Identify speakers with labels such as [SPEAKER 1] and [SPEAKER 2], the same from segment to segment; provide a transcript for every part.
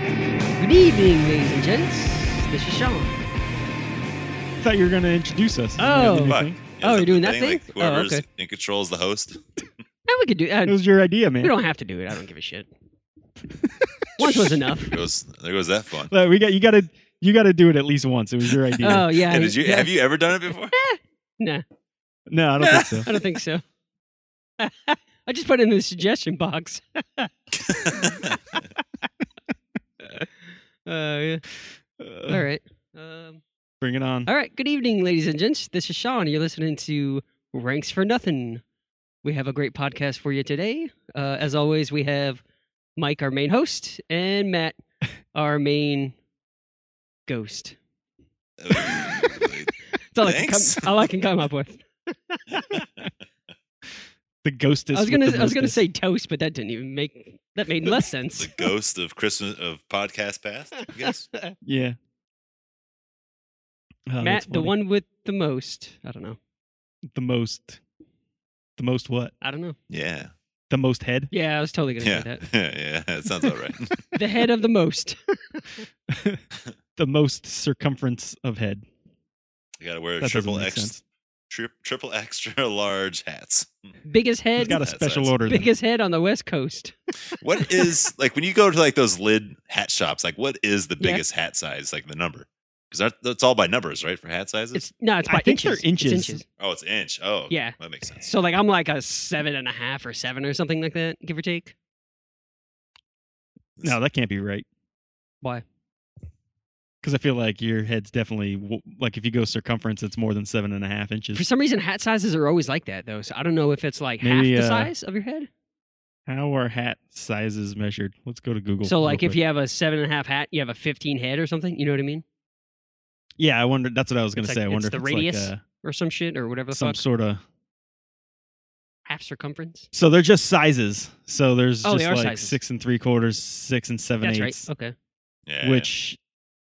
[SPEAKER 1] Good evening, ladies and gents. This is Sean.
[SPEAKER 2] I thought you were going to introduce us.
[SPEAKER 1] Oh.
[SPEAKER 2] You
[SPEAKER 3] Fuck.
[SPEAKER 2] think?
[SPEAKER 1] Oh,
[SPEAKER 3] the
[SPEAKER 1] you're doing that thing?
[SPEAKER 3] Like,
[SPEAKER 1] Oh, okay.
[SPEAKER 3] whoever's in controls the host.
[SPEAKER 1] Yeah, we could do.
[SPEAKER 3] Mm,
[SPEAKER 2] It
[SPEAKER 1] Uh,
[SPEAKER 2] was your idea, man.
[SPEAKER 1] we don't have to do it. I don't give a shit. Once was enough.
[SPEAKER 3] There goes, there goes that fun.
[SPEAKER 2] Look, we got you got to you got to do it at least once. It was your idea.
[SPEAKER 1] Oh yeah.
[SPEAKER 3] Yeah, did you
[SPEAKER 1] yeah.
[SPEAKER 3] have you ever done it before?
[SPEAKER 1] Nah,
[SPEAKER 2] no, I don't think so.
[SPEAKER 1] I don't think so. I just put it in the suggestion box. Uh,
[SPEAKER 3] Oh,
[SPEAKER 1] yeah. All right. Um,
[SPEAKER 2] Bring it on.
[SPEAKER 1] all right. Good evening, ladies and gents. This is Sean. You're listening to Ranks for Nothing. We have a great podcast for you today. Uh, as always, we have Mike, our main host, and Matt, our main ghost. That's all I can, come,
[SPEAKER 3] Thanks.
[SPEAKER 1] all I can come up with.
[SPEAKER 2] The ghost is.
[SPEAKER 1] I was gonna
[SPEAKER 2] with the
[SPEAKER 1] I was gonna
[SPEAKER 2] hostess.
[SPEAKER 1] say toast, but that didn't even make that made less sense.
[SPEAKER 3] the ghost of Christmas of podcast past. I guess.
[SPEAKER 2] Yeah. Oh, that's
[SPEAKER 1] Matt, the
[SPEAKER 2] funny.
[SPEAKER 1] one with the most. I don't know.
[SPEAKER 2] the most, the most what?
[SPEAKER 1] I don't know.
[SPEAKER 3] Yeah.
[SPEAKER 2] The most head.
[SPEAKER 1] Yeah, I was totally gonna
[SPEAKER 3] Yeah.
[SPEAKER 1] say that.
[SPEAKER 3] yeah. That sounds all right.
[SPEAKER 1] The head of the most.
[SPEAKER 2] The most circumference of head.
[SPEAKER 3] You gotta wear
[SPEAKER 2] That doesn't
[SPEAKER 3] triple
[SPEAKER 2] make
[SPEAKER 3] X,
[SPEAKER 2] sense.
[SPEAKER 3] tri- triple extra large hats.
[SPEAKER 1] Biggest
[SPEAKER 2] It's
[SPEAKER 1] head.
[SPEAKER 2] got a
[SPEAKER 3] That
[SPEAKER 2] special
[SPEAKER 3] size.
[SPEAKER 2] order. then.
[SPEAKER 1] biggest head on the west coast.
[SPEAKER 3] What is like when you go to like those lid hat shops? Like, what is the
[SPEAKER 1] Yeah.
[SPEAKER 3] biggest hat size? Like the number? Because that's all by numbers, right? For hat sizes.
[SPEAKER 1] It's no, it's
[SPEAKER 2] I
[SPEAKER 1] by
[SPEAKER 2] think they're
[SPEAKER 1] inches. It's
[SPEAKER 2] inches.
[SPEAKER 3] oh, it's inch. Oh,
[SPEAKER 1] Yeah.
[SPEAKER 3] that makes sense.
[SPEAKER 1] So like I'm like a seven and a half or seven or something like that, give or take.
[SPEAKER 2] No, that can't be right.
[SPEAKER 1] Why?
[SPEAKER 2] Because I feel like your head's definitely w- like if you go circumference, it's more than seven and a half inches.
[SPEAKER 1] For some reason, hat sizes are always like that though. So I don't know if it's like
[SPEAKER 2] Maybe,
[SPEAKER 1] half the
[SPEAKER 2] uh,
[SPEAKER 1] size of your head.
[SPEAKER 2] How are hat sizes measured? Let's go to Google.
[SPEAKER 1] So
[SPEAKER 2] real
[SPEAKER 1] like if
[SPEAKER 2] quick.
[SPEAKER 1] you have a seven and a half hat, you have a fifteen head or something. You know what I mean?
[SPEAKER 2] yeah, I wonder. That's what I was going
[SPEAKER 1] It's
[SPEAKER 2] to
[SPEAKER 1] like-
[SPEAKER 2] say. I
[SPEAKER 1] it's
[SPEAKER 2] wonder
[SPEAKER 1] the
[SPEAKER 2] if
[SPEAKER 1] radius
[SPEAKER 2] it's like uh,
[SPEAKER 1] Or some shit or whatever the
[SPEAKER 2] some
[SPEAKER 1] fuck.
[SPEAKER 2] sort of.
[SPEAKER 1] half circumference.
[SPEAKER 2] So they're just sizes. So there's
[SPEAKER 1] Oh, they
[SPEAKER 2] just
[SPEAKER 1] are
[SPEAKER 2] like
[SPEAKER 1] sizes.
[SPEAKER 2] six and three quarters, six and seven
[SPEAKER 1] That's right.
[SPEAKER 2] eighths,
[SPEAKER 1] Okay.
[SPEAKER 3] Yeah.
[SPEAKER 2] which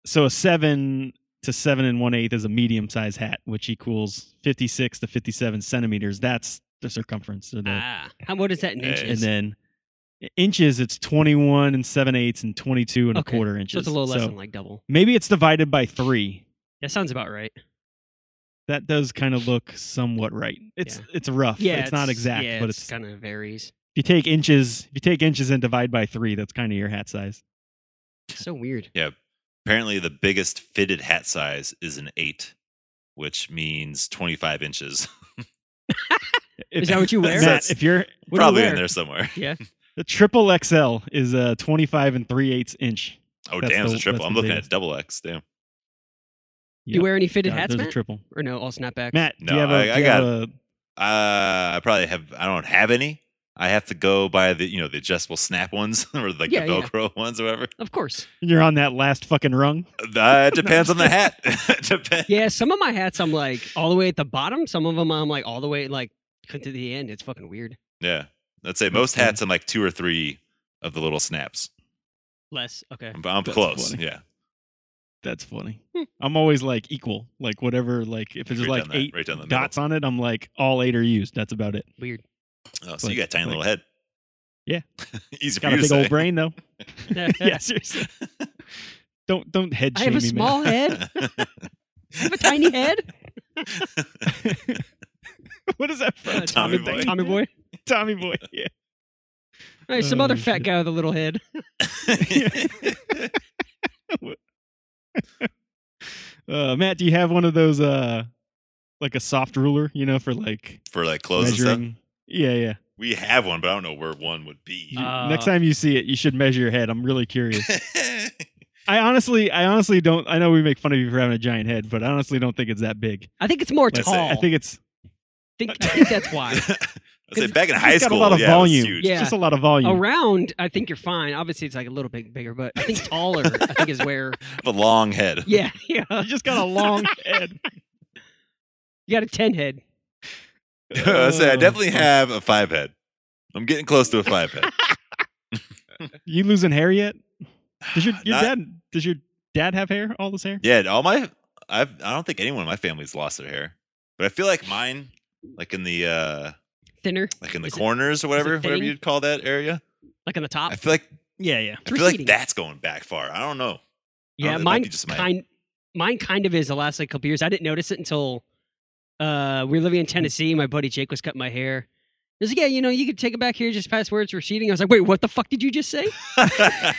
[SPEAKER 2] so a seven to seven and one eighth is a medium size hat, which equals fifty six to fifty seven centimeters. That's the circumference. Of the,
[SPEAKER 1] Ah, how what is that in
[SPEAKER 3] Yeah,
[SPEAKER 1] inches?
[SPEAKER 2] and then inches, it's twenty one and seven eighths and twenty two and
[SPEAKER 1] Okay,
[SPEAKER 2] a quarter
[SPEAKER 1] so
[SPEAKER 2] inches.
[SPEAKER 1] it's a little less
[SPEAKER 2] So
[SPEAKER 1] than like double.
[SPEAKER 2] maybe it's divided by three.
[SPEAKER 1] That sounds about right.
[SPEAKER 2] That does kind of look somewhat right. It's
[SPEAKER 1] Yeah.
[SPEAKER 2] it's rough.
[SPEAKER 1] Yeah,
[SPEAKER 2] it's, not exact,
[SPEAKER 1] yeah,
[SPEAKER 2] but it's
[SPEAKER 1] kind of varies.
[SPEAKER 2] if you take inches, if you take inches and divide by three, that's kind of your hat size.
[SPEAKER 1] So weird.
[SPEAKER 3] Apparently, the biggest fitted hat size is an eight, which means 25 inches.
[SPEAKER 2] If-
[SPEAKER 1] Is that what you wear?
[SPEAKER 2] Matt, if you're
[SPEAKER 1] What do you
[SPEAKER 3] Probably in
[SPEAKER 1] wear?
[SPEAKER 3] there somewhere.
[SPEAKER 2] the triple XL is a 25 and 3 eighths inch.
[SPEAKER 3] Oh,
[SPEAKER 2] That's
[SPEAKER 3] damn, it's
[SPEAKER 2] the-
[SPEAKER 3] a triple.
[SPEAKER 2] that's
[SPEAKER 3] I'm
[SPEAKER 2] the
[SPEAKER 3] looking
[SPEAKER 2] biggest.
[SPEAKER 3] at double X. Damn.
[SPEAKER 1] Do you
[SPEAKER 2] Yep.
[SPEAKER 1] wear any fitted
[SPEAKER 2] Got it.
[SPEAKER 1] hats,
[SPEAKER 2] There's
[SPEAKER 1] Matt?
[SPEAKER 2] a triple.
[SPEAKER 1] Or no, all snapbacks.
[SPEAKER 2] Matt, do
[SPEAKER 3] No,
[SPEAKER 2] you have a?
[SPEAKER 3] I-
[SPEAKER 2] do
[SPEAKER 3] I
[SPEAKER 2] you
[SPEAKER 3] got
[SPEAKER 2] have a-
[SPEAKER 3] Uh, I probably have. I don't have any. I have to go by the you know the adjustable snap ones or like
[SPEAKER 1] Yeah,
[SPEAKER 3] the
[SPEAKER 1] yeah.
[SPEAKER 3] Velcro ones or whatever.
[SPEAKER 1] Of course.
[SPEAKER 2] you're on that last fucking rung.
[SPEAKER 3] Uh, it depends on the hat. It depends.
[SPEAKER 1] Yeah, some of my hats I'm like all the way at the bottom. Some of them I'm like all the way like to the end. It's fucking weird.
[SPEAKER 3] Yeah, let's say
[SPEAKER 2] That's
[SPEAKER 3] most
[SPEAKER 2] funny.
[SPEAKER 3] hats. I'm like two or three of the little snaps.
[SPEAKER 1] Less. Okay.
[SPEAKER 3] I'm, I'm
[SPEAKER 2] That's
[SPEAKER 3] close.
[SPEAKER 2] funny.
[SPEAKER 3] Yeah,
[SPEAKER 2] That's funny.
[SPEAKER 1] Hmm.
[SPEAKER 2] I'm always like equal, like whatever. Like if there's
[SPEAKER 3] Right
[SPEAKER 2] like
[SPEAKER 3] down that-
[SPEAKER 2] eight
[SPEAKER 3] right down the
[SPEAKER 2] dots on it, I'm like all eight are used. That's about it.
[SPEAKER 1] Weird.
[SPEAKER 3] Oh, so
[SPEAKER 2] Like-
[SPEAKER 3] you got a tiny
[SPEAKER 2] like-
[SPEAKER 3] little head.
[SPEAKER 2] Yeah.
[SPEAKER 3] easy for
[SPEAKER 2] Got
[SPEAKER 3] you
[SPEAKER 2] a
[SPEAKER 3] to
[SPEAKER 2] big
[SPEAKER 3] say.
[SPEAKER 2] old brain though. yeah,
[SPEAKER 1] I
[SPEAKER 2] seriously. Don't don't head shame
[SPEAKER 1] have a
[SPEAKER 2] me,
[SPEAKER 1] small
[SPEAKER 2] man.
[SPEAKER 1] head. I have a tiny head.
[SPEAKER 2] what is that
[SPEAKER 1] Uh,
[SPEAKER 2] from?
[SPEAKER 3] Tommy Boy.
[SPEAKER 1] Tommy boy.
[SPEAKER 2] Tommy boy. Yeah.
[SPEAKER 1] All right, some other
[SPEAKER 2] Oh,
[SPEAKER 1] fat
[SPEAKER 2] shit.
[SPEAKER 1] guy with a little head.
[SPEAKER 2] Uh, Matt, do you have one of those uh like a soft ruler, you know, for like
[SPEAKER 3] for like clothes and stuff.
[SPEAKER 2] measuring? Yeah, yeah.
[SPEAKER 3] We have one, but I don't know where one would be.
[SPEAKER 2] You-
[SPEAKER 1] Uh,
[SPEAKER 2] Next time you see it, you should measure your head. I'm really curious.
[SPEAKER 3] I
[SPEAKER 2] I honestly, I honestly don't. I know we make fun of you for having a giant head, but I honestly don't think it's that big.
[SPEAKER 1] I think it's more
[SPEAKER 3] Let's
[SPEAKER 1] tall.
[SPEAKER 3] say-
[SPEAKER 2] I think it's
[SPEAKER 1] think, I think that's why.
[SPEAKER 3] say back in high
[SPEAKER 2] it's got a
[SPEAKER 3] school,
[SPEAKER 2] lot of
[SPEAKER 3] yeah, it was
[SPEAKER 2] volume.
[SPEAKER 3] huge.
[SPEAKER 1] Yeah.
[SPEAKER 2] it's just a lot of volume.
[SPEAKER 1] Around, I think you're fine. Obviously, it's like a little bit bigger, but I think taller. I think is where.
[SPEAKER 3] The long head.
[SPEAKER 1] Yeah, yeah.
[SPEAKER 2] You just got a long head.
[SPEAKER 1] You got a ten head.
[SPEAKER 3] I say I
[SPEAKER 2] Oh,
[SPEAKER 3] definitely
[SPEAKER 2] fuck.
[SPEAKER 3] have a five head. I'm getting close to a five head.
[SPEAKER 2] You losing hair yet? Does your your
[SPEAKER 3] Not-
[SPEAKER 2] dad? Does your dad have hair? All this hair?
[SPEAKER 3] Yeah, all my I've I don't think anyone in my family's lost their hair, but I feel like mine, like in the uh
[SPEAKER 1] Thinner,
[SPEAKER 3] like in the
[SPEAKER 1] Is it-
[SPEAKER 3] corners or whatever,
[SPEAKER 1] it
[SPEAKER 3] whatever
[SPEAKER 1] thinning?
[SPEAKER 3] you'd call that area.
[SPEAKER 2] Uh,
[SPEAKER 1] like on the top.
[SPEAKER 3] I feel like
[SPEAKER 2] Yeah, yeah.
[SPEAKER 3] I feel like
[SPEAKER 1] receding.
[SPEAKER 3] that's going back far. I don't know.
[SPEAKER 1] Yeah,
[SPEAKER 3] that might
[SPEAKER 1] mine
[SPEAKER 3] be just my-
[SPEAKER 1] kind mine kind of is the last like couple years. I didn't notice it until uh we were living in
[SPEAKER 3] Mm-hmm.
[SPEAKER 1] Tennessee. My buddy Jake was cutting my hair. He was like, "Yeah, you know, you could take it back here, just pass where it's receding." I was like, "Wait, what the fuck did you just say? What do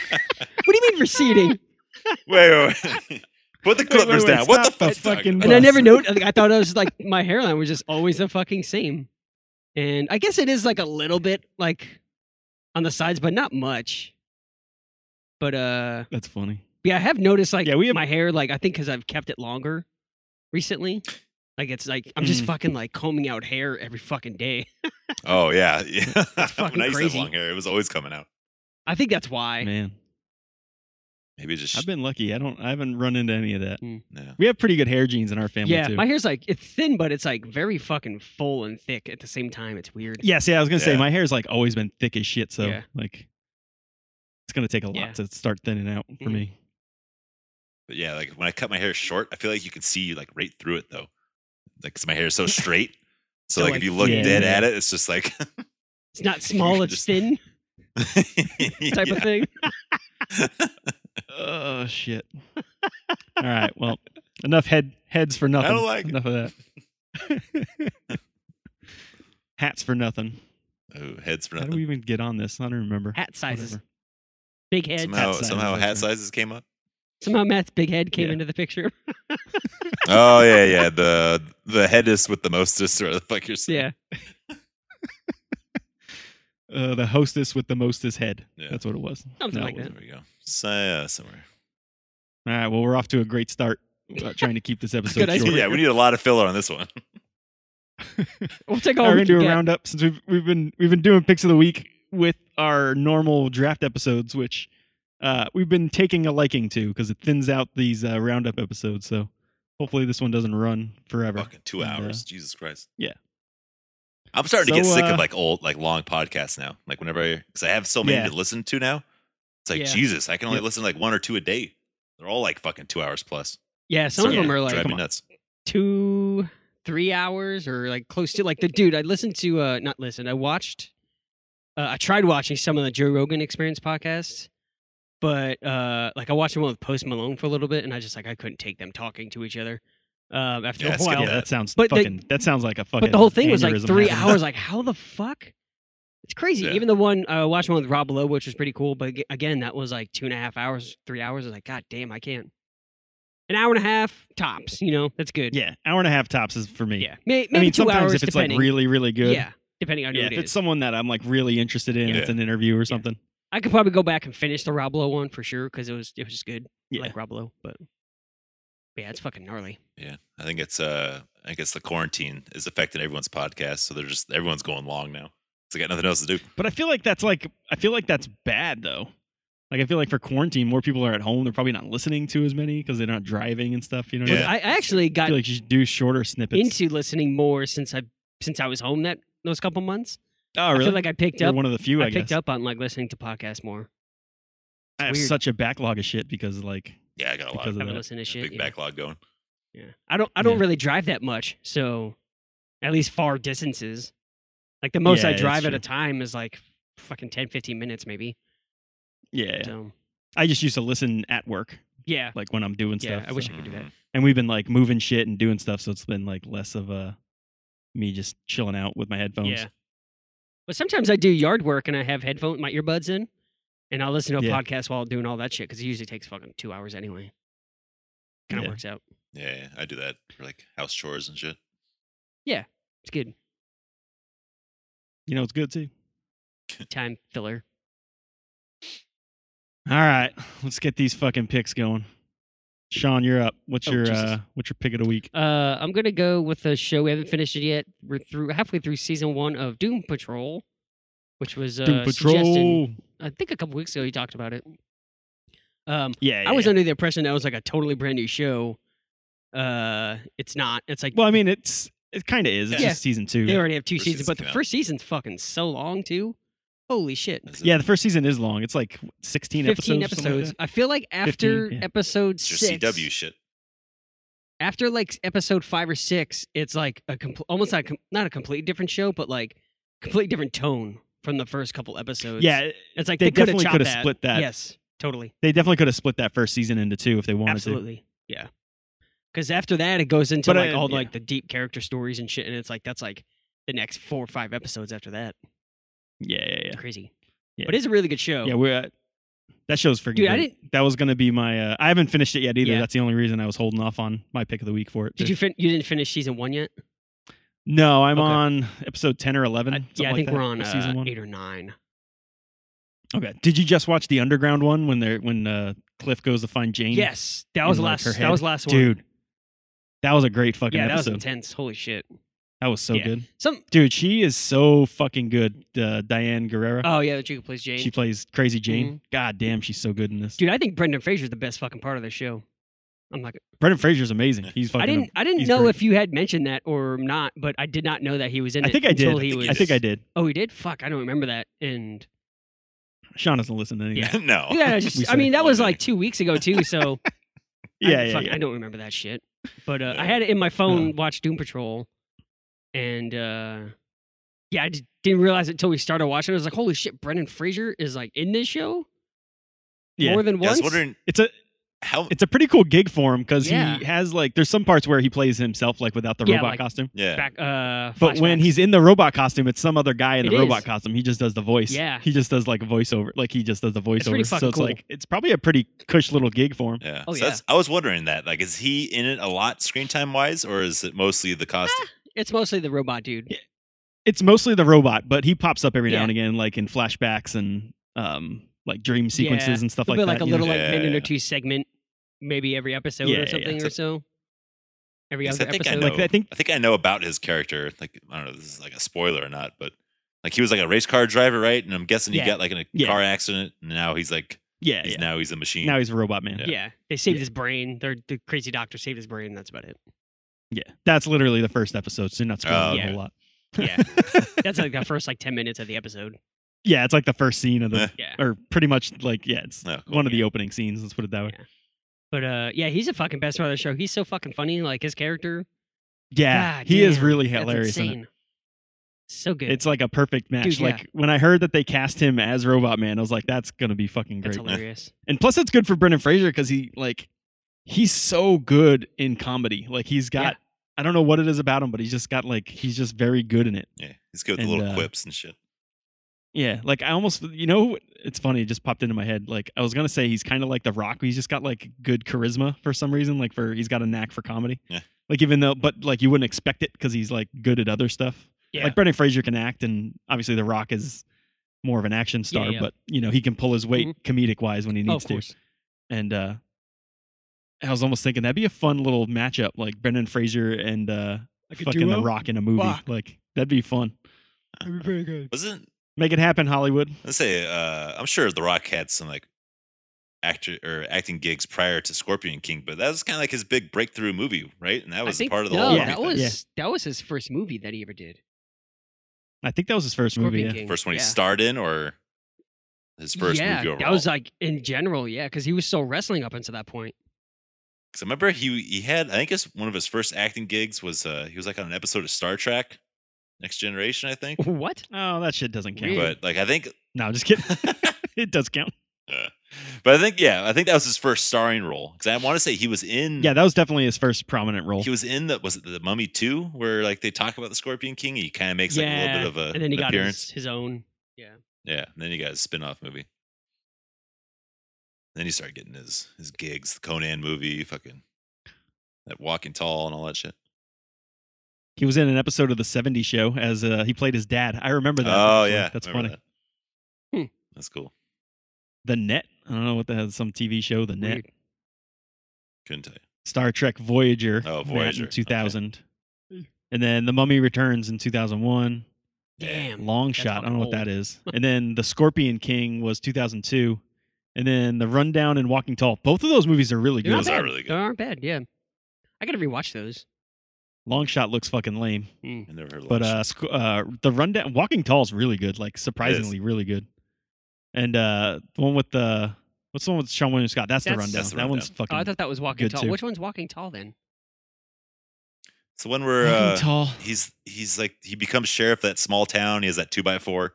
[SPEAKER 1] you mean receding?"
[SPEAKER 3] wait, wait, wait. Put the clippers
[SPEAKER 2] wait,
[SPEAKER 3] down. What the
[SPEAKER 2] stop the
[SPEAKER 3] fuck? you
[SPEAKER 2] fucking
[SPEAKER 3] talking
[SPEAKER 1] And I
[SPEAKER 2] Bus.
[SPEAKER 1] never noticed. Like, I thought it was like my hairline was just always the fucking same. And I guess it is like a little bit like on the sides, but not much. But uh,
[SPEAKER 2] That's funny.
[SPEAKER 1] yeah, I have noticed like
[SPEAKER 2] Yeah, we have-
[SPEAKER 1] my hair. Like I think because I've kept it longer recently. Like it's like I'm just
[SPEAKER 2] Mm.
[SPEAKER 1] fucking like combing out hair every fucking day.
[SPEAKER 3] Oh yeah, yeah.
[SPEAKER 1] fucking
[SPEAKER 3] when I used to have
[SPEAKER 1] crazy.
[SPEAKER 3] long hair, it was always coming out.
[SPEAKER 1] I think that's why.
[SPEAKER 2] Man,
[SPEAKER 3] Maybe it just
[SPEAKER 2] I've been lucky. I don't. I haven't run into any of that.
[SPEAKER 3] yeah.
[SPEAKER 2] We have pretty good hair genes in our family
[SPEAKER 1] yeah,
[SPEAKER 2] too.
[SPEAKER 1] my hair's like it's thin, but it's like very fucking full and thick at the same time. It's weird.
[SPEAKER 2] yeah, see, I was gonna say
[SPEAKER 3] Yeah.
[SPEAKER 2] my hair's like always been thick as shit. So
[SPEAKER 1] Yeah.
[SPEAKER 2] like, it's gonna take a lot
[SPEAKER 1] Yeah.
[SPEAKER 2] to start thinning out for
[SPEAKER 1] Mm.
[SPEAKER 2] me.
[SPEAKER 3] But yeah, like when I cut my hair short, I feel like you can see like right through it though, like because my hair is so straight. So,
[SPEAKER 1] So,
[SPEAKER 3] like,
[SPEAKER 1] like,
[SPEAKER 3] if you look
[SPEAKER 2] yeah.
[SPEAKER 3] dead at it, it's just like
[SPEAKER 1] It's not small, it's
[SPEAKER 3] Just-
[SPEAKER 1] thin type of thing.
[SPEAKER 2] Oh shit! All right, well, enough head heads for nothing.
[SPEAKER 3] like it.
[SPEAKER 2] enough of that. Hats for nothing.
[SPEAKER 3] Oh, heads for
[SPEAKER 2] How
[SPEAKER 3] nothing.
[SPEAKER 2] do we even get on this? I don't remember.
[SPEAKER 1] Hat sizes,
[SPEAKER 2] Whatever.
[SPEAKER 1] big head.
[SPEAKER 3] somehow,
[SPEAKER 2] sizes,
[SPEAKER 3] somehow,
[SPEAKER 2] that's
[SPEAKER 3] hat
[SPEAKER 2] right.
[SPEAKER 3] sizes came up.
[SPEAKER 1] Somehow Matt's big head came
[SPEAKER 2] Yeah.
[SPEAKER 1] into the picture.
[SPEAKER 3] oh yeah, yeah. The the headist with the mostest, or the fuck you're saying.
[SPEAKER 1] yeah.
[SPEAKER 2] Uh, the hostess with the mostest head.
[SPEAKER 3] Yeah. Oh,
[SPEAKER 2] That's what it was.
[SPEAKER 1] Something
[SPEAKER 2] No,
[SPEAKER 1] like
[SPEAKER 2] it
[SPEAKER 1] that.
[SPEAKER 3] There we go. So, yeah, somewhere.
[SPEAKER 2] All right. Well, we're off to a great start. uh, trying to keep this episode
[SPEAKER 1] Good idea.
[SPEAKER 2] short.
[SPEAKER 1] Sure.
[SPEAKER 3] Yeah, we need a lot of filler on this one.
[SPEAKER 1] We'll take
[SPEAKER 2] All
[SPEAKER 1] all
[SPEAKER 2] right,
[SPEAKER 1] we can
[SPEAKER 2] we're gonna do a
[SPEAKER 1] get.
[SPEAKER 2] roundup since we've we've been we've been doing picks of the week with our normal draft episodes, which uh, we've been taking a liking to because it thins out these uh, roundup episodes. So hopefully this one doesn't run forever.
[SPEAKER 3] Fucking two
[SPEAKER 2] And, uh,
[SPEAKER 3] hours. Jesus Christ.
[SPEAKER 2] yeah.
[SPEAKER 3] I'm starting to get
[SPEAKER 2] So,
[SPEAKER 3] sick
[SPEAKER 2] uh,
[SPEAKER 3] of like old, like long podcasts now. Like whenever I, because I have so many
[SPEAKER 2] Yeah.
[SPEAKER 3] to listen to now. It's like
[SPEAKER 1] Yeah.
[SPEAKER 3] Jesus, I can only
[SPEAKER 2] Yep.
[SPEAKER 3] listen to like one or two a day. They're all like fucking two hours plus.
[SPEAKER 1] Yeah, some of
[SPEAKER 3] Starting
[SPEAKER 1] them
[SPEAKER 3] to
[SPEAKER 1] are like
[SPEAKER 3] drive
[SPEAKER 2] come
[SPEAKER 3] me
[SPEAKER 2] on.
[SPEAKER 3] nuts.
[SPEAKER 1] two, three hours or like close to like the dude I listened to, uh, not listened, I watched, uh, I tried watching some of the Joe Rogan Experience podcasts, but uh, like I watched one with Post Malone for a little bit and I just like, I couldn't take them talking to each other um, after
[SPEAKER 3] Yeah,
[SPEAKER 1] a
[SPEAKER 3] skip
[SPEAKER 1] while.
[SPEAKER 2] Yeah, that sounds
[SPEAKER 1] But the-
[SPEAKER 2] fucking. that sounds like a fucking.
[SPEAKER 1] But the whole thing was like
[SPEAKER 2] aneurysm
[SPEAKER 1] three
[SPEAKER 2] happened.
[SPEAKER 1] hours. Like, how the fuck? It's crazy.
[SPEAKER 3] Yeah.
[SPEAKER 1] Even the one I watched one with Rob Lowe, which was pretty cool. But ag- again, that was like two and a half hours, three hours. I was like, God damn, I can't. An hour and a half tops. You know, that's good.
[SPEAKER 2] Yeah, hour and a half tops is for me.
[SPEAKER 1] yeah. May- maybe
[SPEAKER 2] I mean,
[SPEAKER 1] two
[SPEAKER 2] sometimes
[SPEAKER 1] hours
[SPEAKER 2] if it's
[SPEAKER 1] depending.
[SPEAKER 2] like really, really good.
[SPEAKER 1] yeah, depending on
[SPEAKER 2] Yeah,
[SPEAKER 1] who
[SPEAKER 2] if
[SPEAKER 1] it
[SPEAKER 2] it's
[SPEAKER 1] is.
[SPEAKER 2] someone that I'm like really interested in,
[SPEAKER 3] Yeah.
[SPEAKER 2] it's an interview or something.
[SPEAKER 1] I could probably go back and finish the Rob Lowe one for sure because it was it was just good. I
[SPEAKER 2] Yeah.
[SPEAKER 1] like Rob Lowe, but but yeah, it's fucking gnarly.
[SPEAKER 3] Yeah, I think it's uh, I guess the quarantine is affecting everyone's podcast, so they're just everyone's going long now. They got nothing else to do.
[SPEAKER 2] But I feel like that's like I feel like that's bad though. Like I feel like for quarantine, more people are at home. They're probably not listening to as many because they're not driving and stuff. You know, what I mean?
[SPEAKER 3] Yeah.
[SPEAKER 1] I I actually
[SPEAKER 2] I
[SPEAKER 1] got
[SPEAKER 2] feel like you should do shorter snippets.
[SPEAKER 1] into listening more since I since I was home that those couple months.
[SPEAKER 2] oh,
[SPEAKER 1] I
[SPEAKER 2] really?
[SPEAKER 1] feel like I picked
[SPEAKER 2] You're
[SPEAKER 1] up
[SPEAKER 2] one of the few. I,
[SPEAKER 1] I picked
[SPEAKER 2] guess.
[SPEAKER 1] up on like listening to podcasts more.
[SPEAKER 2] I have
[SPEAKER 1] weird.
[SPEAKER 2] such a backlog of shit because like
[SPEAKER 3] Yeah, I got a lot.
[SPEAKER 2] Because
[SPEAKER 3] Of,
[SPEAKER 1] I haven't
[SPEAKER 2] that.
[SPEAKER 1] listened to
[SPEAKER 3] yeah,
[SPEAKER 1] shit.
[SPEAKER 3] big
[SPEAKER 1] yeah.
[SPEAKER 3] backlog going.
[SPEAKER 1] Yeah. I don't I don't
[SPEAKER 2] Yeah.
[SPEAKER 1] really drive that much, so at least far distances. Like the most
[SPEAKER 2] Yeah,
[SPEAKER 1] I
[SPEAKER 2] that's
[SPEAKER 1] drive at
[SPEAKER 2] true.
[SPEAKER 1] a time is like fucking 10 15 minutes maybe.
[SPEAKER 2] yeah, yeah.
[SPEAKER 1] So
[SPEAKER 2] I just used to listen at work,
[SPEAKER 1] yeah.
[SPEAKER 2] like when I'm doing
[SPEAKER 1] Yeah,
[SPEAKER 2] stuff.
[SPEAKER 1] I wish
[SPEAKER 2] so- mm,
[SPEAKER 1] I could do that.
[SPEAKER 3] Mhm.
[SPEAKER 2] And we've been like moving shit and doing stuff, so it's been like less of a me just chilling out with my headphones.
[SPEAKER 1] Yeah. But sometimes I do yard work and I have headphone my earbuds in and I'll listen to a
[SPEAKER 2] Yeah.
[SPEAKER 1] podcast while doing all that shit cuz it usually takes fucking 2 hours anyway. Kind of
[SPEAKER 2] Yeah.
[SPEAKER 1] works out.
[SPEAKER 3] Yeah, yeah, I do that for like house chores and shit.
[SPEAKER 1] It's good
[SPEAKER 2] You know, it's good too.
[SPEAKER 1] time filler.
[SPEAKER 2] All right, let's get these fucking picks going. Sean, you're up. What's
[SPEAKER 1] Oh,
[SPEAKER 2] your
[SPEAKER 1] Jesus.
[SPEAKER 2] uh, what's your pick of the week?
[SPEAKER 1] Uh, I'm gonna go with a show we haven't finished it yet. We're through halfway through season one of Doom Patrol, which was uh,
[SPEAKER 2] Doom
[SPEAKER 1] suggested-
[SPEAKER 2] Patrol.
[SPEAKER 1] I think a couple weeks ago you talked about it. Um,
[SPEAKER 2] Yeah, yeah,
[SPEAKER 1] I was
[SPEAKER 2] yeah.
[SPEAKER 1] under the impression that was like a totally brand new show. Uh, it's not. It's like
[SPEAKER 2] Well, I mean, it's it kind of is. It's
[SPEAKER 1] Yeah.
[SPEAKER 2] just season two.
[SPEAKER 1] they
[SPEAKER 2] Yeah.
[SPEAKER 1] already have two
[SPEAKER 3] First
[SPEAKER 1] seasons,
[SPEAKER 3] season
[SPEAKER 1] but the
[SPEAKER 3] came out.
[SPEAKER 1] first season's fucking so long too. Holy shit!
[SPEAKER 3] Is it-
[SPEAKER 2] yeah, the first season is long. It's like sixteen
[SPEAKER 1] Fifteen
[SPEAKER 2] episodes. or something like
[SPEAKER 1] episodes. I feel like after
[SPEAKER 2] 15, yeah.
[SPEAKER 1] episode
[SPEAKER 3] it's your
[SPEAKER 1] six,
[SPEAKER 3] CW shit.
[SPEAKER 1] after like episode five or six, it's like a compl- almost like com- not a complete different show, but like complete different tone from the first couple
[SPEAKER 2] that.
[SPEAKER 1] episodes.
[SPEAKER 2] Yeah,
[SPEAKER 1] it's like
[SPEAKER 2] they
[SPEAKER 1] coulda
[SPEAKER 2] definitely
[SPEAKER 1] chopped
[SPEAKER 2] coulda split that.
[SPEAKER 1] Yes, totally,
[SPEAKER 2] They definitely could have split that first season into two if they wanted
[SPEAKER 1] absolutely, yeah. Because after that, it goes into
[SPEAKER 2] But,
[SPEAKER 1] like
[SPEAKER 2] uh,
[SPEAKER 1] all
[SPEAKER 2] yeah.
[SPEAKER 1] like the deep character stories and shit, and it's like that's like the next four or five episodes after that.
[SPEAKER 2] to. Yeah, yeah,
[SPEAKER 1] It's crazy,
[SPEAKER 2] Yeah.
[SPEAKER 1] but it's a really good show.
[SPEAKER 2] yeah. Yeah, we're at, that show's freaking
[SPEAKER 1] Dude, I
[SPEAKER 2] good. that was gonna be my. Uh, I haven't finished it yet either.
[SPEAKER 1] Yeah.
[SPEAKER 2] That's the only reason I was holding off on my pick of the week for it.
[SPEAKER 1] Did
[SPEAKER 2] too.
[SPEAKER 1] you fin- you didn't finish season one yet?
[SPEAKER 2] No, I'm
[SPEAKER 1] Okay.
[SPEAKER 2] on episode ten or eleven.
[SPEAKER 1] I-
[SPEAKER 2] something
[SPEAKER 1] yeah, I
[SPEAKER 2] like
[SPEAKER 1] think
[SPEAKER 2] that,
[SPEAKER 1] we're on
[SPEAKER 2] of
[SPEAKER 1] uh,
[SPEAKER 2] season one.
[SPEAKER 1] eight or nine.
[SPEAKER 2] Okay. Did you just watch the underground one when they're when uh, Cliff goes to find Jane?
[SPEAKER 1] Yes, that was
[SPEAKER 2] in, like,
[SPEAKER 1] last.
[SPEAKER 2] her
[SPEAKER 1] that
[SPEAKER 2] head.
[SPEAKER 1] was last one.
[SPEAKER 2] dude. That was a great fucking
[SPEAKER 1] yeah, that was
[SPEAKER 2] episode.
[SPEAKER 1] intense. Holy shit.
[SPEAKER 2] that was so
[SPEAKER 1] Yeah.
[SPEAKER 2] good,
[SPEAKER 1] Some.
[SPEAKER 2] dude. She is so fucking good. Uh, Diane Guerrero.
[SPEAKER 1] Oh yeah, the chick who plays Jane. Mm-hmm.
[SPEAKER 2] She plays Crazy Jane. God damn, she's so good in this.
[SPEAKER 1] Dude, I think Brendan Fraser's the best fucking part of the show. I'm like,
[SPEAKER 2] Brendan Fraser's amazing. He's fucking.
[SPEAKER 1] I didn't, I didn't
[SPEAKER 2] he's
[SPEAKER 1] know
[SPEAKER 2] great.
[SPEAKER 1] if you had mentioned that or not, but I did not know that he was in
[SPEAKER 2] I
[SPEAKER 1] it.
[SPEAKER 2] think I did.
[SPEAKER 1] until He
[SPEAKER 3] think
[SPEAKER 1] was,
[SPEAKER 2] I think I did.
[SPEAKER 1] Oh, he did. Fuck, I don't remember that. And
[SPEAKER 2] Sean doesn't listen to anything.
[SPEAKER 1] Yeah.
[SPEAKER 3] no.
[SPEAKER 1] yeah,
[SPEAKER 2] Oh, We
[SPEAKER 1] just, I
[SPEAKER 2] said
[SPEAKER 1] mean,
[SPEAKER 3] it
[SPEAKER 1] that was
[SPEAKER 3] wasn't.
[SPEAKER 1] like two weeks ago too. So
[SPEAKER 2] yeah,
[SPEAKER 1] I,
[SPEAKER 2] yeah,
[SPEAKER 1] fuck,
[SPEAKER 2] yeah.
[SPEAKER 1] I don't remember that shit. But uh, I had it in my phone, watch Doom Patrol, and uh, yeah, I just didn't realize it until we started watching. it. I was like, holy shit, Brendan Fraser is like in this show
[SPEAKER 2] Yeah.
[SPEAKER 1] more than
[SPEAKER 3] Yeah, I
[SPEAKER 1] once.
[SPEAKER 3] was wondering
[SPEAKER 2] It's a
[SPEAKER 3] how.
[SPEAKER 2] it's a pretty cool gig for him because
[SPEAKER 1] Yeah.
[SPEAKER 2] he has like there's some parts where he plays himself like without the
[SPEAKER 1] Yeah,
[SPEAKER 2] robot
[SPEAKER 1] like-
[SPEAKER 2] costume.
[SPEAKER 3] Yeah.
[SPEAKER 1] Back, uh,
[SPEAKER 2] But when
[SPEAKER 1] flashbacks.
[SPEAKER 2] he's in the robot costume, it's some other guy in the
[SPEAKER 1] It
[SPEAKER 2] robot
[SPEAKER 1] is.
[SPEAKER 2] costume. He just does the voice.
[SPEAKER 1] Yeah.
[SPEAKER 2] He just does like voiceover. Like he just does the voiceover.
[SPEAKER 1] pretty
[SPEAKER 2] so
[SPEAKER 1] fucking
[SPEAKER 2] it's
[SPEAKER 1] cool.
[SPEAKER 2] like it's probably a pretty cush little gig for him.
[SPEAKER 3] Yeah.
[SPEAKER 1] Oh,
[SPEAKER 3] so that's- I was wondering that. Like, is he in it a lot screen time wise, or is it mostly the
[SPEAKER 2] Ah,
[SPEAKER 3] costume?
[SPEAKER 1] it's mostly the robot dude.
[SPEAKER 2] Yeah. It's mostly the robot, but he pops up every now
[SPEAKER 1] Yeah.
[SPEAKER 2] and again, like in flashbacks and um like dream sequences
[SPEAKER 1] Yeah.
[SPEAKER 2] and stuff
[SPEAKER 1] It'll be
[SPEAKER 2] like
[SPEAKER 1] like
[SPEAKER 2] that.
[SPEAKER 1] a
[SPEAKER 2] you know?
[SPEAKER 1] little like
[SPEAKER 3] Yeah,
[SPEAKER 1] minute
[SPEAKER 3] yeah.
[SPEAKER 1] or two segment, maybe every episode
[SPEAKER 2] Yeah, yeah,
[SPEAKER 1] or something
[SPEAKER 2] yeah.
[SPEAKER 1] or so. Every
[SPEAKER 3] Yes,
[SPEAKER 1] other
[SPEAKER 3] I think I
[SPEAKER 1] episode.
[SPEAKER 3] know.
[SPEAKER 2] Like I think
[SPEAKER 3] I think I know about his character. Like, I don't know if this is like a spoiler or not, but like he was like a race car driver, right? And I'm guessing he
[SPEAKER 1] Yeah.
[SPEAKER 3] got like in a
[SPEAKER 2] Yeah.
[SPEAKER 3] car accident, and now he's like,
[SPEAKER 2] yeah,
[SPEAKER 3] he's,
[SPEAKER 2] yeah.
[SPEAKER 3] now he's a machine.
[SPEAKER 2] Now he's a robot man.
[SPEAKER 1] yeah.
[SPEAKER 3] Yeah.
[SPEAKER 1] they saved
[SPEAKER 2] Yeah.
[SPEAKER 1] his brain. Their the crazy doctor saved his brain. That's about it.
[SPEAKER 2] Yeah. That's literally the first episode, so you're not spoiling
[SPEAKER 3] Oh,
[SPEAKER 2] a
[SPEAKER 1] okay.
[SPEAKER 2] whole lot.
[SPEAKER 1] Yeah, that's like the first like ten minutes of the episode.
[SPEAKER 2] Yeah, it's like the first scene of the
[SPEAKER 1] Yeah,
[SPEAKER 2] or pretty much like yeah, it's
[SPEAKER 3] Oh, cool.
[SPEAKER 2] one of the opening scenes, let's put it that way.
[SPEAKER 1] but uh, yeah, he's a fucking best part of the show. He's so fucking funny. Like his character.
[SPEAKER 2] Yeah.
[SPEAKER 1] God
[SPEAKER 2] he is
[SPEAKER 1] damn,
[SPEAKER 2] really
[SPEAKER 1] that's
[SPEAKER 2] hilarious. in it.
[SPEAKER 1] insane. So good.
[SPEAKER 2] It's like a perfect match.
[SPEAKER 1] Dude, yeah.
[SPEAKER 2] like when I heard that they cast him as Robot Man, I was like, that's gonna be fucking
[SPEAKER 1] that's
[SPEAKER 2] great.
[SPEAKER 1] hilarious.
[SPEAKER 2] And plus, it's good for Brendan Fraser because he like he's so good in comedy. Like he's got
[SPEAKER 1] Yeah.
[SPEAKER 2] I don't know what it is about him, but he's just got like he's just very good in it.
[SPEAKER 3] yeah, he's good with
[SPEAKER 2] And,
[SPEAKER 3] the little
[SPEAKER 2] uh,
[SPEAKER 3] quips and shit.
[SPEAKER 2] Yeah, like I almost you know it's funny. It just popped into my head. Like I was gonna say he's kind of like The Rock. He's just got like good charisma for some reason. Like for he's got a knack for comedy.
[SPEAKER 3] Yeah.
[SPEAKER 2] Like even though, but like you wouldn't expect it because he's like good at other stuff.
[SPEAKER 1] Yeah.
[SPEAKER 2] Like Brendan Fraser can act, and obviously The Rock is more of an action star.
[SPEAKER 1] yeah.
[SPEAKER 2] But you know he can pull his weight comedic wise when he
[SPEAKER 1] oh, of
[SPEAKER 2] needs to.
[SPEAKER 1] course.
[SPEAKER 2] and uh I was almost thinking that'd be a fun little matchup, like Brendan Fraser and uh
[SPEAKER 1] Like a
[SPEAKER 2] fucking
[SPEAKER 1] duo?
[SPEAKER 2] The Rock in a movie.
[SPEAKER 1] Fuck.
[SPEAKER 2] Like that'd be fun.
[SPEAKER 1] That'd be very good.
[SPEAKER 3] Wasn't
[SPEAKER 2] Make it happen, Hollywood.
[SPEAKER 3] let's say uh, I'm sure The Rock had some like actor or acting gigs prior to Scorpion King, but that was kind of like his big breakthrough movie, right? And that
[SPEAKER 1] I
[SPEAKER 3] was
[SPEAKER 1] think-
[SPEAKER 3] part of the
[SPEAKER 1] no,
[SPEAKER 3] whole
[SPEAKER 2] Yeah.
[SPEAKER 1] that
[SPEAKER 3] movie
[SPEAKER 1] was
[SPEAKER 3] thing.
[SPEAKER 1] that was his first movie that he ever did.
[SPEAKER 2] I think that was his first
[SPEAKER 1] Scorpion
[SPEAKER 2] movie.
[SPEAKER 1] King.
[SPEAKER 3] first one he
[SPEAKER 1] yeah.
[SPEAKER 3] starred in, or his first
[SPEAKER 1] yeah,
[SPEAKER 3] movie overall.
[SPEAKER 1] That was like in general, yeah, because he was still wrestling up until that point.
[SPEAKER 3] 'Cause I remember he he had I think his, one of his first acting gigs was uh, he was like on an episode of Star Trek, Next Generation, I think.
[SPEAKER 1] What?
[SPEAKER 2] Yeah. Oh, that shit doesn't count.
[SPEAKER 1] Weird.
[SPEAKER 3] But like I think,
[SPEAKER 2] No, just kidding. it does count.
[SPEAKER 3] uh, but I think yeah, I think that was his first starring role because I want to say he was in
[SPEAKER 2] Yeah, that was definitely his first prominent role.
[SPEAKER 3] Hmm. He was in the was it the Mummy Two where like they talk about the Scorpion King. He kind of makes like a little bit of a
[SPEAKER 1] and then he
[SPEAKER 3] an
[SPEAKER 1] got
[SPEAKER 3] Uh, appearance.
[SPEAKER 1] his, his own.
[SPEAKER 3] Yeah, and then he got his spin off movie. Then he started getting his his gigs, the Conan movie, fucking that Walking Tall and all that shit.
[SPEAKER 2] He was in an episode of the 70s show as uh, he played his dad. I remember that.
[SPEAKER 3] oh
[SPEAKER 2] actually.
[SPEAKER 3] yeah,
[SPEAKER 2] That's
[SPEAKER 3] remember
[SPEAKER 2] funny.
[SPEAKER 3] that.
[SPEAKER 1] Hmm.
[SPEAKER 3] That's cool.
[SPEAKER 2] The Net. I don't know what that is, some TV show, The Net.
[SPEAKER 1] Weird.
[SPEAKER 3] Couldn't tell you.
[SPEAKER 2] Star Trek Voyager.
[SPEAKER 3] Oh,
[SPEAKER 2] that
[SPEAKER 3] Voyager.
[SPEAKER 2] in 2000. And then The Mummy Returns in 2001.
[SPEAKER 1] Damn.
[SPEAKER 2] Long
[SPEAKER 1] that's
[SPEAKER 2] shot. I
[SPEAKER 1] fucking
[SPEAKER 2] don't know what
[SPEAKER 1] old.
[SPEAKER 2] that is. And then The Scorpion King was 2002. And then The Rundown and Walking Tall. Both of those movies are really
[SPEAKER 1] They're not
[SPEAKER 3] Those
[SPEAKER 2] good.
[SPEAKER 3] are
[SPEAKER 1] bad.
[SPEAKER 3] really good.
[SPEAKER 1] They aren't bad. Yeah, I gotta rewatch those.
[SPEAKER 2] Long shot looks fucking lame.
[SPEAKER 3] I never heard of
[SPEAKER 2] But
[SPEAKER 3] that shit.
[SPEAKER 2] uh, sc- uh The Rundown Walking Tall is really good. Like surprisingly really good. And uh the one with the what's the one with Sean William Scott? That's, the
[SPEAKER 1] That's-
[SPEAKER 2] rundown.
[SPEAKER 3] That's The
[SPEAKER 2] That one's
[SPEAKER 1] Oh,
[SPEAKER 2] fucking
[SPEAKER 1] I thought that was Walking
[SPEAKER 2] good
[SPEAKER 1] Tall.
[SPEAKER 2] too.
[SPEAKER 1] Which one's Walking Tall then?
[SPEAKER 3] so when we're
[SPEAKER 2] Walking
[SPEAKER 3] uh,
[SPEAKER 2] Tall.
[SPEAKER 3] he's he's like he becomes sheriff of that small town. He has that two by four.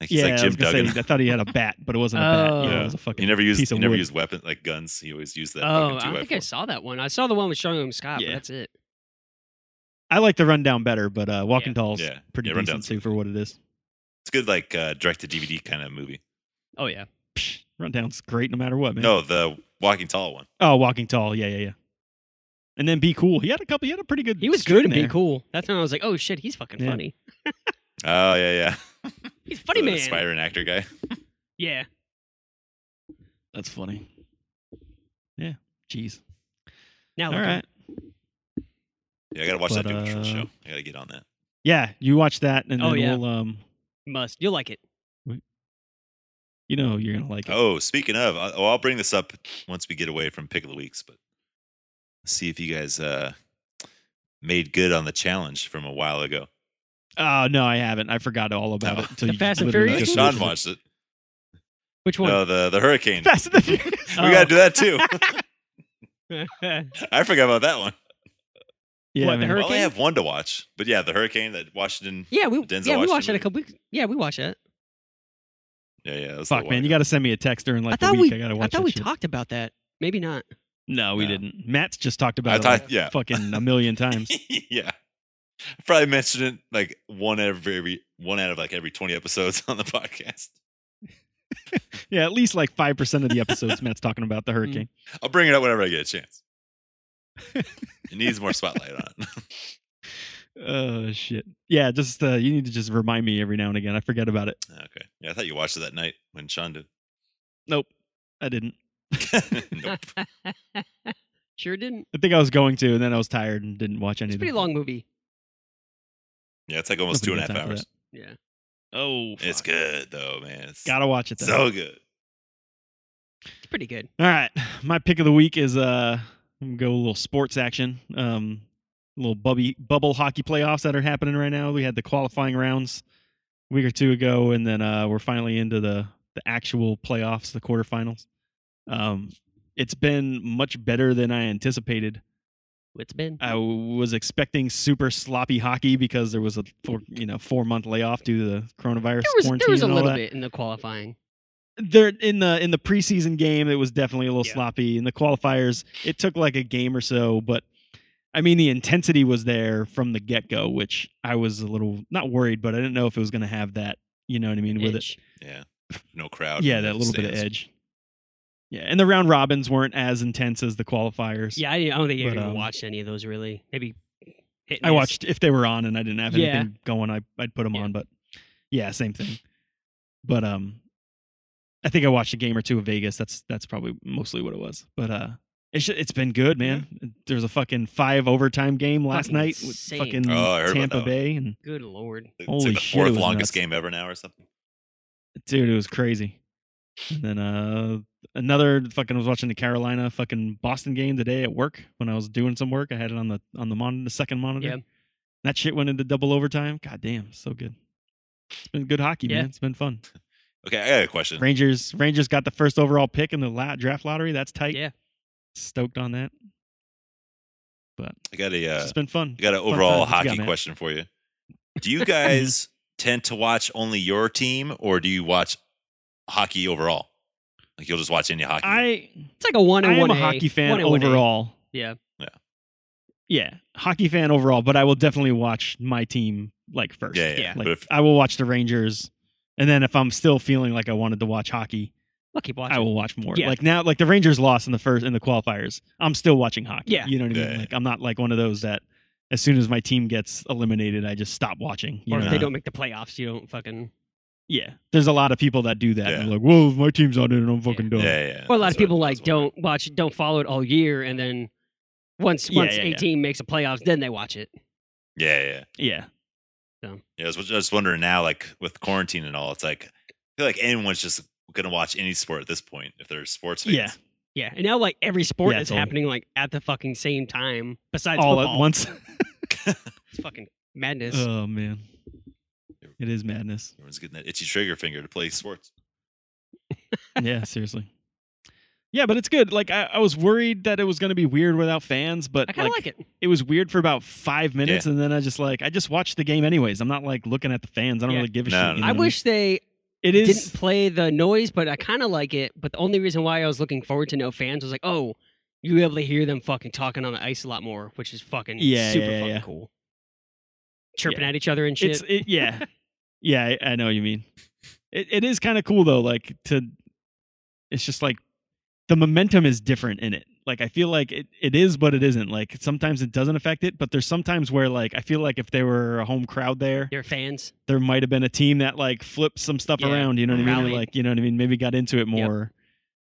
[SPEAKER 3] Like he's
[SPEAKER 2] yeah,
[SPEAKER 3] like
[SPEAKER 2] I
[SPEAKER 3] Jim
[SPEAKER 2] was gonna say,
[SPEAKER 3] Duggan.
[SPEAKER 2] I thought he had a bat, but it wasn't a bat. You know,
[SPEAKER 1] Oh.
[SPEAKER 2] it was a fucking.
[SPEAKER 3] He never
[SPEAKER 2] piece
[SPEAKER 3] used
[SPEAKER 2] of
[SPEAKER 3] he never
[SPEAKER 2] wood.
[SPEAKER 3] used weapon like guns. He always used that.
[SPEAKER 1] Oh, I
[SPEAKER 3] fucking
[SPEAKER 1] don't
[SPEAKER 3] 2x4.
[SPEAKER 1] think I saw that one. I saw the one with Sean Scott,
[SPEAKER 2] Yeah.
[SPEAKER 1] but that's it.
[SPEAKER 2] I like the rundown better, but uh, Walking Tall's
[SPEAKER 3] Yeah.
[SPEAKER 2] pretty
[SPEAKER 3] Yeah,
[SPEAKER 2] decent
[SPEAKER 3] Rundown's
[SPEAKER 2] too for what it is.
[SPEAKER 3] It's good like uh, direct to DVD kind of movie.
[SPEAKER 1] Oh yeah.
[SPEAKER 2] Psh, rundown's great no matter what, man.
[SPEAKER 3] No, the Walking Tall one.
[SPEAKER 2] Oh, Walking Tall, yeah, yeah, yeah. And then Be Cool. He had a couple. He had a pretty good.
[SPEAKER 1] He was
[SPEAKER 2] string
[SPEAKER 1] good and be
[SPEAKER 2] there.
[SPEAKER 1] cool. That's when I was like, oh shit, he's fucking
[SPEAKER 2] Yeah.
[SPEAKER 1] funny.
[SPEAKER 3] Oh yeah, yeah.
[SPEAKER 1] He's a funny
[SPEAKER 3] The
[SPEAKER 1] man.
[SPEAKER 3] Aspiring actor guy.
[SPEAKER 1] Yeah.
[SPEAKER 2] That's funny. Yeah. Jeez.
[SPEAKER 1] Now
[SPEAKER 2] All
[SPEAKER 1] look at
[SPEAKER 2] right.
[SPEAKER 3] Yeah, I gotta watch
[SPEAKER 2] But,
[SPEAKER 3] that Doom Patrol
[SPEAKER 2] uh,
[SPEAKER 3] show. I gotta get on that.
[SPEAKER 2] Yeah, you watch that, and
[SPEAKER 1] Oh,
[SPEAKER 2] then
[SPEAKER 1] yeah.
[SPEAKER 2] we'll um,
[SPEAKER 1] him. must. You'll like it.
[SPEAKER 2] you know, you're gonna like it.
[SPEAKER 3] Oh, speaking of, I- oh, I'll bring this up once we get away from pick of the weeks, but see if you guys uh, made good on the challenge from a while ago.
[SPEAKER 2] Oh, no, I haven't. I forgot all about
[SPEAKER 3] Oh.
[SPEAKER 2] it. until
[SPEAKER 1] The
[SPEAKER 2] you
[SPEAKER 1] Fast and
[SPEAKER 2] literally
[SPEAKER 1] Furious
[SPEAKER 2] just
[SPEAKER 3] Sean
[SPEAKER 2] mentioned it.
[SPEAKER 3] watched it.
[SPEAKER 1] Which one? Oh.
[SPEAKER 3] No, the the hurricane.
[SPEAKER 2] Fast and the Furious.
[SPEAKER 3] we gotta do that too. I forgot about that one.
[SPEAKER 2] yeah,
[SPEAKER 1] What, the
[SPEAKER 2] man.
[SPEAKER 1] Hurricane?
[SPEAKER 3] Well, I only have one to watch, but yeah, the hurricane that Washington.
[SPEAKER 1] yeah, we
[SPEAKER 3] Denzel
[SPEAKER 1] yeah we
[SPEAKER 3] watched
[SPEAKER 1] watched
[SPEAKER 3] it
[SPEAKER 1] it a
[SPEAKER 3] with-
[SPEAKER 1] couple weeks. Yeah, we watched it.
[SPEAKER 3] Yeah, yeah. That's the
[SPEAKER 2] Fuck,
[SPEAKER 3] one
[SPEAKER 2] man,
[SPEAKER 3] I
[SPEAKER 2] you got to send me a text during like
[SPEAKER 1] I thought
[SPEAKER 2] the week.
[SPEAKER 1] we
[SPEAKER 2] I gotta
[SPEAKER 1] I
[SPEAKER 2] watch
[SPEAKER 1] thought
[SPEAKER 2] that
[SPEAKER 1] we
[SPEAKER 2] shit.
[SPEAKER 1] talked about that. Maybe not.
[SPEAKER 2] No, we
[SPEAKER 3] No.
[SPEAKER 2] didn't. Matt's just talked about
[SPEAKER 3] I
[SPEAKER 2] it
[SPEAKER 3] thought-
[SPEAKER 2] like
[SPEAKER 3] yeah.
[SPEAKER 2] fucking a million times.
[SPEAKER 3] yeah. I probably mentioned it like one out of every one out of like every twenty episodes on the podcast.
[SPEAKER 2] yeah, at least like five percent of the episodes Matt's talking about
[SPEAKER 1] Mm-hmm.
[SPEAKER 2] the hurricane.
[SPEAKER 3] I'll bring it up whenever I get a chance. it needs more spotlight on it.
[SPEAKER 2] Oh shit. Yeah, just uh, you need to just remind me every now and again. I forget about it.
[SPEAKER 3] okay. Yeah, I thought you watched it that night when Sean did.
[SPEAKER 2] Nope, I didn't.
[SPEAKER 3] nope.
[SPEAKER 1] sure didn't.
[SPEAKER 2] I think I was going to, and then I was tired and didn't watch
[SPEAKER 1] It's a
[SPEAKER 2] anything.
[SPEAKER 1] pretty long movie.
[SPEAKER 3] Yeah, it's like almost two
[SPEAKER 2] Nothing
[SPEAKER 3] and a
[SPEAKER 2] got
[SPEAKER 3] half
[SPEAKER 2] time for
[SPEAKER 3] hours.
[SPEAKER 1] Yeah.
[SPEAKER 2] Oh,
[SPEAKER 3] It's
[SPEAKER 2] fuck.
[SPEAKER 3] good though, man. It's
[SPEAKER 2] Gotta watch it. Though.
[SPEAKER 3] so good.
[SPEAKER 1] It's pretty good.
[SPEAKER 2] All right, my pick of the week is uh, I'm gonna go a little sports action. Um, little bubby bubble hockey playoffs that are happening right now. We had the qualifying rounds a week or two ago, and then uh, we're finally into the the actual playoffs, the quarterfinals. Um, it's been much better than I anticipated.
[SPEAKER 1] It's been.
[SPEAKER 2] I was expecting super sloppy hockey because there was a four, you know four month layoff due to the coronavirus
[SPEAKER 1] there was
[SPEAKER 2] quarantine.
[SPEAKER 1] there was a
[SPEAKER 2] and all
[SPEAKER 1] little
[SPEAKER 2] that
[SPEAKER 1] bit in the qualifying.
[SPEAKER 2] there in the in the preseason game it was definitely a little
[SPEAKER 1] Yeah.
[SPEAKER 2] sloppy in the qualifiers it took like a game or so but i mean the intensity was there from the get-go which i was a little not worried but i didn't know if it was going to have that you know what i mean with it
[SPEAKER 1] Edge. Oh,
[SPEAKER 3] Yeah. No crowd.
[SPEAKER 2] yeah
[SPEAKER 3] no
[SPEAKER 2] that little bit of
[SPEAKER 3] stands.
[SPEAKER 2] edge yeah and the round robins weren't as intense as the qualifiers
[SPEAKER 1] Yeah, I, didn't, I don't think I
[SPEAKER 2] But,
[SPEAKER 1] even
[SPEAKER 2] um,
[SPEAKER 1] watched any of those really. Maybe. hit and
[SPEAKER 2] I
[SPEAKER 1] miss.
[SPEAKER 2] watched if they were on and I didn't have
[SPEAKER 1] Yeah.
[SPEAKER 2] anything going, I, I'd put them
[SPEAKER 1] Yeah.
[SPEAKER 2] on. But yeah, same thing. But um, I think I watched a game or two of Vegas. That's that's probably mostly what it was. But uh, it's ju- it's been good, man. There was a fucking five overtime game last
[SPEAKER 1] Mm-hmm. Fucking
[SPEAKER 2] night with
[SPEAKER 1] insane.
[SPEAKER 2] fucking
[SPEAKER 3] Oh, I heard about that
[SPEAKER 2] Tampa
[SPEAKER 3] one.
[SPEAKER 2] Bay and
[SPEAKER 1] Good lord.
[SPEAKER 3] It's
[SPEAKER 2] Holy
[SPEAKER 3] like the
[SPEAKER 2] shit, it
[SPEAKER 3] fourth
[SPEAKER 2] was
[SPEAKER 3] longest
[SPEAKER 2] nuts.
[SPEAKER 3] game ever now or something.
[SPEAKER 2] dude, it was crazy. And then uh, another fucking I was watching the Carolina fucking Boston game today at work when I was doing some work. I had it on the on the monitor, the second monitor.
[SPEAKER 1] Yeah.
[SPEAKER 2] That shit went into double overtime. God damn, so good. It's been good hockey,
[SPEAKER 1] Yeah.
[SPEAKER 2] man. It's been fun.
[SPEAKER 3] Okay, I got a question.
[SPEAKER 2] Rangers Rangers got the first overall pick in the la- draft lottery. That's tight.
[SPEAKER 1] Yeah.
[SPEAKER 2] Stoked on that. But
[SPEAKER 3] I got a
[SPEAKER 2] it's
[SPEAKER 3] uh,
[SPEAKER 2] just been fun.
[SPEAKER 3] I got an
[SPEAKER 2] Fun
[SPEAKER 3] overall
[SPEAKER 2] times. What you got,
[SPEAKER 3] hockey
[SPEAKER 2] Matt?
[SPEAKER 3] question for you. Do you guys tend to watch only your team, or do you watch hockey overall? Like you'll just watch any hockey.
[SPEAKER 2] I
[SPEAKER 1] It's like a one
[SPEAKER 2] I
[SPEAKER 1] and
[SPEAKER 2] am
[SPEAKER 1] one.
[SPEAKER 2] a hockey fan
[SPEAKER 1] one
[SPEAKER 2] overall.
[SPEAKER 1] Yeah.
[SPEAKER 3] Yeah.
[SPEAKER 2] Yeah, hockey fan overall, but I will definitely watch my team like first.
[SPEAKER 3] yeah, yeah.
[SPEAKER 1] yeah.
[SPEAKER 2] Like
[SPEAKER 3] But if
[SPEAKER 2] I will watch the Rangers, and then if I'm still feeling like I wanted to watch hockey,
[SPEAKER 1] I'll keep watching.
[SPEAKER 2] I will watch more.
[SPEAKER 1] Yeah.
[SPEAKER 2] Like now, like the Rangers lost in the first in the qualifiers, I'm still watching hockey.
[SPEAKER 1] Yeah.
[SPEAKER 2] you know what I
[SPEAKER 3] Yeah,
[SPEAKER 2] mean.
[SPEAKER 3] yeah.
[SPEAKER 2] Like I'm not like one of those that as soon as my team gets eliminated, I just stop watching. You
[SPEAKER 1] Or
[SPEAKER 2] know?
[SPEAKER 1] if
[SPEAKER 3] Yeah.
[SPEAKER 1] they don't make the playoffs, you don't fucking.
[SPEAKER 2] yeah, there's a lot of people that do that.
[SPEAKER 3] Yeah.
[SPEAKER 2] They're like, whoa, my team's on it, and I'm fucking
[SPEAKER 3] yeah,
[SPEAKER 2] done.
[SPEAKER 3] yeah, yeah.
[SPEAKER 1] Or a lot of
[SPEAKER 3] That's what-
[SPEAKER 1] people like
[SPEAKER 3] that's what-
[SPEAKER 1] don't watch, don't follow it all year, and then once
[SPEAKER 2] Yeah,
[SPEAKER 1] once
[SPEAKER 2] yeah,
[SPEAKER 1] a
[SPEAKER 2] yeah.
[SPEAKER 1] team makes the playoffs, then they watch it.
[SPEAKER 3] Yeah, yeah.
[SPEAKER 2] yeah.
[SPEAKER 3] Yeah, I was just- I was wondering now, like with quarantine and all, it's like I feel like anyone's just gonna watch any sport at this point if they're sports fans.
[SPEAKER 2] Yeah.
[SPEAKER 1] Yeah, and now like every sport
[SPEAKER 2] Yeah,
[SPEAKER 1] is
[SPEAKER 2] totally.
[SPEAKER 1] happening like at the fucking same time. Besides
[SPEAKER 2] all
[SPEAKER 1] football,
[SPEAKER 2] at once.
[SPEAKER 1] it's fucking madness.
[SPEAKER 2] oh man, it is madness.
[SPEAKER 3] Everyone's getting that itchy trigger finger to play sports.
[SPEAKER 2] yeah, seriously. Yeah, but it's good. Like I, I was worried that it was going to be weird without fans, but
[SPEAKER 1] I kind of like, it.
[SPEAKER 2] it was weird for about five minutes, and then I just like I just watched the game anyways. I'm not like looking at the fans. I don't
[SPEAKER 1] Yeah.
[SPEAKER 2] really give a
[SPEAKER 3] No,
[SPEAKER 2] shit.
[SPEAKER 3] no.
[SPEAKER 2] you know
[SPEAKER 1] I
[SPEAKER 2] what mean?
[SPEAKER 1] wish they.
[SPEAKER 2] It
[SPEAKER 1] didn't
[SPEAKER 2] is.
[SPEAKER 1] play the noise, but I kind of like it. But the only reason why I was looking forward to no fans was like, oh, you'll be able to hear them fucking talking on the ice a lot more, which is fucking
[SPEAKER 2] Yeah,
[SPEAKER 1] super
[SPEAKER 2] yeah,
[SPEAKER 1] fucking
[SPEAKER 2] yeah.
[SPEAKER 1] cool. Chirping at each other and shit.
[SPEAKER 2] It's it, yeah, yeah. I, I know what you mean. It it is kind of cool though. Like to, it's just like the momentum is different in it. Like I feel like it, it is, but it isn't. Like sometimes it doesn't affect it, but there's sometimes where like I feel like if there were a home crowd there,
[SPEAKER 1] They're fans.
[SPEAKER 2] there might have been a team that like flipped some stuff
[SPEAKER 1] Yeah,
[SPEAKER 2] around. You know what I mean? Or,
[SPEAKER 1] rallied.
[SPEAKER 2] Like you know what I mean? Maybe got into it more.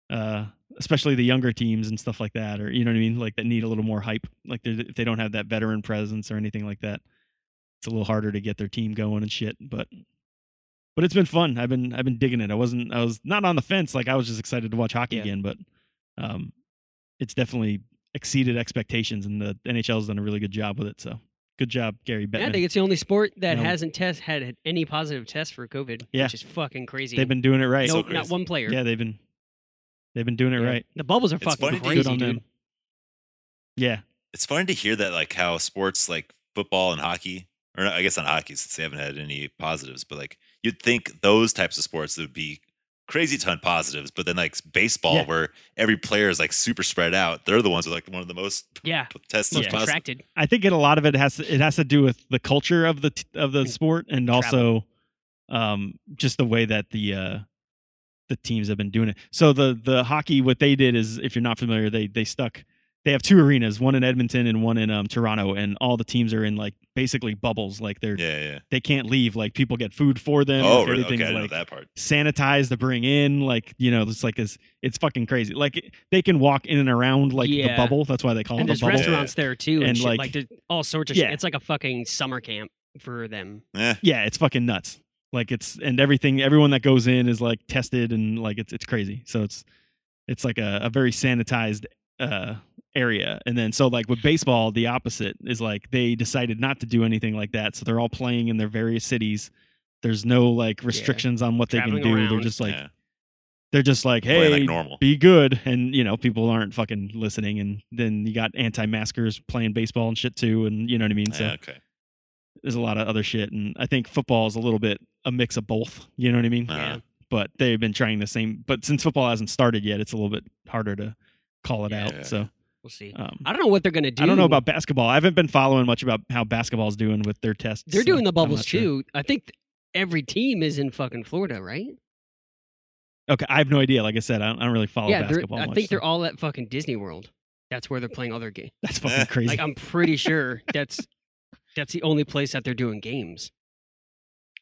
[SPEAKER 2] Uh, especially the younger teams and stuff like that, or you know what I mean? Like that need a little more hype. Like they're- if they don't have that veteran presence or anything like that, it's a little harder to get their team going and shit. But but it's been fun. I've been I've been digging it. I wasn't I was not on the fence. Like I was just excited to watch hockey
[SPEAKER 1] Yeah.
[SPEAKER 2] again. But um, it's definitely exceeded expectations, and the NHL has done a really good job with it. So good job, Gary Bettman.
[SPEAKER 1] Yeah, I think it's the only sport that
[SPEAKER 2] No.
[SPEAKER 1] hasn't test had any positive test for COVID,
[SPEAKER 2] Yeah.
[SPEAKER 1] which is fucking crazy.
[SPEAKER 2] They've been doing it right.
[SPEAKER 1] no,
[SPEAKER 3] So
[SPEAKER 1] not
[SPEAKER 3] crazy.
[SPEAKER 1] one player.
[SPEAKER 2] Yeah, they've been they've been doing it
[SPEAKER 1] Yeah.
[SPEAKER 2] right.
[SPEAKER 1] The bubbles are
[SPEAKER 3] It's
[SPEAKER 1] fucking
[SPEAKER 3] funny to-
[SPEAKER 1] crazy,
[SPEAKER 2] Good on
[SPEAKER 1] dude.
[SPEAKER 2] them. Yeah,
[SPEAKER 3] it's fun to hear that like how sports like football and hockey or not, i guess on hockey since they haven't had any positives but like you'd think those types of sports would be crazy ton positives but then like baseball
[SPEAKER 2] Yeah.
[SPEAKER 3] where every player is like super spread out they're the ones with like one of the most
[SPEAKER 1] Yeah,
[SPEAKER 3] tested
[SPEAKER 1] most
[SPEAKER 2] Yeah.
[SPEAKER 3] positive
[SPEAKER 1] contracted.
[SPEAKER 2] I think it, a lot of it has to, it has to do with the culture of the t- of
[SPEAKER 3] Mm.
[SPEAKER 2] the
[SPEAKER 1] And
[SPEAKER 2] sport and also um, just the way that the uh, the teams have been doing it. So the the hockey, what they did is, if you're not familiar, they they stuck. They have two arenas, one in Edmonton and one in um, Toronto, and all the teams are in like basically bubbles. Like they're
[SPEAKER 3] yeah yeah
[SPEAKER 2] they can't leave. Like people get food for them.
[SPEAKER 3] oh
[SPEAKER 2] like,
[SPEAKER 3] really okay
[SPEAKER 2] everything's,
[SPEAKER 3] i didn't know
[SPEAKER 2] like,
[SPEAKER 3] that part
[SPEAKER 2] sanitized to bring in like you know it's like it's, it's fucking crazy like it- they can walk in and around like the
[SPEAKER 1] Yeah.
[SPEAKER 2] bubble that's why they call
[SPEAKER 1] And
[SPEAKER 2] it a
[SPEAKER 1] there's
[SPEAKER 2] bubble
[SPEAKER 3] restaurant-
[SPEAKER 1] restaurants there too, and,
[SPEAKER 2] And,
[SPEAKER 1] shit.
[SPEAKER 2] like-
[SPEAKER 1] Like, there's all sorts of
[SPEAKER 2] Yeah.
[SPEAKER 1] shit. It's like a fucking summer camp for them.
[SPEAKER 3] yeah
[SPEAKER 2] yeah it's fucking nuts like it's and everything everyone that goes in is like tested and like it's it's crazy so it's it's like a, a very sanitized uh area and then so like with baseball the opposite is like they decided not to do anything like that so they're all playing in their various cities there's no like restrictions on what they
[SPEAKER 1] Traveling
[SPEAKER 2] can do they're
[SPEAKER 1] around.
[SPEAKER 2] just like
[SPEAKER 3] yeah.
[SPEAKER 2] they're just like
[SPEAKER 3] Play
[SPEAKER 2] hey
[SPEAKER 3] like normal
[SPEAKER 2] be good and you know people aren't fucking listening and then you got anti-maskers playing baseball and shit too and you know what i mean so
[SPEAKER 3] yeah, okay
[SPEAKER 2] there's a lot of other shit and i think football is a little bit a mix of both you know what i mean
[SPEAKER 3] Uh-huh.
[SPEAKER 2] but they've been trying the same but since football hasn't started yet it's a little bit harder to call it
[SPEAKER 1] Yeah.
[SPEAKER 2] out
[SPEAKER 3] Yeah.
[SPEAKER 2] so
[SPEAKER 1] We'll see.
[SPEAKER 2] um,
[SPEAKER 1] I don't know what they're gonna do.
[SPEAKER 2] I don't know about basketball i haven't been following much about how basketball's doing with their tests
[SPEAKER 1] They're
[SPEAKER 2] so
[SPEAKER 1] doing the
[SPEAKER 2] I'm
[SPEAKER 1] bubbles
[SPEAKER 2] not sure.
[SPEAKER 1] too. I think th- every team is in fucking Florida, right?
[SPEAKER 2] okay i have no idea like i said i don't, I don't really follow
[SPEAKER 1] yeah, they're-
[SPEAKER 2] basketball
[SPEAKER 1] I
[SPEAKER 2] much,
[SPEAKER 1] think
[SPEAKER 2] so
[SPEAKER 1] they're all at fucking Disney World. That's where they're playing all their games.
[SPEAKER 2] that's fucking crazy
[SPEAKER 1] Like um I'm pretty sure that's that's the only place that they're doing games.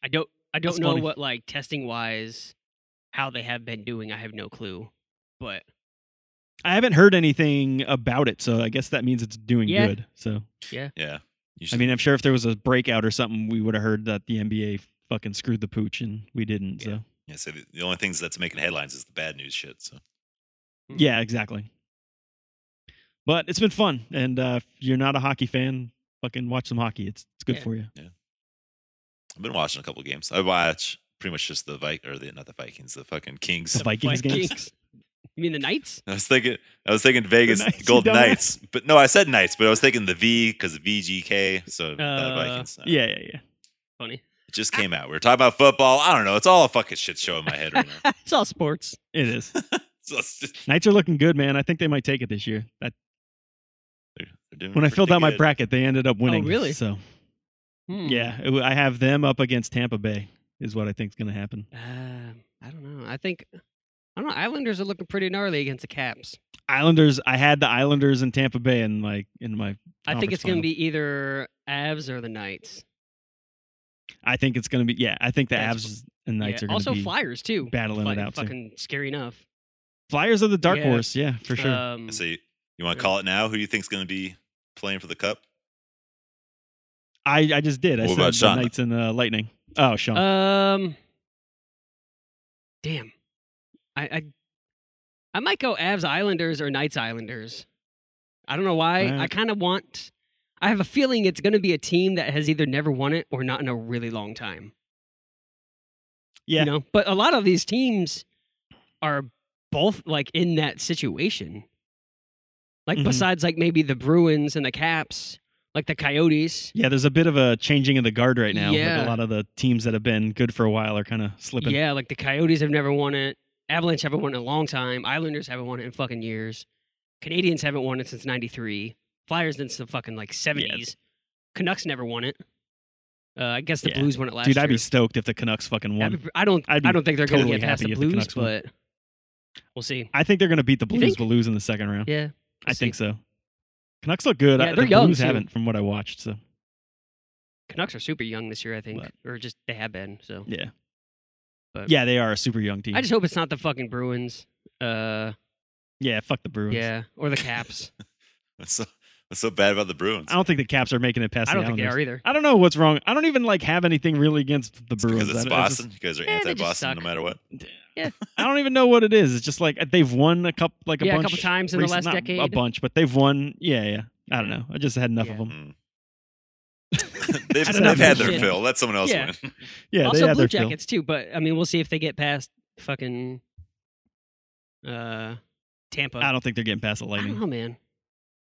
[SPEAKER 1] I don't I don't
[SPEAKER 2] That's
[SPEAKER 1] know
[SPEAKER 2] funny.
[SPEAKER 1] what like testing wise how they have been doing. I have no clue. But
[SPEAKER 2] I haven't heard anything about it, so I guess that means it's doing
[SPEAKER 1] Yeah.
[SPEAKER 2] good. So
[SPEAKER 3] yeah You
[SPEAKER 2] I
[SPEAKER 3] should-
[SPEAKER 2] mean, I'm sure if there was a breakout or something, we would have heard that the NBA fucking screwed the pooch and we didn't. So
[SPEAKER 3] yeah, so the- the only things that's making headlines is the bad news shit so
[SPEAKER 1] Yeah.
[SPEAKER 2] yeah, exactly. But it's been fun, and uh, if you're not a hockey fan, fucking watch some hockey. It's it's good
[SPEAKER 1] Yeah.
[SPEAKER 2] for you.
[SPEAKER 3] i've been watching a couple games i watch pretty much just the Vic or the not the vikings the fucking kings
[SPEAKER 2] The Vikings games.
[SPEAKER 1] Vikings. You mean the Knights?
[SPEAKER 3] I was thinking, I was thinking Vegas
[SPEAKER 2] Knights, you
[SPEAKER 3] Golden
[SPEAKER 2] dumbass.
[SPEAKER 3] Knights, but no, I said Knights, but I was thinking the V because VGK, so the
[SPEAKER 1] Uh,
[SPEAKER 3] Vikings. Uh,
[SPEAKER 2] Yeah, yeah, yeah.
[SPEAKER 1] Funny.
[SPEAKER 3] it just came out. We were talking about football. I don't know. It's all a fucking shit show in my head right now.
[SPEAKER 1] it's all sports.
[SPEAKER 2] It is.
[SPEAKER 3] So it's just-
[SPEAKER 2] Knights are looking good, man. I think they might take it this year. That,
[SPEAKER 1] Mm,
[SPEAKER 3] they're- they're doing
[SPEAKER 2] when I
[SPEAKER 3] pretty
[SPEAKER 2] filled out my
[SPEAKER 3] good.
[SPEAKER 2] bracket, they ended up winning.
[SPEAKER 1] Oh, really?
[SPEAKER 2] So
[SPEAKER 1] Hmm.
[SPEAKER 2] yeah, it w- I have them up against Tampa Bay. Is what I think is going to happen.
[SPEAKER 1] Uh, I don't know. I think I don't know. Islanders are looking pretty gnarly against the Caps.
[SPEAKER 2] Islanders. I had the Islanders in Tampa Bay in my in my
[SPEAKER 1] I think
[SPEAKER 2] Conference
[SPEAKER 1] it's going
[SPEAKER 2] final.
[SPEAKER 1] to be either Avs or the Knights.
[SPEAKER 2] I think it's going to be. Yeah, I think the
[SPEAKER 1] That's-
[SPEAKER 2] Avs and Knights
[SPEAKER 1] Yeah,
[SPEAKER 2] are going
[SPEAKER 1] also
[SPEAKER 2] to be
[SPEAKER 1] Flyers too.
[SPEAKER 2] battling
[SPEAKER 1] Fly-
[SPEAKER 2] it out. Fucking,
[SPEAKER 1] fucking scary enough.
[SPEAKER 2] Flyers are the dark
[SPEAKER 1] Yeah.
[SPEAKER 2] horse. Yeah, for sure.
[SPEAKER 1] Um,
[SPEAKER 3] So you, you want
[SPEAKER 1] Yeah.
[SPEAKER 3] to call it now? Who do you think's going to be playing for the cup?
[SPEAKER 2] I, I just did. I
[SPEAKER 3] What
[SPEAKER 2] said
[SPEAKER 3] about
[SPEAKER 2] the
[SPEAKER 3] Sean?
[SPEAKER 2] Knights and uh, Lightning. Oh, Sean.
[SPEAKER 1] Um. Damn, I, I I might go Avs Islanders or Knights Islanders. I don't know why. I
[SPEAKER 2] Alright.
[SPEAKER 1] kind of want. I have a feeling it's going to be a team that has either never won it or not in a really long time.
[SPEAKER 2] Yeah.
[SPEAKER 1] You know, but a lot of these teams are both like in that situation. Like
[SPEAKER 2] Mhm.
[SPEAKER 1] besides like maybe the Bruins and the Caps, like the Coyotes.
[SPEAKER 2] Yeah, there's a bit of a changing of the guard right now. like
[SPEAKER 1] Yeah.
[SPEAKER 2] a lot of the teams that have been good for a while are kind of slipping.
[SPEAKER 1] Yeah, like the Coyotes have never won it. Avalanche haven't won it in a long time. Islanders haven't won it in fucking years. Canadians haven't won it since '93. Flyers since the fucking like '70s. Canucks never won it. Uh, I guess the
[SPEAKER 2] Yeah.
[SPEAKER 1] Blues won it last
[SPEAKER 2] Dude,
[SPEAKER 1] year.
[SPEAKER 2] I'd be stoked if the Canucks fucking
[SPEAKER 1] I'd
[SPEAKER 2] won.
[SPEAKER 1] be- I don't.
[SPEAKER 2] I'd be
[SPEAKER 1] I don't think they're
[SPEAKER 2] totally
[SPEAKER 1] going to get past
[SPEAKER 2] happy
[SPEAKER 1] the
[SPEAKER 2] if the
[SPEAKER 1] Blues,
[SPEAKER 2] Canucks won.
[SPEAKER 1] but we'll see.
[SPEAKER 2] I think they're going to beat the
[SPEAKER 1] You
[SPEAKER 2] Blues
[SPEAKER 1] think?
[SPEAKER 2] Blues in the second round.
[SPEAKER 1] Yeah,
[SPEAKER 2] I
[SPEAKER 1] we'll
[SPEAKER 2] think
[SPEAKER 1] see.
[SPEAKER 2] so. Canucks look good.
[SPEAKER 1] Yeah,
[SPEAKER 2] I-
[SPEAKER 1] they're
[SPEAKER 2] the
[SPEAKER 1] young,
[SPEAKER 2] Blues
[SPEAKER 1] too.
[SPEAKER 2] haven't, from what I watched. So
[SPEAKER 1] Canucks are super young this year. I think,
[SPEAKER 2] But-
[SPEAKER 1] or just they have been. So
[SPEAKER 2] yeah,
[SPEAKER 1] But-
[SPEAKER 2] yeah, they are a super young team.
[SPEAKER 1] I just hope it's not the fucking Bruins. Uh,
[SPEAKER 2] yeah, fuck the Bruins.
[SPEAKER 1] yeah, or the Caps.
[SPEAKER 3] What's so what's so bad about the Bruins?
[SPEAKER 2] I don't think the Caps are making it past.
[SPEAKER 1] I don't
[SPEAKER 2] the
[SPEAKER 1] think they
[SPEAKER 2] Islanders.
[SPEAKER 1] are either.
[SPEAKER 2] I don't know what's wrong. I don't even like have anything really against the
[SPEAKER 3] It's
[SPEAKER 2] Bruins.
[SPEAKER 3] because it's
[SPEAKER 2] I- I just-
[SPEAKER 3] Boston. you guys are
[SPEAKER 1] Yeah, they just
[SPEAKER 3] anti-Boston no
[SPEAKER 1] suck.
[SPEAKER 3] matter what.
[SPEAKER 2] I don't even know what it is. It's just like they've won a couple, like a
[SPEAKER 1] yeah,
[SPEAKER 2] bunch,
[SPEAKER 1] a couple times in the
[SPEAKER 2] recent-
[SPEAKER 1] last
[SPEAKER 2] not
[SPEAKER 1] decade.
[SPEAKER 2] a bunch, but they've won. Yeah, yeah. I don't know. I just had enough of
[SPEAKER 1] Yeah.
[SPEAKER 2] them.
[SPEAKER 3] Mm. they've
[SPEAKER 2] I don't know.
[SPEAKER 3] they've had their
[SPEAKER 1] Shit.
[SPEAKER 3] fill. Let someone else
[SPEAKER 1] Yeah.
[SPEAKER 3] win.
[SPEAKER 2] Yeah, they
[SPEAKER 1] also,
[SPEAKER 2] had
[SPEAKER 1] Blue
[SPEAKER 2] their fill.
[SPEAKER 1] Jackets too. But I mean, we'll see if they get past fucking uh, Tampa.
[SPEAKER 2] I don't think they're getting past the
[SPEAKER 1] I don't
[SPEAKER 2] Lightning.
[SPEAKER 1] know, man.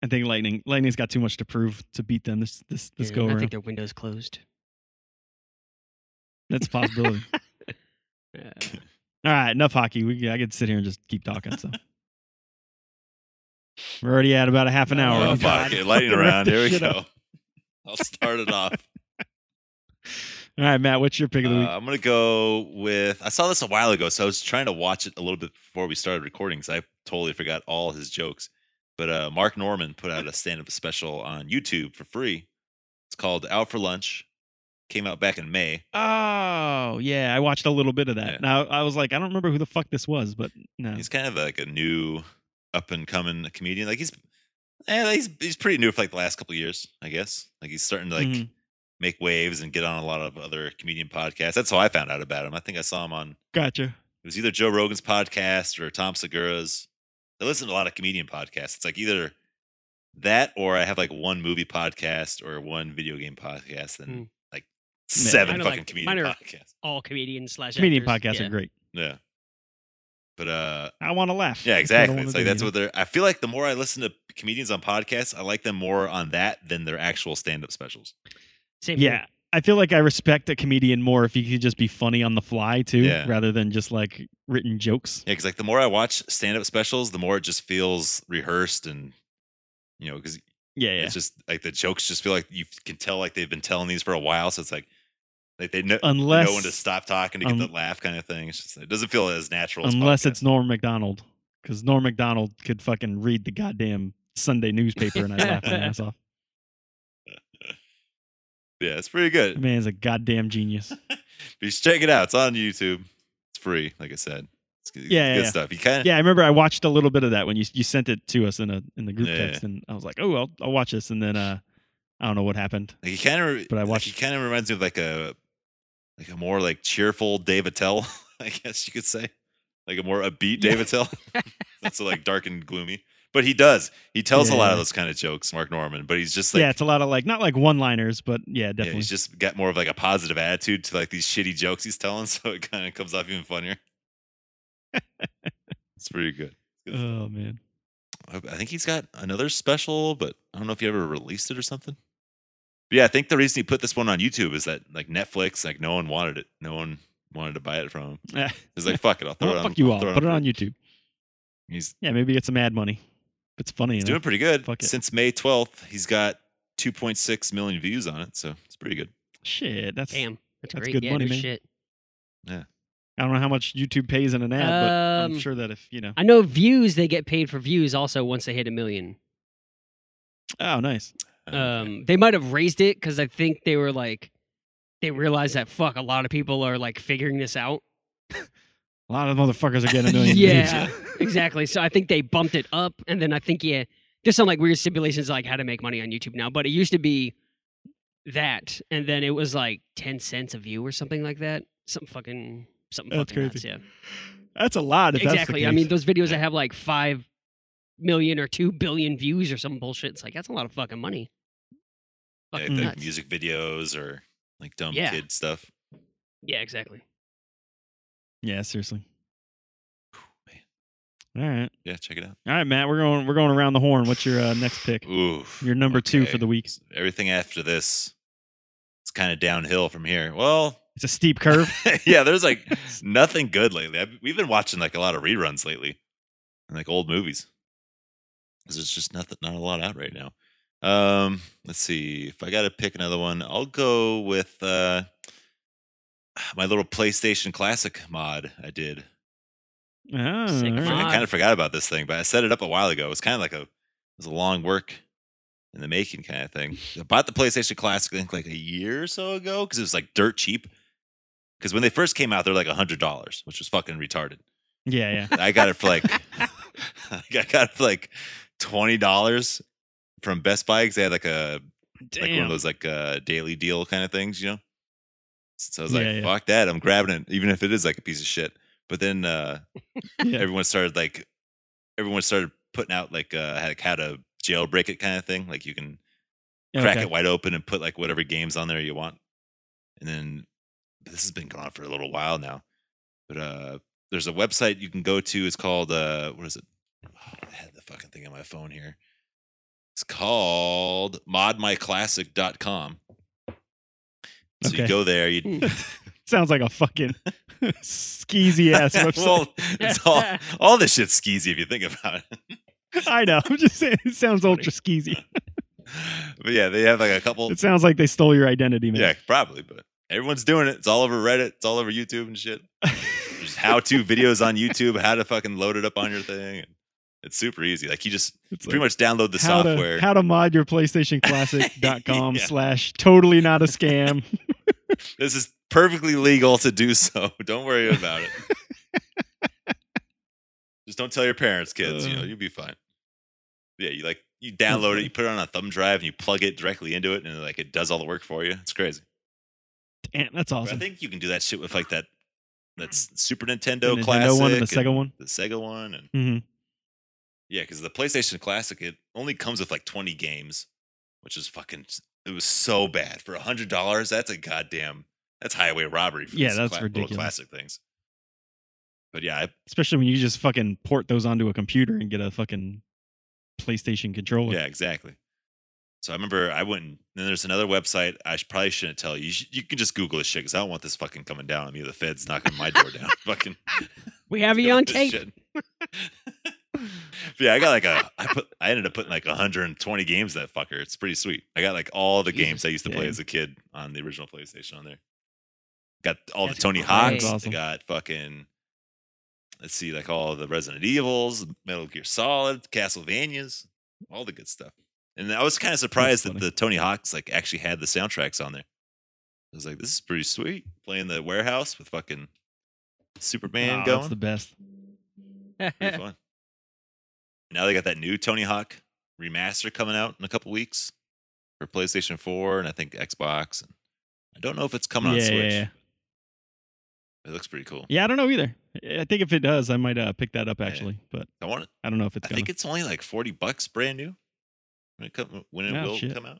[SPEAKER 2] I think Lightning, Lightning's got too much to prove to beat them this this this
[SPEAKER 1] Yeah,
[SPEAKER 2] go
[SPEAKER 1] I
[SPEAKER 2] around.
[SPEAKER 1] think their window's closed.
[SPEAKER 2] That's a possibility.
[SPEAKER 1] Uh,
[SPEAKER 2] All right, enough hockey. We I could sit here and just keep talking. So we're already at about a half an hour.
[SPEAKER 1] Oh,
[SPEAKER 3] Oh,
[SPEAKER 2] I'm
[SPEAKER 3] fuck
[SPEAKER 2] tired.
[SPEAKER 3] it. Lightning
[SPEAKER 2] Fucking wrap
[SPEAKER 3] around.
[SPEAKER 2] this
[SPEAKER 3] Here we
[SPEAKER 2] shit
[SPEAKER 3] go.
[SPEAKER 2] up.
[SPEAKER 3] I'll start it off.
[SPEAKER 2] All right, Matt, what's your pick of the
[SPEAKER 3] Uh,
[SPEAKER 2] week?
[SPEAKER 3] I'm gonna go with. I saw this a while ago, so I was trying to watch it a little bit before we started recording. So I totally forgot all his jokes. But uh, Mark Norman put out a stand-up special on YouTube for free. It's called "Out for Lunch." Came out back in May.
[SPEAKER 2] Oh yeah, I watched a little bit of that.
[SPEAKER 3] Yeah.
[SPEAKER 2] Now I was like, I don't remember who the fuck this was, but
[SPEAKER 1] Hmm.
[SPEAKER 2] no,
[SPEAKER 3] He's kind of like a new, up-and-coming comedian. Like he's, eh, he's he's pretty new for like the last couple of years, I guess. Like he's starting to like
[SPEAKER 1] Mm-hmm.
[SPEAKER 2] Mhm.
[SPEAKER 3] make waves and get on a lot of other comedian podcasts. That's how I found out about him. I think I saw him on
[SPEAKER 2] gotcha.
[SPEAKER 3] it was either Joe Rogan's podcast or Tom Segura's. I listen to a lot of comedian podcasts. It's like either that or I have like one movie podcast or one video game podcast and
[SPEAKER 1] Hmm.
[SPEAKER 2] Yeah.
[SPEAKER 3] like seven
[SPEAKER 1] Mine are
[SPEAKER 3] fucking
[SPEAKER 1] like-
[SPEAKER 3] comedian
[SPEAKER 1] mine are-
[SPEAKER 3] podcasts.
[SPEAKER 1] all comedians slash
[SPEAKER 2] Comedian
[SPEAKER 1] actors.
[SPEAKER 2] podcasts are great.
[SPEAKER 3] Yeah. But uh
[SPEAKER 2] I want to laugh.
[SPEAKER 3] yeah,
[SPEAKER 2] That's what I
[SPEAKER 3] exactly.
[SPEAKER 2] wanna
[SPEAKER 3] It's like
[SPEAKER 2] do,
[SPEAKER 3] that's
[SPEAKER 2] you
[SPEAKER 3] what they're I feel like the more I listen to comedians on podcasts, I like them more on that than their actual stand up specials.
[SPEAKER 1] Same
[SPEAKER 2] know?
[SPEAKER 1] here.
[SPEAKER 2] Yeah, I feel like I respect a comedian more if he could just be funny on the fly too,
[SPEAKER 3] Yeah.
[SPEAKER 2] rather than just like written jokes.
[SPEAKER 3] Yeah, because like the more I watch stand up specials, the more it just feels rehearsed and you know, because
[SPEAKER 2] Yeah, yeah.
[SPEAKER 3] It's just like the jokes just feel like you can tell like they've been telling these for a while, so it's like like they know,
[SPEAKER 2] unless
[SPEAKER 3] know when to stop talking to get
[SPEAKER 2] um,
[SPEAKER 3] the laugh kind of thing. It's just, it doesn't feel as natural. as
[SPEAKER 2] unless
[SPEAKER 3] podcasts.
[SPEAKER 2] it's Norm Macdonald, because Norm Macdonald could fucking read the goddamn Sunday newspaper and I laugh my ass off.
[SPEAKER 3] yeah, it's pretty good.
[SPEAKER 2] The man's a goddamn genius.
[SPEAKER 3] But you should check it out. It's on YouTube. It's free, like I said. It's good,
[SPEAKER 2] Yeah,
[SPEAKER 3] good
[SPEAKER 2] yeah.
[SPEAKER 3] stuff. You kind of
[SPEAKER 2] Yeah, I remember I watched a little bit of that when you you sent it to us in a in the group
[SPEAKER 3] Yeah,
[SPEAKER 2] text, and I was like, oh, I'll, I'll watch this, and then uh, I don't know what happened.
[SPEAKER 3] like, you kind of
[SPEAKER 2] But I
[SPEAKER 3] like,
[SPEAKER 2] watched-
[SPEAKER 3] he kind of reminds me of like a like a more like cheerful Dave Attell, I guess you could say, like a more upbeat Dave
[SPEAKER 1] Yeah.
[SPEAKER 3] Attell. Not so like dark and gloomy, but he does. He tells a lot
[SPEAKER 2] Yeah.
[SPEAKER 3] of those kind of jokes, Mark Norman. But he's just like
[SPEAKER 2] yeah, it's a lot of like not like one liners, but yeah,
[SPEAKER 3] Yeah,
[SPEAKER 2] definitely.
[SPEAKER 3] he's just got more of like a positive attitude to like these shitty jokes he's telling, so it kind of comes off even funnier. it's pretty good. Good stuff.
[SPEAKER 2] oh man,
[SPEAKER 3] I I think he's got another special, but I don't know if he ever released it or something. But yeah, I think the reason he put this one on YouTube is that like Netflix, like no one wanted it, no one wanted to buy it from him.
[SPEAKER 2] Eh,
[SPEAKER 3] He's like, "Fuck it, I'll throw
[SPEAKER 2] well,
[SPEAKER 3] it on."
[SPEAKER 2] fuck you
[SPEAKER 3] I'll
[SPEAKER 2] all.
[SPEAKER 3] throw
[SPEAKER 2] Put it
[SPEAKER 3] for
[SPEAKER 2] on YouTube.
[SPEAKER 3] He's
[SPEAKER 2] Yeah, maybe get some ad money. If It's funny.
[SPEAKER 3] he's
[SPEAKER 2] enough.
[SPEAKER 3] doing pretty good.
[SPEAKER 2] Fuck it.
[SPEAKER 3] Since May twelfth, he's got two point six million views on it, so it's pretty good.
[SPEAKER 2] Shit, that's.
[SPEAKER 1] Damn, that's,
[SPEAKER 2] That's
[SPEAKER 1] great.
[SPEAKER 2] good
[SPEAKER 1] yeah,
[SPEAKER 2] money,
[SPEAKER 1] no
[SPEAKER 2] man.
[SPEAKER 1] Shit.
[SPEAKER 2] I don't know how much YouTube pays in an ad, but I'm
[SPEAKER 1] Um,
[SPEAKER 2] sure that if you know.
[SPEAKER 1] I know views. They get paid for views also once they hit a million.
[SPEAKER 2] Oh, nice.
[SPEAKER 1] Um, they might have raised it because I think they were like, they realized that fuck, a lot of people are like figuring this out.
[SPEAKER 2] A lot of motherfuckers are getting a million
[SPEAKER 1] Yeah.
[SPEAKER 2] views.
[SPEAKER 1] Exactly. So I think they bumped it up, and then I think yeah, there's some like weird stipulations like how to make money on YouTube now, but it used to be that, and then it was like ten cents a view or something like that. Some fucking something
[SPEAKER 2] That's
[SPEAKER 1] fucking
[SPEAKER 2] crazy.
[SPEAKER 1] nuts,
[SPEAKER 2] That's a lot. If
[SPEAKER 1] yeah. Exactly. I
[SPEAKER 2] That's the
[SPEAKER 1] mean, those
[SPEAKER 2] case.
[SPEAKER 1] videos that have like five million or two billion views or some bullshit. It's like that's a lot of fucking money.
[SPEAKER 3] Yeah,
[SPEAKER 1] Fucking
[SPEAKER 3] like
[SPEAKER 1] nuts.
[SPEAKER 3] music videos or like dumb
[SPEAKER 1] Yeah.
[SPEAKER 3] kid stuff.
[SPEAKER 1] Yeah, exactly.
[SPEAKER 2] yeah, seriously.
[SPEAKER 3] man.
[SPEAKER 2] All right,
[SPEAKER 3] Yeah, check it out.
[SPEAKER 2] all right, Matt. We're going. We're going around the horn. What's your uh, next pick?
[SPEAKER 3] Ooh,
[SPEAKER 2] Your number two for
[SPEAKER 3] okay.
[SPEAKER 2] the week.
[SPEAKER 3] Everything after this, it's kind of downhill from here. Well,
[SPEAKER 2] It's a steep curve.
[SPEAKER 3] yeah, there's like nothing good lately. I've, we've been watching like a lot of reruns lately, and like old movies. 'Cause There's just nothing, not a lot out right now. Um, let's see. If I got to pick another one, I'll go with uh, my little PlayStation Classic mod I did.
[SPEAKER 2] Ah,
[SPEAKER 1] Sick
[SPEAKER 2] all
[SPEAKER 3] I,
[SPEAKER 1] mod.
[SPEAKER 3] kind of forgot about this thing, but I set it up a while ago. It was kind of like a it was a long work in the making kind of thing. I bought the PlayStation Classic I think like a year or so ago because it was like dirt cheap. Because when they first came out, they're like hundred dollars, which was fucking retarded.
[SPEAKER 2] Yeah, yeah.
[SPEAKER 3] I got it for like I got it for like twenty dollars from Best Buy because they had like a like one of
[SPEAKER 2] Damn.
[SPEAKER 3] those like uh, daily deal kind of things, you know. So I was like,
[SPEAKER 2] Yeah, yeah.
[SPEAKER 3] "Fuck that! I'm grabbing it, even if it is like a piece of shit." But then uh, everyone started like, everyone started putting out like uh, like how to jailbreak it kind of thing. Like you can crack
[SPEAKER 2] Okay.
[SPEAKER 3] it wide open and put like whatever games on there you want. And then this has been going on for a little while now. But uh there's a website you can go to. It's called uh what is it? I had the fucking thing on my phone here. It's called modmyclassic.com. So you
[SPEAKER 2] Okay. Hmm,
[SPEAKER 3] go there, you
[SPEAKER 2] Sounds like a fucking skeezy ass website.
[SPEAKER 3] well, it's all all this shit's skeezy if you think about it.
[SPEAKER 2] I know. I'm just saying. It sounds ultra skeezy.
[SPEAKER 3] But yeah, they have like a couple
[SPEAKER 2] It sounds like they stole your identity, man.
[SPEAKER 3] Yeah, probably, but everyone's doing it. It's all over Reddit. It's all over YouTube and shit. There's how-to videos on YouTube, how to fucking load it up on your thing. And it's super easy. Like you just
[SPEAKER 2] It's
[SPEAKER 3] pretty
[SPEAKER 2] like
[SPEAKER 3] much download the
[SPEAKER 2] how
[SPEAKER 3] software.
[SPEAKER 2] To, how to mod your PlayStation Classic.com
[SPEAKER 3] Yeah.
[SPEAKER 2] slash totally not a scam.
[SPEAKER 3] this is perfectly legal to do so. Don't worry about it. just don't tell your parents, kids. you know,
[SPEAKER 2] Uh.
[SPEAKER 3] you'll be fine. Yeah, you like you download it, you put it on a thumb drive, and you plug it directly into it, and like it does all the work for you. It's crazy.
[SPEAKER 2] Damn, that's
[SPEAKER 3] But I
[SPEAKER 2] awesome.
[SPEAKER 3] think you can do that shit with like that. That's Super Nintendo,
[SPEAKER 2] The Nintendo
[SPEAKER 3] Classic
[SPEAKER 2] one and the
[SPEAKER 3] and-
[SPEAKER 2] second one.
[SPEAKER 3] the Sega one, and
[SPEAKER 2] hmm
[SPEAKER 3] yeah, because the PlayStation Classic it only comes with like twenty games, which is fucking. It was so bad for a hundred dollars. That's a goddamn. That's highway robbery. For
[SPEAKER 2] Yeah,
[SPEAKER 3] these
[SPEAKER 2] that's
[SPEAKER 3] cla- little
[SPEAKER 2] ridiculous.
[SPEAKER 3] Classic things. But yeah, I,
[SPEAKER 2] Especially when you just fucking port those onto a computer and get a fucking PlayStation controller.
[SPEAKER 3] yeah, exactly. So I remember I went and then there's another website I sh- probably shouldn't tell you. You, sh- you can just Google this shit because I don't want this fucking coming down on me. The Fed's knocking my door down. Fucking
[SPEAKER 1] We have you
[SPEAKER 3] Deal
[SPEAKER 1] on
[SPEAKER 3] with this
[SPEAKER 1] tape.
[SPEAKER 3] shit. But yeah, I got like a. I put. I ended up putting like 120 games that fucker. It's pretty sweet. I got like all the games I used to play
[SPEAKER 2] Dang.
[SPEAKER 3] as a kid on the original PlayStation on there. Got all
[SPEAKER 1] That's
[SPEAKER 3] the Tony
[SPEAKER 1] great.
[SPEAKER 3] Hawks.
[SPEAKER 2] That's awesome.
[SPEAKER 3] I got fucking. Let's see, like all the Resident Evils, Metal Gear Solid, Castlevanias, all the good stuff. And I was kind of surprised that
[SPEAKER 2] funny.
[SPEAKER 3] the Tony Hawks like actually had the soundtracks on there. I was like, this is pretty sweet. Playing the warehouse with fucking Superman
[SPEAKER 2] Ah,
[SPEAKER 3] going
[SPEAKER 2] that's the best.
[SPEAKER 3] pretty fun. Now they got that new Tony Hawk remaster coming out in a couple weeks for PlayStation 4 and I think Xbox. And I don't know if it's coming on
[SPEAKER 2] Yeah, yeah,
[SPEAKER 3] Switch.
[SPEAKER 2] yeah.
[SPEAKER 3] It looks pretty cool.
[SPEAKER 2] Yeah, I don't know either. I think if it does, I might uh, pick that up
[SPEAKER 3] Yeah.
[SPEAKER 2] actually, but
[SPEAKER 3] I want. It.
[SPEAKER 2] I don't know if it's
[SPEAKER 3] I
[SPEAKER 2] gonna.
[SPEAKER 3] think it's only like 40 bucks brand new when it come, when it
[SPEAKER 2] Oh,
[SPEAKER 3] will
[SPEAKER 2] shit.
[SPEAKER 3] come out.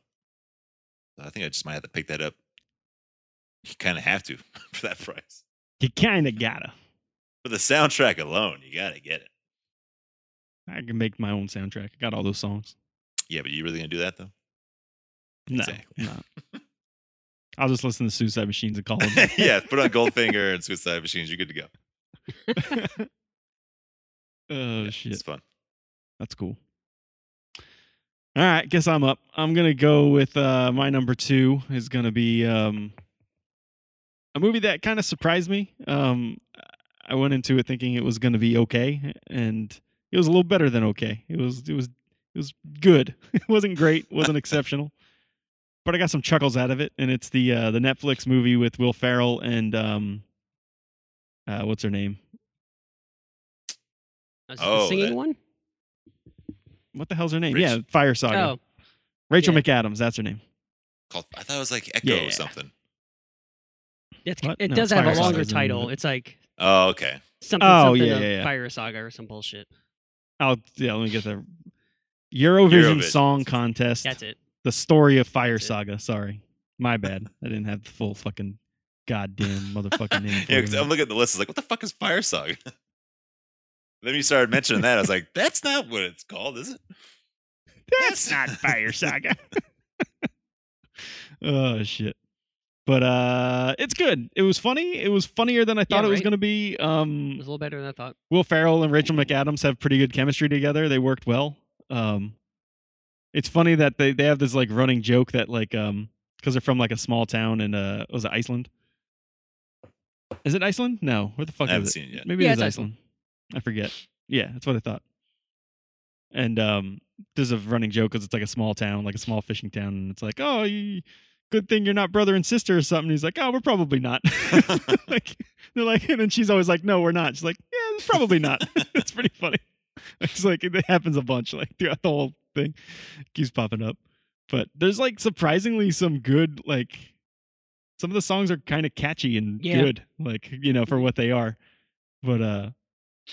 [SPEAKER 3] So I think I just might have to pick that up. You kind of have to for that price.
[SPEAKER 2] you kind of gotta.
[SPEAKER 3] For the soundtrack alone, you gotta get it.
[SPEAKER 2] I can make my own soundtrack. I got all those songs.
[SPEAKER 3] Yeah, but you really gonna do that though?
[SPEAKER 2] No,
[SPEAKER 3] Exactly.
[SPEAKER 2] no. I'll just listen to Suicide Machines and call them.
[SPEAKER 3] yeah, put on Goldfinger and Suicide Machines. You're good to go.
[SPEAKER 2] oh
[SPEAKER 3] Yeah,
[SPEAKER 2] shit,
[SPEAKER 3] It's fun.
[SPEAKER 2] that's cool. All right, guess I'm up. I'm gonna go with uh, my number two is gonna be um, a movie that kind of surprised me. Um, I went into it thinking it was gonna be okay, and it was a little better than okay. It was it was it was good. it wasn't great. wasn't exceptional, but I got some chuckles out of it. And it's the uh, the Netflix movie with Will Ferrell and um, uh, what's her name?
[SPEAKER 1] Is this
[SPEAKER 3] Oh,
[SPEAKER 1] the singing
[SPEAKER 3] that-
[SPEAKER 1] one?
[SPEAKER 2] What the hell's her name?
[SPEAKER 3] Rach-
[SPEAKER 2] Yeah, Fire Saga.
[SPEAKER 1] Oh,
[SPEAKER 2] Rachel McAdams. That's her name.
[SPEAKER 3] Called, I thought it was like Echo
[SPEAKER 2] Yeah.
[SPEAKER 3] or something.
[SPEAKER 1] it's,
[SPEAKER 2] What?
[SPEAKER 1] it
[SPEAKER 2] No,
[SPEAKER 1] does have a
[SPEAKER 3] Fire
[SPEAKER 1] longer
[SPEAKER 2] Saga's in
[SPEAKER 1] title.
[SPEAKER 2] it.
[SPEAKER 1] It's like
[SPEAKER 3] Oh, okay.
[SPEAKER 1] something,
[SPEAKER 2] Oh,
[SPEAKER 1] something
[SPEAKER 2] yeah,
[SPEAKER 1] of
[SPEAKER 2] yeah, yeah.
[SPEAKER 1] Fire Saga or some bullshit.
[SPEAKER 2] I'll yeah. Let me get that. Eurovision,
[SPEAKER 3] Eurovision.
[SPEAKER 2] Song Contest.
[SPEAKER 1] That's it.
[SPEAKER 2] The story of Fire
[SPEAKER 1] That's it.
[SPEAKER 2] Saga. Sorry, my bad. I didn't have the full fucking goddamn motherfucking name. for
[SPEAKER 3] Yeah,
[SPEAKER 2] you.
[SPEAKER 3] 'cause I'm looking at the list. It's like, what the fuck is Fire Saga? Then you started mentioning that. I was like, that's not what it's called, is it?
[SPEAKER 2] That's not Fire Saga. oh shit. But uh it's good. It was funny. It was funnier than I thought
[SPEAKER 1] Yeah,
[SPEAKER 2] it was
[SPEAKER 1] right?
[SPEAKER 2] going to be.
[SPEAKER 1] It was
[SPEAKER 2] Um
[SPEAKER 1] a little better than I thought.
[SPEAKER 2] Will Farrell and Rachel McAdams have pretty good chemistry together. They worked well. Um It's funny that they they have this like running joke that like um cuz they're from like a small town in uh was it Iceland? Is it Iceland? No. Where the fuck
[SPEAKER 3] I haven't
[SPEAKER 2] is it?
[SPEAKER 3] seen it yet.
[SPEAKER 2] Maybe
[SPEAKER 1] Yeah,
[SPEAKER 2] it is
[SPEAKER 1] it's
[SPEAKER 2] Iceland. I forget. Yeah, that's what I thought. And um, there's a running joke because it's like a small town, like a small fishing town, and it's like, oh, you, good thing you're not brother and sister or something. He's like, oh, we're probably not. like they're like, and then she's always like, no, we're not. She's like, yeah, probably not. it's pretty funny. It's like it happens a bunch, like throughout the whole thing, It keeps popping up. But there's like surprisingly some good, like some of the songs are kind of catchy and
[SPEAKER 1] Yeah.
[SPEAKER 2] good, like you know for what they are but uh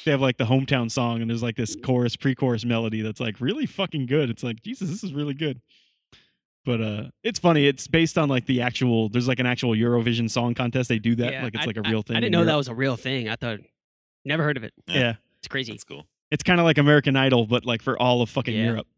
[SPEAKER 2] they have like the hometown song and there's like this chorus pre-chorus melody that's like really fucking good it's like jesus this is really good but uh it's funny it's based on like the actual there's like an actual eurovision song contest they do that
[SPEAKER 1] Yeah,
[SPEAKER 2] like it's
[SPEAKER 1] I-
[SPEAKER 2] like a
[SPEAKER 1] I-
[SPEAKER 2] real thing
[SPEAKER 1] I
[SPEAKER 2] in
[SPEAKER 1] didn't know that
[SPEAKER 2] Europe.
[SPEAKER 1] was a real thing. I thought never heard of it.
[SPEAKER 3] was-
[SPEAKER 2] yeah,
[SPEAKER 1] It's crazy.
[SPEAKER 3] That's cool.
[SPEAKER 2] it's kind of like american idol but like for all of fucking
[SPEAKER 1] Yeah.
[SPEAKER 2] europe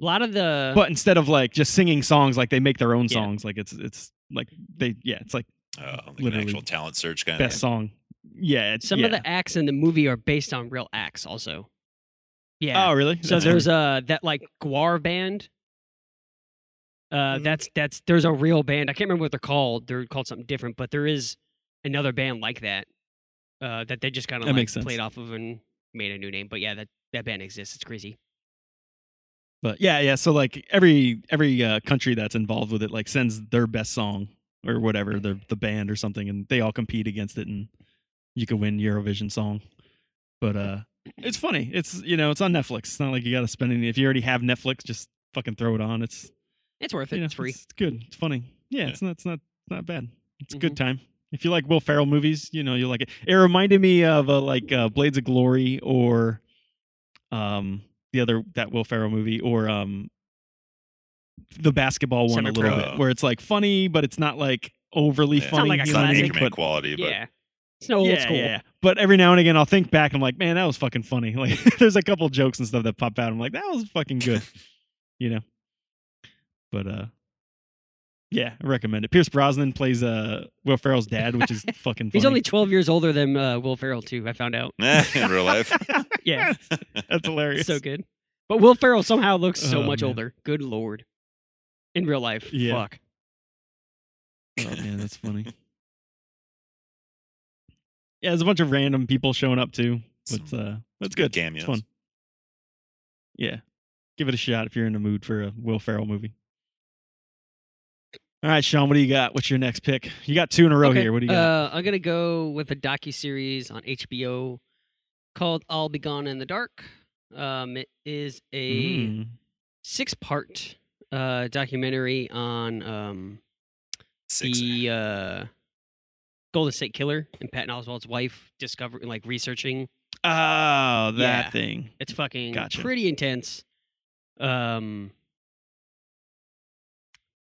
[SPEAKER 1] A lot of the
[SPEAKER 2] but instead of like just singing songs like they make their own
[SPEAKER 1] Yeah. Mm-hmm.
[SPEAKER 2] songs like it's it's like they yeah it's like
[SPEAKER 3] Oh, like an
[SPEAKER 2] Literally.
[SPEAKER 3] actual talent search kind
[SPEAKER 2] best
[SPEAKER 3] of
[SPEAKER 2] song yeah it's,
[SPEAKER 1] Oh, some of
[SPEAKER 2] yeah.
[SPEAKER 1] the acts in the movie are based on real acts also. Yeah.
[SPEAKER 2] oh really
[SPEAKER 1] So
[SPEAKER 2] That's
[SPEAKER 1] there's uh that like Guar band. Uh,
[SPEAKER 2] Mhm.
[SPEAKER 1] that's that's there's a real band. I can't remember what they're called. They're called something different, but there is another band like that. Uh, that they just kind of
[SPEAKER 2] That
[SPEAKER 1] like
[SPEAKER 2] makes sense.
[SPEAKER 1] played off of and made a new name. But yeah, that that band exists. It's crazy.
[SPEAKER 2] But yeah, yeah. So like every every uh, country that's involved with it like sends their best song or whatever the the band or something, and they all compete against it, and you can win Eurovision song. But uh, it's funny. It's you know it's on Netflix. It's not like you got to spend any. If you already have Netflix, just fucking throw it on. It's
[SPEAKER 1] It's worth it.
[SPEAKER 2] you know,
[SPEAKER 1] it's free.
[SPEAKER 2] It's good. It's funny. Yeah,
[SPEAKER 3] Yeah.
[SPEAKER 2] it's not. It's not. It's not bad. It's a good
[SPEAKER 1] Mm-hmm.
[SPEAKER 2] time. If you like Will Ferrell movies, you know you'll like it. It reminded me of uh, like uh, Blades of Glory or um the other that Will Ferrell movie or um the basketball one a little
[SPEAKER 1] Semi-pro.
[SPEAKER 2] bit where it's like funny but it's not like overly
[SPEAKER 3] Yeah. It's not
[SPEAKER 2] funny.
[SPEAKER 1] like a
[SPEAKER 3] It's
[SPEAKER 2] you
[SPEAKER 1] Yeah.
[SPEAKER 2] know what
[SPEAKER 3] not
[SPEAKER 2] I mean?
[SPEAKER 1] classic,
[SPEAKER 3] Anchorman
[SPEAKER 2] But-
[SPEAKER 3] quality, but
[SPEAKER 1] yeah, it's no old
[SPEAKER 2] yeah,
[SPEAKER 1] school.
[SPEAKER 2] yeah, yeah. But every now and again, I'll think back. I'm like, man, that was fucking funny. Like, there's a couple jokes and stuff that pop out. I'm like, that was fucking good. you know. But uh, yeah, I recommend it. Pierce Brosnan plays uh Will Ferrell's dad, which is fucking. Funny.
[SPEAKER 1] He's only 12 years older than uh, Will Ferrell too. I found out.
[SPEAKER 3] Nah, in real life.
[SPEAKER 2] Oh,
[SPEAKER 1] Yeah,
[SPEAKER 2] That's hilarious.
[SPEAKER 1] it's so good. But Will Ferrell somehow looks so
[SPEAKER 2] Oh,
[SPEAKER 1] much
[SPEAKER 2] man.
[SPEAKER 1] older. Good lord. In real life,
[SPEAKER 2] Yeah.
[SPEAKER 1] fuck.
[SPEAKER 2] Oh man, that's funny. Yeah, there's a bunch of random people showing up too. But
[SPEAKER 3] Some
[SPEAKER 2] uh, that's good.
[SPEAKER 3] good cameos.
[SPEAKER 2] It's fun. Yeah, give it a shot if you're in the mood for a Will Ferrell movie. All right, Sean, what do you got? What's your next pick? You got two in a row
[SPEAKER 1] Okay,
[SPEAKER 2] here. What do you got?
[SPEAKER 1] Uh, I'm gonna go with a docu series on HBO called "I'll Be Gone in the Dark." Um, it is a
[SPEAKER 2] Mm.
[SPEAKER 1] six part uh, documentary on um,
[SPEAKER 3] Six.
[SPEAKER 1] the uh, Golden State Killer and Patton Oswald's wife discovering, like researching
[SPEAKER 2] Oh, that
[SPEAKER 1] Yeah.
[SPEAKER 2] thing.
[SPEAKER 1] It's fucking
[SPEAKER 2] Gotcha.
[SPEAKER 1] pretty intense. Um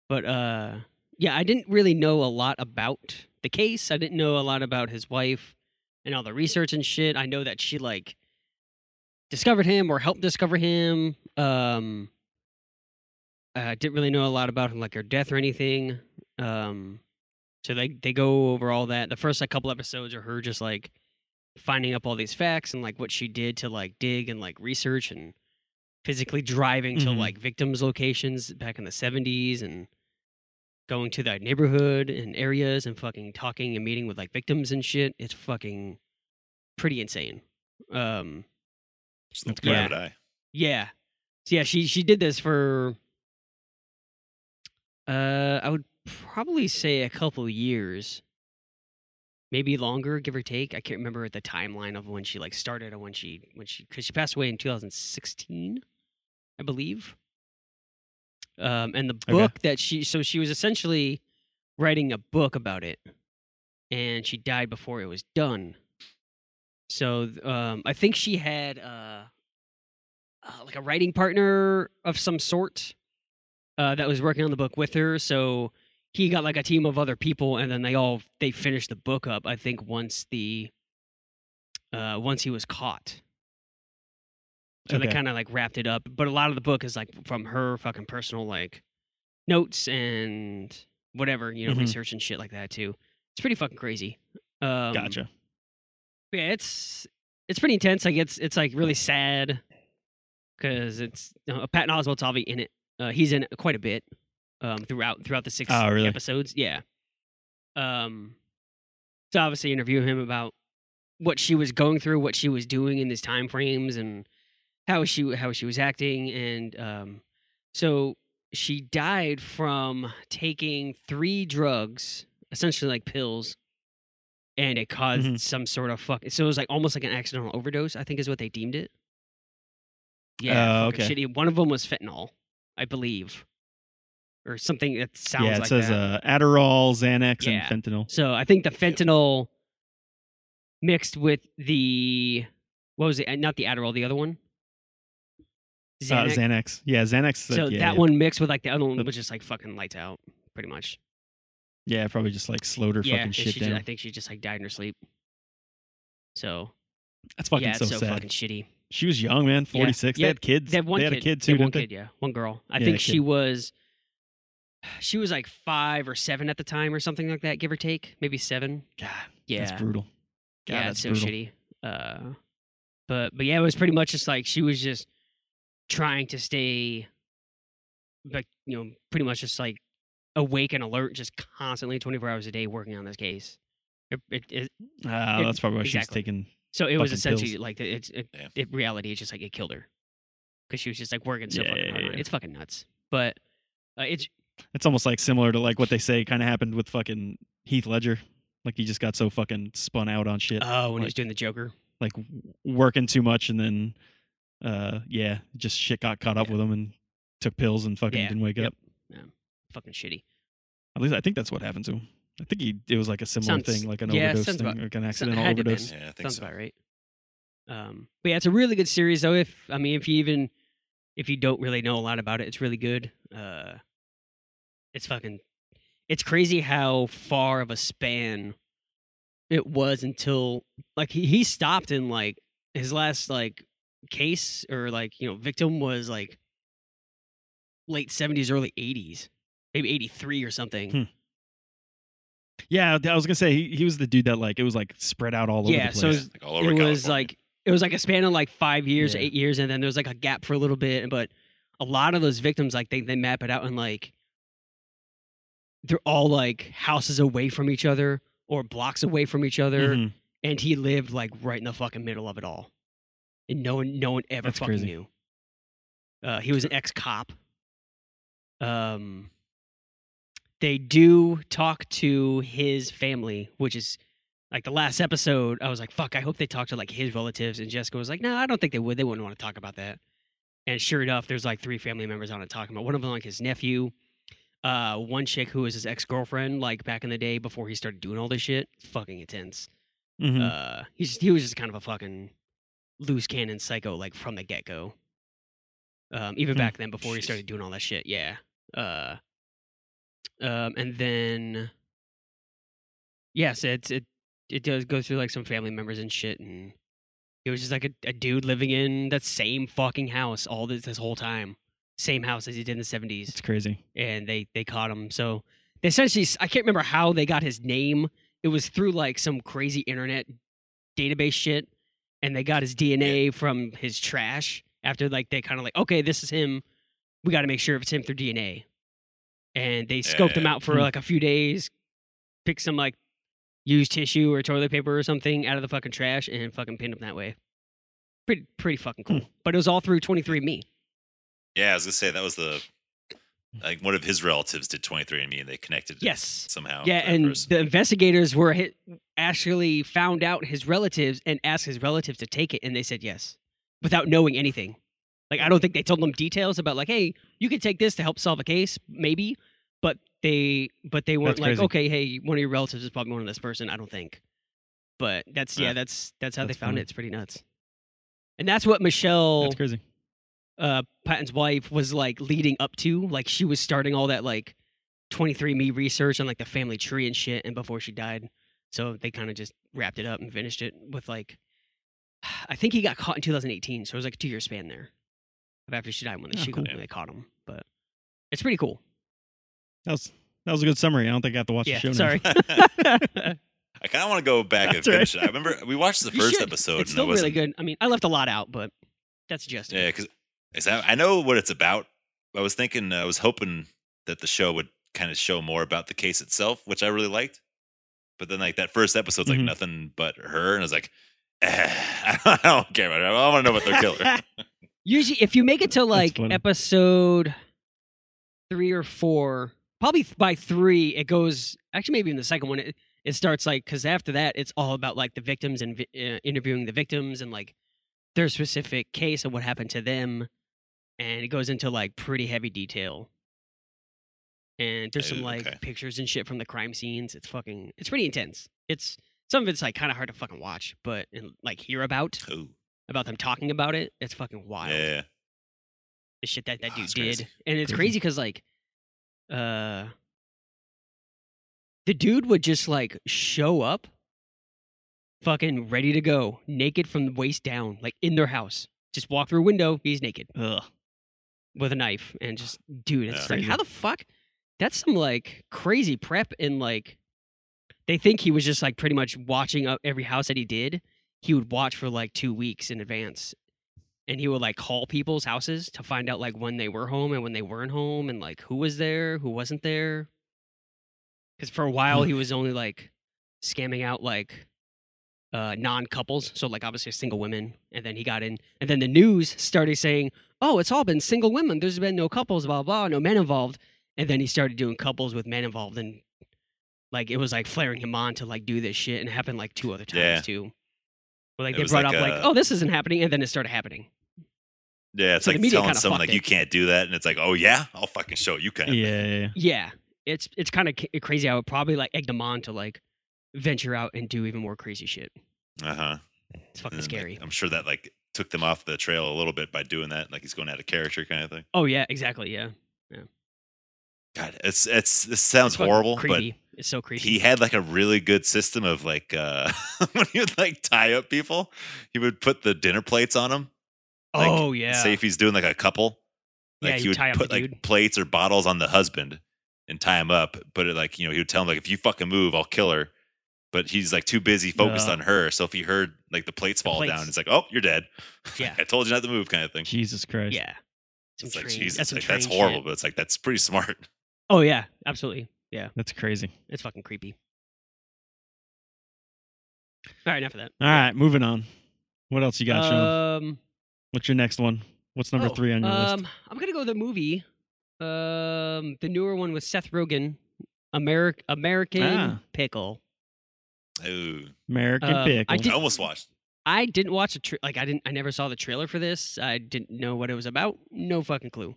[SPEAKER 1] but uh yeah, I didn't really know a lot about the case. I didn't know a lot about his wife and all the research and shit. I know that she like discovered him or helped discover him. Um I uh, didn't really know a lot about him like her death or anything. Um so they they go over all that. The first like couple episodes are her just like finding up all these facts and like what she did to like dig and like research and physically driving to
[SPEAKER 2] Mhm.
[SPEAKER 1] like victims locations back in the 70s and going to that neighborhood and areas and fucking talking and meeting with like victims and shit it's fucking pretty insane um
[SPEAKER 3] Just a little
[SPEAKER 2] That's great.
[SPEAKER 3] private eye.
[SPEAKER 1] yeah so yeah she she did this for uh i would probably say a couple years maybe longer give or take i can't remember the timeline of when she like started or when she when she because she passed away in 2016 i believe um and the
[SPEAKER 2] Okay.
[SPEAKER 1] book that she so she was essentially writing a book about it and she died before it was done so th- um i think she had uh, uh like a writing partner of some sort uh that was working on the book with her so he got like a team of other people and then they all they finished the book up i think once the uh once he was caught So they
[SPEAKER 2] Okay.
[SPEAKER 1] kind of like wrapped it up. But a lot of the book is like from her fucking personal like notes and whatever, you know,
[SPEAKER 2] Mhm.
[SPEAKER 1] research and shit like that too. It's pretty fucking crazy. Um,
[SPEAKER 2] Gotcha.
[SPEAKER 1] but Yeah, it's it's pretty intense. Like it's it's like really sad because it's you know, Patton Oswalt's obviously in it. Uh, he's in it quite a bit um, throughout throughout the six
[SPEAKER 2] Oh, really?
[SPEAKER 1] episodes. Yeah. Um, to obviously interview him about what she was going through, what she was doing in these time frames, and how she how she was acting, and um, so she died from taking three drugs, essentially like pills, and it caused
[SPEAKER 2] Mhm.
[SPEAKER 1] some sort of fuck. So it was like almost like an accidental overdose. I think is what they deemed it. Yeah,
[SPEAKER 2] Oh,
[SPEAKER 1] fucking
[SPEAKER 2] okay.
[SPEAKER 1] shitty. One of them was fentanyl, I believe, or something that sounds
[SPEAKER 2] yeah, it
[SPEAKER 1] like
[SPEAKER 2] says
[SPEAKER 1] that.
[SPEAKER 2] Uh, Adderall, Xanax,
[SPEAKER 1] Yeah.
[SPEAKER 2] and fentanyl.
[SPEAKER 1] So I think the fentanyl mixed with the what was it? uh, Not the Adderall, the other one.
[SPEAKER 2] Xanax.
[SPEAKER 1] Xanax.
[SPEAKER 2] Uh, Xanax. Yeah, Xanax. is like-
[SPEAKER 1] so
[SPEAKER 2] yeah,
[SPEAKER 1] that
[SPEAKER 2] yeah.
[SPEAKER 1] one mixed with like the other one
[SPEAKER 2] The-
[SPEAKER 1] was just like fucking lights out, pretty much.
[SPEAKER 2] Yeah, probably just like slowed her
[SPEAKER 1] yeah,
[SPEAKER 2] fucking
[SPEAKER 1] and
[SPEAKER 2] shit
[SPEAKER 1] she
[SPEAKER 2] down.
[SPEAKER 1] Just, I think she just like died in her sleep. So
[SPEAKER 2] That's fucking
[SPEAKER 1] yeah, it's
[SPEAKER 2] so,
[SPEAKER 1] so,
[SPEAKER 2] sad.
[SPEAKER 1] fucking shitty.
[SPEAKER 2] She was young, man, 46.
[SPEAKER 1] Yeah,
[SPEAKER 2] They had kids.
[SPEAKER 1] They had one
[SPEAKER 2] a
[SPEAKER 1] kid,
[SPEAKER 2] kid
[SPEAKER 1] they
[SPEAKER 2] too,
[SPEAKER 1] had one
[SPEAKER 2] didn't they?
[SPEAKER 1] kid, yeah, one girl. I
[SPEAKER 2] Yeah,
[SPEAKER 1] think
[SPEAKER 2] that
[SPEAKER 1] she
[SPEAKER 2] kid.
[SPEAKER 1] was, she was like five or seven at the time or something like that, give or take, maybe seven.
[SPEAKER 2] God,
[SPEAKER 1] Yeah,
[SPEAKER 2] that's brutal. God,
[SPEAKER 1] yeah,
[SPEAKER 2] that's
[SPEAKER 1] it's so
[SPEAKER 2] brutal.
[SPEAKER 1] shitty. Uh, but but yeah, it was pretty much just like she was just trying to stay, like you know, pretty much just like awake and alert, just constantly twenty four hours a day working on this case. It, it, it-
[SPEAKER 2] Ah,
[SPEAKER 1] It-
[SPEAKER 2] that's probably why she's
[SPEAKER 1] exactly.
[SPEAKER 2] taking.
[SPEAKER 1] so it was
[SPEAKER 2] Fucking
[SPEAKER 1] essentially
[SPEAKER 2] pills.
[SPEAKER 1] like it's it,
[SPEAKER 3] Yeah.
[SPEAKER 1] it, reality. It's just like it killed her because she was just like working so
[SPEAKER 2] Yeah,
[SPEAKER 1] fucking
[SPEAKER 2] yeah,
[SPEAKER 1] hard. on it.
[SPEAKER 2] yeah.
[SPEAKER 1] It's fucking nuts. But uh, it's
[SPEAKER 2] It's almost like similar to like what they say kind of happened with fucking Heath Ledger. Like he just got so fucking spun out on shit,
[SPEAKER 1] oh, when he was
[SPEAKER 2] like-
[SPEAKER 1] doing the Joker,
[SPEAKER 2] like w- working too much, and then, uh, yeah, just shit got caught up
[SPEAKER 1] Yeah.
[SPEAKER 2] with him and took pills and fucking
[SPEAKER 1] Yeah,
[SPEAKER 2] didn't wake
[SPEAKER 1] yep.
[SPEAKER 2] up.
[SPEAKER 1] fucking shitty.
[SPEAKER 2] At least I think that's what happened to him. I think he it was like a similar
[SPEAKER 1] Sounds-
[SPEAKER 2] thing, like an
[SPEAKER 1] yeah,
[SPEAKER 2] overdose
[SPEAKER 1] sounds
[SPEAKER 2] thing,
[SPEAKER 1] about-
[SPEAKER 2] like an accidental
[SPEAKER 1] had to been.
[SPEAKER 2] overdose.
[SPEAKER 3] Yeah, I think
[SPEAKER 1] Sounds
[SPEAKER 3] so.
[SPEAKER 1] about right. Um, but yeah, it's a really good series though. If I mean, if you even if you don't really know a lot about it, it's really good. Uh, it's fucking, it's crazy how far of a span it was until like he, he stopped in like his last like case or like you know victim was like late seventies, early eighties, maybe eighty three or something.
[SPEAKER 2] Hmm. Yeah, I was gonna say he, he was the dude that like it was like spread out all over
[SPEAKER 1] Yeah,
[SPEAKER 2] the place.
[SPEAKER 1] so it was-
[SPEAKER 3] like all over
[SPEAKER 1] it
[SPEAKER 3] California.
[SPEAKER 1] was like it was like a span of like five years,
[SPEAKER 2] Yeah.
[SPEAKER 1] eight years, and then there was like a gap for a little bit. But a lot of those victims, like they they map it out and like they're all like houses away from each other or blocks away from each other,
[SPEAKER 2] Mhm.
[SPEAKER 1] and he lived like right in the fucking middle of it all, and no one no one ever
[SPEAKER 2] That's
[SPEAKER 1] fucking
[SPEAKER 2] crazy.
[SPEAKER 1] knew. Uh, he was an ex cop. Um, they do talk to his family, which is like the last episode. I was like, "Fuck!" I hope they talk to like his relatives. And Jessica was like, "No, I don't think they would. They wouldn't want to talk about that." And sure enough, there's like three family members on it talking about one of them, like his nephew, uh, one chick who was his ex girlfriend, like back in the day before he started doing all this shit. Fucking intense.
[SPEAKER 2] Mhm.
[SPEAKER 1] Uh, he's just, he was just kind of a fucking loose cannon psycho, like from the get go. Um, even
[SPEAKER 2] Hmm.
[SPEAKER 1] back then, before he
[SPEAKER 3] Jeez.
[SPEAKER 1] started doing all that shit, yeah. Uh, um, and then, yes, it's it it does go through like some family members and shit, and it was just like a, a dude living in that same fucking house all this this whole time, same house as he did in the seventies
[SPEAKER 2] it's crazy.
[SPEAKER 1] and they they caught him. So they essentially, I can't remember how they got his name. It was through like some crazy internet database shit, and they got his DNA from his trash. After like they kind of like, okay, this is him. We got to make sure if it's him through DNA, and they scoped him
[SPEAKER 3] Yeah.
[SPEAKER 1] out for
[SPEAKER 2] Hmm.
[SPEAKER 1] like a few days, picked some like used tissue or toilet paper or something out of the fucking trash, and fucking pinned him that way. Pretty pretty fucking cool. But it was all through 23andMe.
[SPEAKER 3] yeah, I was gonna say that was the like one of his relatives did 23andMe and they connected. it
[SPEAKER 1] Yes.
[SPEAKER 3] somehow.
[SPEAKER 1] Yeah,
[SPEAKER 3] to that
[SPEAKER 1] and
[SPEAKER 3] person.
[SPEAKER 1] the investigators were hit, actually found out his relatives and asked his relatives to take it, and they said yes without knowing anything. Like I don't think they told them details about like, hey, you could take this to help solve a case, maybe, but they but they weren't
[SPEAKER 2] That's
[SPEAKER 1] like, okay,
[SPEAKER 2] crazy.
[SPEAKER 1] hey, one of your relatives is probably one of this person. I don't think, but that's yeah,
[SPEAKER 3] Yeah.
[SPEAKER 1] that's that's how
[SPEAKER 2] That's
[SPEAKER 1] they found
[SPEAKER 2] funny.
[SPEAKER 1] it. It's pretty nuts, and that's what Michelle
[SPEAKER 2] That's crazy.
[SPEAKER 1] uh, Patton's wife was like leading up to, like she was starting all that like 23andMe research on like the family tree and shit, and before she died, so they kind of just wrapped it up and finished it with like I think he got caught in 2018, so it was like a two year span there of after she died when, they
[SPEAKER 2] Oh,
[SPEAKER 1] she,
[SPEAKER 2] cool.
[SPEAKER 1] when they caught him. But it's pretty cool.
[SPEAKER 2] That was that was a good summary. I don't think I have to watch
[SPEAKER 1] yeah,
[SPEAKER 2] the show. now.
[SPEAKER 1] sorry.
[SPEAKER 3] I kind of want to go back and
[SPEAKER 2] That's right.
[SPEAKER 3] finish it. I remember we watched the
[SPEAKER 1] You
[SPEAKER 3] first
[SPEAKER 1] should.
[SPEAKER 3] episode
[SPEAKER 1] it's
[SPEAKER 3] and I
[SPEAKER 1] still really
[SPEAKER 3] wasn't.
[SPEAKER 1] good. I mean, I left a lot out, but that's just
[SPEAKER 3] Yeah, because I know what it's about. I was thinking, uh, I was hoping that the show would kind of show more about the case itself, which I really liked. But then, like that first episode's
[SPEAKER 2] Mhm.
[SPEAKER 1] Mm-hmm.
[SPEAKER 3] like nothing but her, and I was like, eh, I don't care about her. I want to know about their killer.
[SPEAKER 1] Usually, if you make it to like
[SPEAKER 2] funny.
[SPEAKER 1] episode three or four, probably th- by three, it goes. Actually, maybe in the second one, it, it starts like because after that, it's all about like the victims and vi- uh, interviewing the victims and like their specific case and what happened to them, and it goes into like pretty heavy detail. And there's some
[SPEAKER 3] Ooh,
[SPEAKER 1] like
[SPEAKER 3] okay.
[SPEAKER 1] pictures and shit from the crime scenes. It's fucking. It's pretty intense. It's some of it's like kind of hard to fucking watch, but and like hear about
[SPEAKER 3] Ooh,
[SPEAKER 1] about them talking about it. It's fucking wild
[SPEAKER 3] yeah,
[SPEAKER 1] the shit that that
[SPEAKER 3] Oh,
[SPEAKER 1] dude
[SPEAKER 3] it's
[SPEAKER 1] did,
[SPEAKER 3] crazy.
[SPEAKER 1] and it's crazy
[SPEAKER 2] Crazy.
[SPEAKER 1] because like, uh, the dude would just like show up, fucking ready to go, naked from the waist down, like in their house, just walk through a window, he's naked,
[SPEAKER 2] Ugh.
[SPEAKER 1] with a knife, and just dude, it's
[SPEAKER 3] Yeah.
[SPEAKER 1] just like how the fuck? That's some like crazy prep, and like, they think he was just like pretty much watching uh, every house that he did. He would watch for like two weeks in advance, and he would like call people's houses to find out like when they were home and when they weren't home and like who was there, who wasn't there. Cuz for a while
[SPEAKER 3] Mm.
[SPEAKER 1] he was only like scamming out like uh non-couples, so like obviously single women, and then he got in and then the news started saying, "Oh, it's all been single women. There's been no couples, blah blah, no men involved." And then he started doing couples with men involved and like it was like flaring him on to like do this shit and it happened like two other times
[SPEAKER 3] Yeah.
[SPEAKER 1] too. Where like
[SPEAKER 3] It
[SPEAKER 1] they
[SPEAKER 3] was
[SPEAKER 1] brought
[SPEAKER 3] like uh
[SPEAKER 1] up like,
[SPEAKER 3] a-
[SPEAKER 1] "Oh, this isn't happening," and then it started happening.
[SPEAKER 3] yeah. It's
[SPEAKER 1] So the
[SPEAKER 3] like
[SPEAKER 1] media
[SPEAKER 3] telling
[SPEAKER 1] kinda
[SPEAKER 3] someone
[SPEAKER 1] fucked
[SPEAKER 3] like you
[SPEAKER 1] it.
[SPEAKER 3] can't do that, and it's like, oh yeah, I'll fucking show you. Kind
[SPEAKER 2] Yeah,
[SPEAKER 3] of thing.
[SPEAKER 2] yeah, yeah.
[SPEAKER 1] Yeah, it's it's kind of ca- crazy. I would probably like egg them on to like venture out and do even more crazy shit.
[SPEAKER 3] Uh huh.
[SPEAKER 1] It's fucking
[SPEAKER 3] And then, like,
[SPEAKER 1] scary.
[SPEAKER 3] I'm sure that like took them off the trail a little bit by doing that. Like he's going out of character kind of thing.
[SPEAKER 1] oh yeah, exactly. Yeah,
[SPEAKER 3] God, it's it's this sounds
[SPEAKER 1] It's fucking
[SPEAKER 3] horrible,
[SPEAKER 1] Creepy. it's so
[SPEAKER 3] but
[SPEAKER 1] creepy.
[SPEAKER 3] he had like a really good system of like uh when he would like tie up people, he would put the dinner plates on them. like,
[SPEAKER 1] oh yeah.
[SPEAKER 3] Say if he's doing like a couple,
[SPEAKER 1] Yeah,
[SPEAKER 3] like he
[SPEAKER 1] you
[SPEAKER 3] would
[SPEAKER 1] tie up
[SPEAKER 3] put
[SPEAKER 1] the
[SPEAKER 3] like
[SPEAKER 1] dude.
[SPEAKER 3] plates or bottles on the husband and tie him up. But it, like you know, he would tell him like if you fucking move, I'll kill her. But he's like too busy focused
[SPEAKER 2] Yeah.
[SPEAKER 3] on her. So if he heard like the plates fall down,
[SPEAKER 1] plates.
[SPEAKER 3] it's like oh you're dead.
[SPEAKER 1] Yeah.
[SPEAKER 3] I told you not to move kind of thing.
[SPEAKER 2] Jesus Christ.
[SPEAKER 1] yeah. Some
[SPEAKER 3] It's like
[SPEAKER 1] train-
[SPEAKER 3] Jesus,
[SPEAKER 1] that's, some
[SPEAKER 3] like, that's
[SPEAKER 1] train
[SPEAKER 3] horrible,
[SPEAKER 1] shit.
[SPEAKER 3] but it's like that's pretty smart.
[SPEAKER 1] Oh yeah, absolutely.
[SPEAKER 2] That's crazy.
[SPEAKER 1] It's fucking creepy. All right, enough of that.
[SPEAKER 2] All right, moving on. What else you got, Sean?
[SPEAKER 1] Um,
[SPEAKER 2] What's your next one? What's number
[SPEAKER 1] oh,
[SPEAKER 2] three on your
[SPEAKER 1] um,
[SPEAKER 2] list?
[SPEAKER 1] I'm gonna go with the movie, um, the newer one with Seth Rogen, Ameri- American
[SPEAKER 2] Ah.
[SPEAKER 1] Pickle.
[SPEAKER 3] Ooh,
[SPEAKER 2] American
[SPEAKER 1] um, I
[SPEAKER 2] Pickle.
[SPEAKER 3] I
[SPEAKER 1] did-
[SPEAKER 3] almost watched.
[SPEAKER 1] I didn't watch a tra- like I didn't I never saw the trailer for this. I didn't know what it was about. No fucking clue.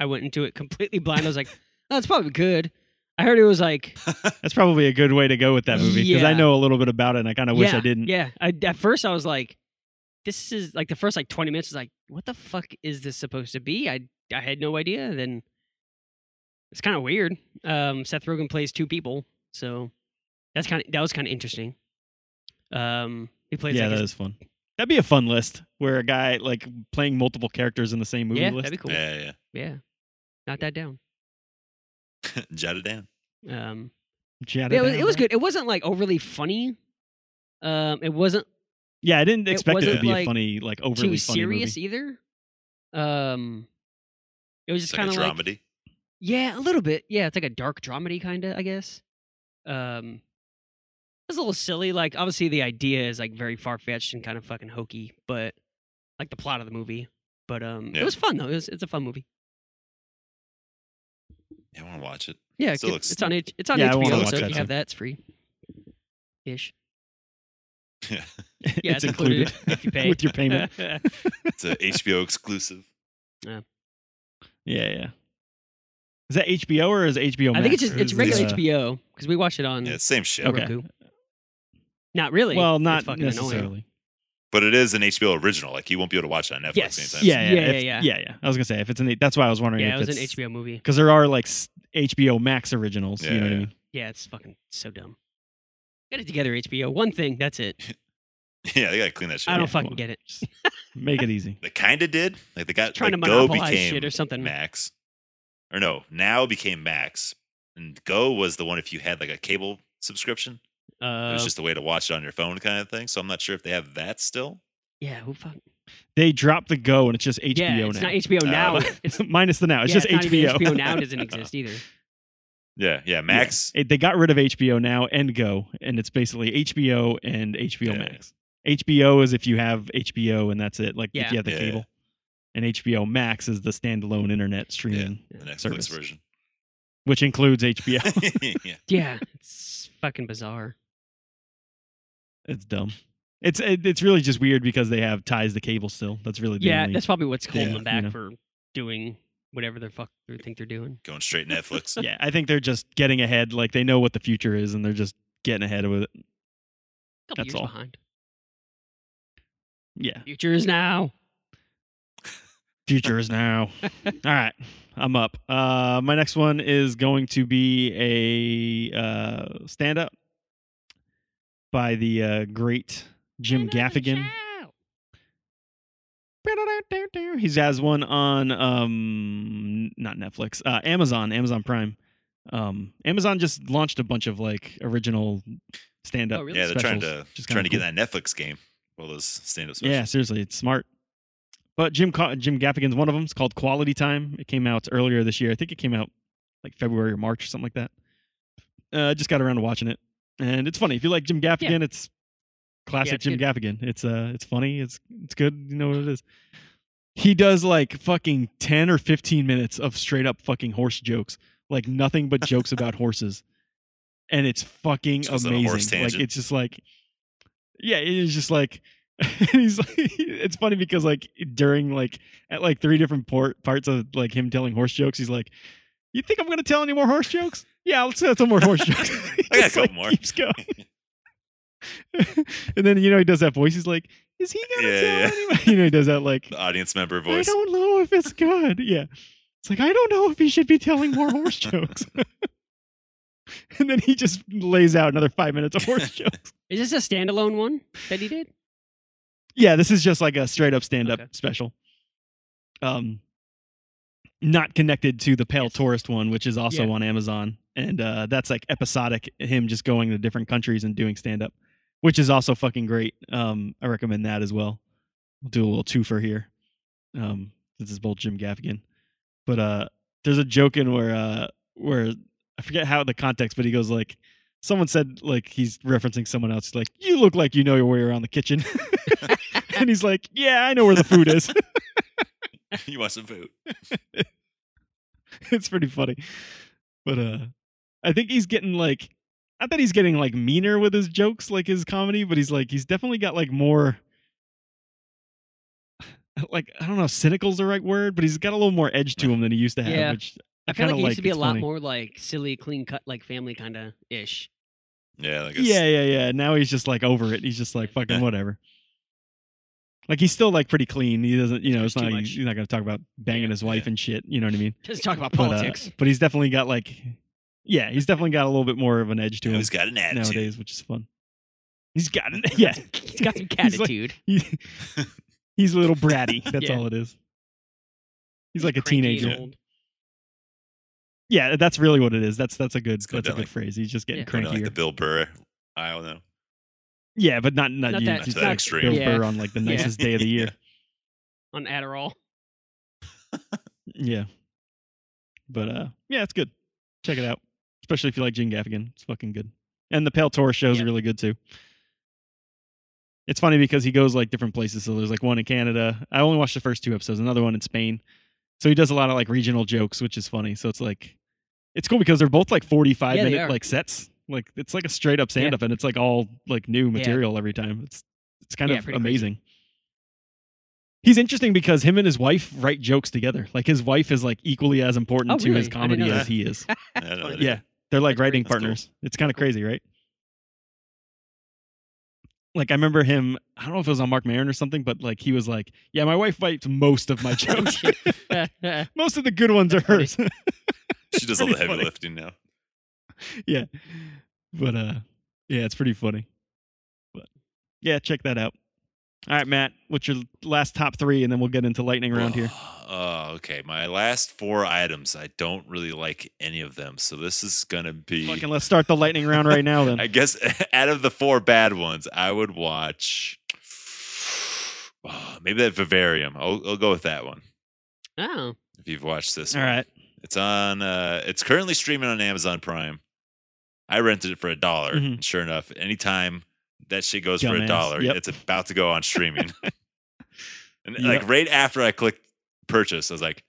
[SPEAKER 1] I went into it completely blind. I was like, "Oh, it's probably good." I heard it was like
[SPEAKER 2] That's probably a good way to go with that movie because I
[SPEAKER 1] Yeah.
[SPEAKER 2] know a little bit about it and I kind of wish
[SPEAKER 1] yeah,
[SPEAKER 2] I didn't.
[SPEAKER 1] Yeah. I, at first I was like this is like the first like 20 minutes is like what the fuck is this supposed to be? I I had no idea. Then it's kind of weird. Um Seth Rogen plays two people. So that's kind of that was kind of interesting. Um he plays
[SPEAKER 2] yeah,
[SPEAKER 1] like
[SPEAKER 2] that
[SPEAKER 1] his-
[SPEAKER 2] is fun. That'd be a fun list where a guy like playing multiple characters in the same movie
[SPEAKER 1] yeah,
[SPEAKER 2] list.
[SPEAKER 1] that'd be cool.
[SPEAKER 3] Yeah, yeah.
[SPEAKER 1] yeah. Not that down.
[SPEAKER 3] yeah. Jot it down.
[SPEAKER 1] Um,
[SPEAKER 2] Jot
[SPEAKER 1] yeah, it, was,
[SPEAKER 2] down,
[SPEAKER 1] it was
[SPEAKER 2] bro.
[SPEAKER 1] good. It wasn't like overly funny. Um, it wasn't
[SPEAKER 2] Yeah, I didn't
[SPEAKER 1] It
[SPEAKER 2] expect it, to
[SPEAKER 1] wasn't,
[SPEAKER 2] be a
[SPEAKER 1] like,
[SPEAKER 2] funny, like overly
[SPEAKER 1] too
[SPEAKER 2] funny
[SPEAKER 1] serious
[SPEAKER 2] movie.
[SPEAKER 1] either. Um, it was
[SPEAKER 3] It's
[SPEAKER 1] just
[SPEAKER 3] like
[SPEAKER 1] kind
[SPEAKER 3] a
[SPEAKER 1] of like,
[SPEAKER 3] dramedy.
[SPEAKER 1] yeah, a little bit. Yeah, it's like a dark dramedy kind of, I guess. Um, it was a little silly. Like obviously the idea is like very far fetched and kind of fucking hokey, but like the plot of the movie. But um,
[SPEAKER 3] Yeah.
[SPEAKER 1] it was fun though. It was, it's a fun movie.
[SPEAKER 3] Yeah, I want to watch it.
[SPEAKER 1] Yeah,
[SPEAKER 3] Still
[SPEAKER 1] it-
[SPEAKER 3] looks-
[SPEAKER 1] it's on H- it's on
[SPEAKER 2] Yeah, I wanna
[SPEAKER 1] HBO.
[SPEAKER 2] watch
[SPEAKER 1] So if
[SPEAKER 2] that
[SPEAKER 1] you
[SPEAKER 2] too.
[SPEAKER 1] have that, it's free. Ish.
[SPEAKER 3] Yeah,
[SPEAKER 1] Yeah, it's
[SPEAKER 2] it's
[SPEAKER 1] included
[SPEAKER 2] included
[SPEAKER 1] if you pay
[SPEAKER 2] with your payment.
[SPEAKER 3] it's a HBO exclusive.
[SPEAKER 2] Yeah, yeah. Is that HBO or is it HBO?
[SPEAKER 1] I think it's
[SPEAKER 2] Max,
[SPEAKER 1] just
[SPEAKER 2] or
[SPEAKER 1] it's
[SPEAKER 2] is
[SPEAKER 1] regular
[SPEAKER 2] this, uh,
[SPEAKER 1] HBO because we watch it on
[SPEAKER 3] Yeah, it's same shit,
[SPEAKER 2] Okay.
[SPEAKER 1] Roku. Not really.
[SPEAKER 2] Well,
[SPEAKER 1] It's
[SPEAKER 2] not
[SPEAKER 1] fucking annoying.
[SPEAKER 2] necessarily.
[SPEAKER 3] but it is an HBO original. Like you won't be able to watch it on Netflix
[SPEAKER 1] Yes.
[SPEAKER 3] anytime. soon.
[SPEAKER 2] Yeah, yeah,
[SPEAKER 1] Yeah,
[SPEAKER 2] if-
[SPEAKER 1] yeah,
[SPEAKER 2] yeah, I was gonna say if it's an, that's why I was wondering.
[SPEAKER 1] Yeah, it
[SPEAKER 2] if
[SPEAKER 1] was an HBO movie.
[SPEAKER 2] because there are like s- HBO Max originals. you
[SPEAKER 3] Yeah,
[SPEAKER 2] know what I
[SPEAKER 3] yeah.
[SPEAKER 2] mean?
[SPEAKER 1] Yeah, it's fucking so dumb. Get it together, HBO. One thing. That's it.
[SPEAKER 3] Yeah, they gotta clean that shit.
[SPEAKER 1] I
[SPEAKER 3] up.
[SPEAKER 1] don't
[SPEAKER 2] Yeah,
[SPEAKER 1] fucking
[SPEAKER 2] well,
[SPEAKER 1] get it.
[SPEAKER 2] just Make it easy.
[SPEAKER 3] They kind of did. Like they got
[SPEAKER 1] trying
[SPEAKER 3] like,
[SPEAKER 1] to
[SPEAKER 3] Go
[SPEAKER 1] monopolize
[SPEAKER 3] became
[SPEAKER 1] shit or something.
[SPEAKER 3] Max, or no, now became Max, and Go was the one if you had like a cable subscription. it
[SPEAKER 1] Uh,
[SPEAKER 3] was just a way to watch it on your phone, kind of thing. So I'm not sure if they have that still.
[SPEAKER 1] yeah, who fuck?
[SPEAKER 2] They dropped the go and it's just HBO
[SPEAKER 1] yeah, it's
[SPEAKER 2] now.
[SPEAKER 1] not HBO
[SPEAKER 3] Uh,
[SPEAKER 1] now.
[SPEAKER 3] but-
[SPEAKER 1] it's
[SPEAKER 2] Minus the now. It's
[SPEAKER 1] yeah,
[SPEAKER 2] just
[SPEAKER 1] it's not
[SPEAKER 2] HBO.
[SPEAKER 1] even HBO now doesn't exist either.
[SPEAKER 3] Yeah, yeah. Max,
[SPEAKER 2] It- they got rid of HBO now and Go, and it's basically HBO and HBO
[SPEAKER 3] Yeah.
[SPEAKER 2] Max. HBO is if you have HBO and that's it, like if
[SPEAKER 1] Yeah.
[SPEAKER 2] you have the
[SPEAKER 3] Yeah.
[SPEAKER 2] cable. And HBO Max is the standalone internet streaming,
[SPEAKER 3] the Netflix
[SPEAKER 2] Service.
[SPEAKER 3] version.
[SPEAKER 2] which includes HBO.
[SPEAKER 3] yeah,
[SPEAKER 1] Yeah, it's fucking bizarre.
[SPEAKER 2] it's dumb. It's it, it's really just weird because they have ties to cable still. That's really the
[SPEAKER 1] Yeah,
[SPEAKER 2] only-
[SPEAKER 1] that's probably what's holding
[SPEAKER 3] Yeah,
[SPEAKER 1] them back
[SPEAKER 2] you know.
[SPEAKER 1] for doing whatever the fuck they think they're doing.
[SPEAKER 3] going straight Netflix.
[SPEAKER 2] yeah. I think they're just getting ahead. Like they know what the future is, and they're just getting ahead of
[SPEAKER 1] A
[SPEAKER 2] it.
[SPEAKER 1] couple
[SPEAKER 2] That's
[SPEAKER 1] years
[SPEAKER 2] all.
[SPEAKER 1] behind.
[SPEAKER 2] Yeah,
[SPEAKER 1] Future is now.
[SPEAKER 2] Future is now. All right, I'm up. Uh, my next one is going to be a uh, stand up by the uh, great Jim Gaffigan. He has one on um not Netflix, uh, Amazon, Amazon Prime. Um, Amazon just launched a bunch of like original stand up.
[SPEAKER 1] Oh, really?
[SPEAKER 3] yeah. They're trying to
[SPEAKER 2] Just
[SPEAKER 3] trying to
[SPEAKER 2] kinda
[SPEAKER 3] get that Netflix game. All those stand-up specials.
[SPEAKER 2] Yeah, seriously, it's smart. But Jim Ca- Jim Gaffigan's one of them. It's called Quality Time. It came out earlier this year. I think it came out like February or March or something like that. Uh, I just got around to watching it, and it's funny. If you like Jim Gaffigan, it's classic
[SPEAKER 1] Yeah, it's
[SPEAKER 2] Jim Gaffigan. It's uh, it's funny. It's it's good. You know what it is. He does like fucking ten or fifteen minutes of straight up fucking horse jokes, like nothing but jokes about horses, and it's fucking
[SPEAKER 3] Just on a
[SPEAKER 2] amazing.
[SPEAKER 3] horse
[SPEAKER 2] like
[SPEAKER 3] tangent.
[SPEAKER 2] it's just like, yeah, it's just like he's like, it's funny because like during like at like three different port parts of like him telling horse jokes, he's like, "You think I'm gonna tell any more horse jokes? Yeah, let's tell some more horse jokes." He
[SPEAKER 3] I got a
[SPEAKER 2] just,
[SPEAKER 3] couple
[SPEAKER 2] like,
[SPEAKER 3] more.
[SPEAKER 2] Keeps going, and then you know he does that voice. He's like, "Is he gonna
[SPEAKER 3] Yeah,
[SPEAKER 2] tell
[SPEAKER 3] yeah.
[SPEAKER 2] anyone?" You know he does that like,
[SPEAKER 3] The audience member
[SPEAKER 2] "I
[SPEAKER 3] voice.
[SPEAKER 2] don't know if it's good." Yeah, it's like I don't know if he should be telling more horse jokes. and then he just lays out another five minutes of horse jokes.
[SPEAKER 1] Is this a standalone one that he did?
[SPEAKER 2] Yeah, this is just like a straight up stand up
[SPEAKER 1] Okay.
[SPEAKER 2] special. Um not connected to the Pale
[SPEAKER 1] Yes.
[SPEAKER 2] Tourist one, which is also
[SPEAKER 1] Yeah.
[SPEAKER 2] on Amazon. And uh that's like episodic him just going to different countries and doing stand up, which is also fucking great. Um I recommend that as well. We'll do a little twofer here. Um this is both Jim Gaffigan. But uh there's a joke in where uh where I forget how the context, but he goes like someone said like he's referencing someone else like you look like you know your way around the kitchen and he's like yeah i know where the food is
[SPEAKER 3] you want some food?
[SPEAKER 2] it's pretty funny but uh i think he's getting like i thought he's getting like meaner with his jokes like his comedy but he's like he's definitely got like more like i don't know if cynical's the right word but he's got a little more edge to him than he used to have
[SPEAKER 1] Yeah.
[SPEAKER 2] which
[SPEAKER 1] I feel like
[SPEAKER 2] kinda
[SPEAKER 1] it used to be a
[SPEAKER 2] It's
[SPEAKER 1] lot
[SPEAKER 2] funny.
[SPEAKER 1] more like silly, clean cut, like family kind of ish.
[SPEAKER 3] Yeah, like a s-
[SPEAKER 2] Yeah, yeah, yeah. Now he's just like over it. He's just like fucking
[SPEAKER 3] Yeah.
[SPEAKER 2] whatever. Like he's still like pretty clean. He doesn't, you know, it's
[SPEAKER 1] Too
[SPEAKER 2] not
[SPEAKER 1] much.
[SPEAKER 2] he's not gonna talk about banging
[SPEAKER 1] Yeah.
[SPEAKER 2] his wife
[SPEAKER 3] Yeah.
[SPEAKER 2] and shit. You know what I mean?
[SPEAKER 1] Just talk about
[SPEAKER 2] But, uh,
[SPEAKER 1] politics.
[SPEAKER 2] But, he's definitely got like, yeah, he's definitely got a little bit more of an edge to him
[SPEAKER 3] Who's got an attitude?
[SPEAKER 2] nowadays, which is fun. He's got it. Yeah,
[SPEAKER 1] He's got some
[SPEAKER 2] he's like-
[SPEAKER 1] catitude.
[SPEAKER 2] He- he's a little bratty. That's
[SPEAKER 1] Yeah.
[SPEAKER 2] all it is. He's like a
[SPEAKER 1] cranky and
[SPEAKER 2] teenager.
[SPEAKER 1] old.
[SPEAKER 2] Yeah, that's really what it is. That's that's a good
[SPEAKER 3] Let's go
[SPEAKER 2] that's a
[SPEAKER 3] down,
[SPEAKER 2] good
[SPEAKER 3] like-
[SPEAKER 2] phrase. He's just getting
[SPEAKER 1] Yeah.
[SPEAKER 3] Going to,
[SPEAKER 2] crankier.
[SPEAKER 3] like the Bill Burr. I don't know.
[SPEAKER 2] yeah, but not not,
[SPEAKER 1] Not
[SPEAKER 2] you.
[SPEAKER 1] that-
[SPEAKER 2] just
[SPEAKER 3] not
[SPEAKER 2] like
[SPEAKER 3] extreme.
[SPEAKER 2] Bill
[SPEAKER 1] Yeah.
[SPEAKER 2] Burr on like the
[SPEAKER 1] Yeah.
[SPEAKER 2] nicest day of the year.
[SPEAKER 1] on Adderall.
[SPEAKER 2] Yeah. But uh yeah, it's good. Check it out. Especially if you like Gene Gaffigan. It's fucking good. And the Pale Tour show's
[SPEAKER 1] Yeah.
[SPEAKER 2] really good too. It's funny because he goes like different places. So there's like one in Canada. I only watched the first two episodes, another one in Spain. So he does a lot of like regional jokes, which is funny. So it's like it's cool because they're both like 45
[SPEAKER 1] Yeah, they
[SPEAKER 2] minute
[SPEAKER 1] are.
[SPEAKER 2] like sets. Like it's like a straight up stand up and it's like all like new material every time. It's it's kind
[SPEAKER 1] Yeah,
[SPEAKER 2] of
[SPEAKER 1] pretty
[SPEAKER 2] amazing. He's interesting because him and his wife write jokes together. Like his wife is like equally as important
[SPEAKER 1] Oh,
[SPEAKER 2] to
[SPEAKER 1] really? I
[SPEAKER 2] his
[SPEAKER 1] didn't
[SPEAKER 2] comedy
[SPEAKER 1] know
[SPEAKER 2] as
[SPEAKER 3] that.
[SPEAKER 2] he is.
[SPEAKER 3] I don't know.
[SPEAKER 2] yeah. They're like
[SPEAKER 1] That's great.
[SPEAKER 2] writing
[SPEAKER 3] That's cool.
[SPEAKER 2] partners. It's kind of crazy, right? Like I remember him, I don't know if it was on Mark Maron or something, but like he was like, "Yeah, my wife writes most of my
[SPEAKER 1] Oh,
[SPEAKER 2] jokes.
[SPEAKER 1] That's
[SPEAKER 2] most of the good ones are
[SPEAKER 1] funny.
[SPEAKER 2] hers."
[SPEAKER 3] She does all the
[SPEAKER 2] Pretty
[SPEAKER 3] heavy
[SPEAKER 2] funny.
[SPEAKER 3] lifting now.
[SPEAKER 2] yeah. But uh yeah, it's pretty funny. But yeah, check that out. All right, Matt, what's your last top three, and then we'll get into lightning round here.
[SPEAKER 3] Oh, okay. My last four items, I don't really like any of them. So this is going to be.
[SPEAKER 2] Fucking let's start the lightning round right now. Then
[SPEAKER 3] I guess out of the four bad ones, I would watch. oh, Maybe that Vivarium. I'll, I'll go with that one.
[SPEAKER 1] Oh,
[SPEAKER 3] If you've watched this,
[SPEAKER 2] all
[SPEAKER 3] one.
[SPEAKER 2] right,
[SPEAKER 3] It's on. Uh, it's currently streaming on Amazon Prime. I rented it for a dollar.
[SPEAKER 2] Mhm.
[SPEAKER 3] and Sure enough, anytime that shit goes for
[SPEAKER 2] Dumbass.
[SPEAKER 3] a dollar,
[SPEAKER 2] Yep.
[SPEAKER 3] it's about to go on streaming. and
[SPEAKER 2] Yeah.
[SPEAKER 3] like right after I clicked purchase, I was like,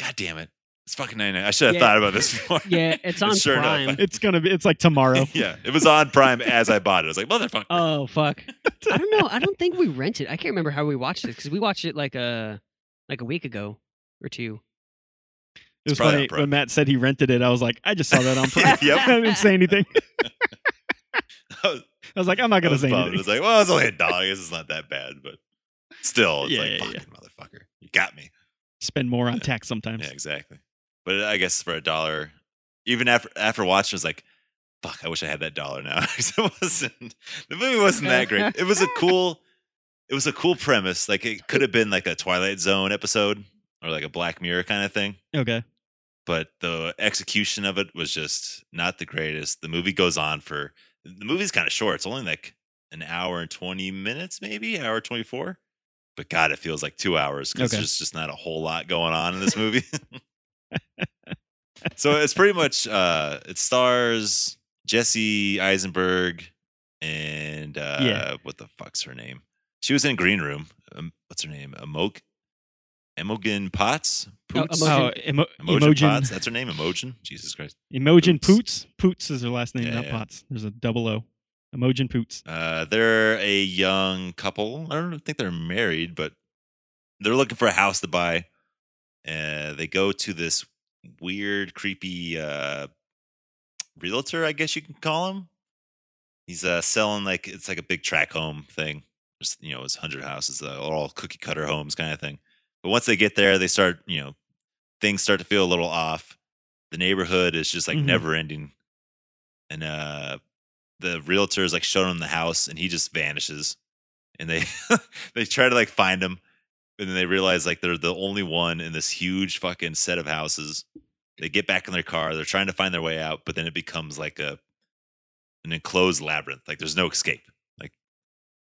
[SPEAKER 3] "God damn it, it's fucking ninety nine. I should have
[SPEAKER 1] Yeah.
[SPEAKER 3] thought about this before."
[SPEAKER 1] yeah, it's on
[SPEAKER 3] Sure enough,
[SPEAKER 1] Prime.
[SPEAKER 2] it's gonna be it's like tomorrow.
[SPEAKER 3] yeah, it was on Prime as I bought it. I was like, "Motherfucker."
[SPEAKER 1] Oh fuck! I don't know. I don't think we rented. I can't remember how we watched it because we watched it like a like a week ago or two.
[SPEAKER 2] It was
[SPEAKER 3] probably
[SPEAKER 2] funny
[SPEAKER 3] on Prime.
[SPEAKER 2] when Matt said he rented it. I was like, I just saw that on Prime.
[SPEAKER 3] Yep.
[SPEAKER 2] I didn't say anything.
[SPEAKER 3] I was,
[SPEAKER 2] I was like, I'm not
[SPEAKER 3] I
[SPEAKER 2] gonna
[SPEAKER 3] was
[SPEAKER 2] say
[SPEAKER 3] bummed. I
[SPEAKER 2] anything.
[SPEAKER 3] was like, "Well, it's only a dollar. I guess it's not that bad." But still, it's
[SPEAKER 2] Yeah,
[SPEAKER 3] like,
[SPEAKER 2] yeah,
[SPEAKER 3] "Fucking motherfucker, you got me."
[SPEAKER 2] Spend more on tax sometimes.
[SPEAKER 3] Yeah, exactly. But I guess for a dollar, even after after watching, I was like, "Fuck, I wish I had that dollar now." 'Cause it wasn't the movie wasn't that great. It was a cool, it was a cool premise. Like it could have been like a Twilight Zone episode or like a Black Mirror kind of thing.
[SPEAKER 2] Okay.
[SPEAKER 3] But the execution of it was just not the greatest. The movie goes on for the movie's kind of short. It's only like an hour and twenty minutes, maybe hour twenty four. But God, it feels like two hours because
[SPEAKER 2] Okay.
[SPEAKER 3] there's just not a whole lot going on in this movie. so it's pretty much uh it stars Jesse Eisenberg and uh
[SPEAKER 2] Yeah.
[SPEAKER 3] what the fuck's her name? She was in Green Room. Um, what's her name? Emok Emogen Potts?
[SPEAKER 1] Oh,
[SPEAKER 3] Poots?
[SPEAKER 1] Emogen.
[SPEAKER 2] Oh, emo-
[SPEAKER 3] Emogen, Potts.
[SPEAKER 2] Emojin.
[SPEAKER 3] That's her name, Emogen. Jesus Christ.
[SPEAKER 2] Emojin
[SPEAKER 3] Poots.
[SPEAKER 2] Poots. Poots is her last name,
[SPEAKER 3] Yeah,
[SPEAKER 2] not
[SPEAKER 3] yeah.
[SPEAKER 2] Potts. There's a double O. Emojin Poots.
[SPEAKER 3] Uh, they're a young couple. I don't think they're married, but they're looking for a house to buy. Uh, they go to this weird, creepy uh, realtor, I guess you can call him. He's uh, selling like it's like a big track home thing. Just you know, it's hundred houses, uh, all cookie cutter homes kind of thing. But once they get there, they start you know things start to feel a little off. The neighborhood is just like
[SPEAKER 2] Mhm.
[SPEAKER 3] never ending, and uh, the realtor is like showing him the house and he just vanishes and they they try to like find him and then they realize like they're the only one in this huge fucking set of houses they get back in their car they're trying to find their way out but then it becomes like a an enclosed labyrinth like there's no escape like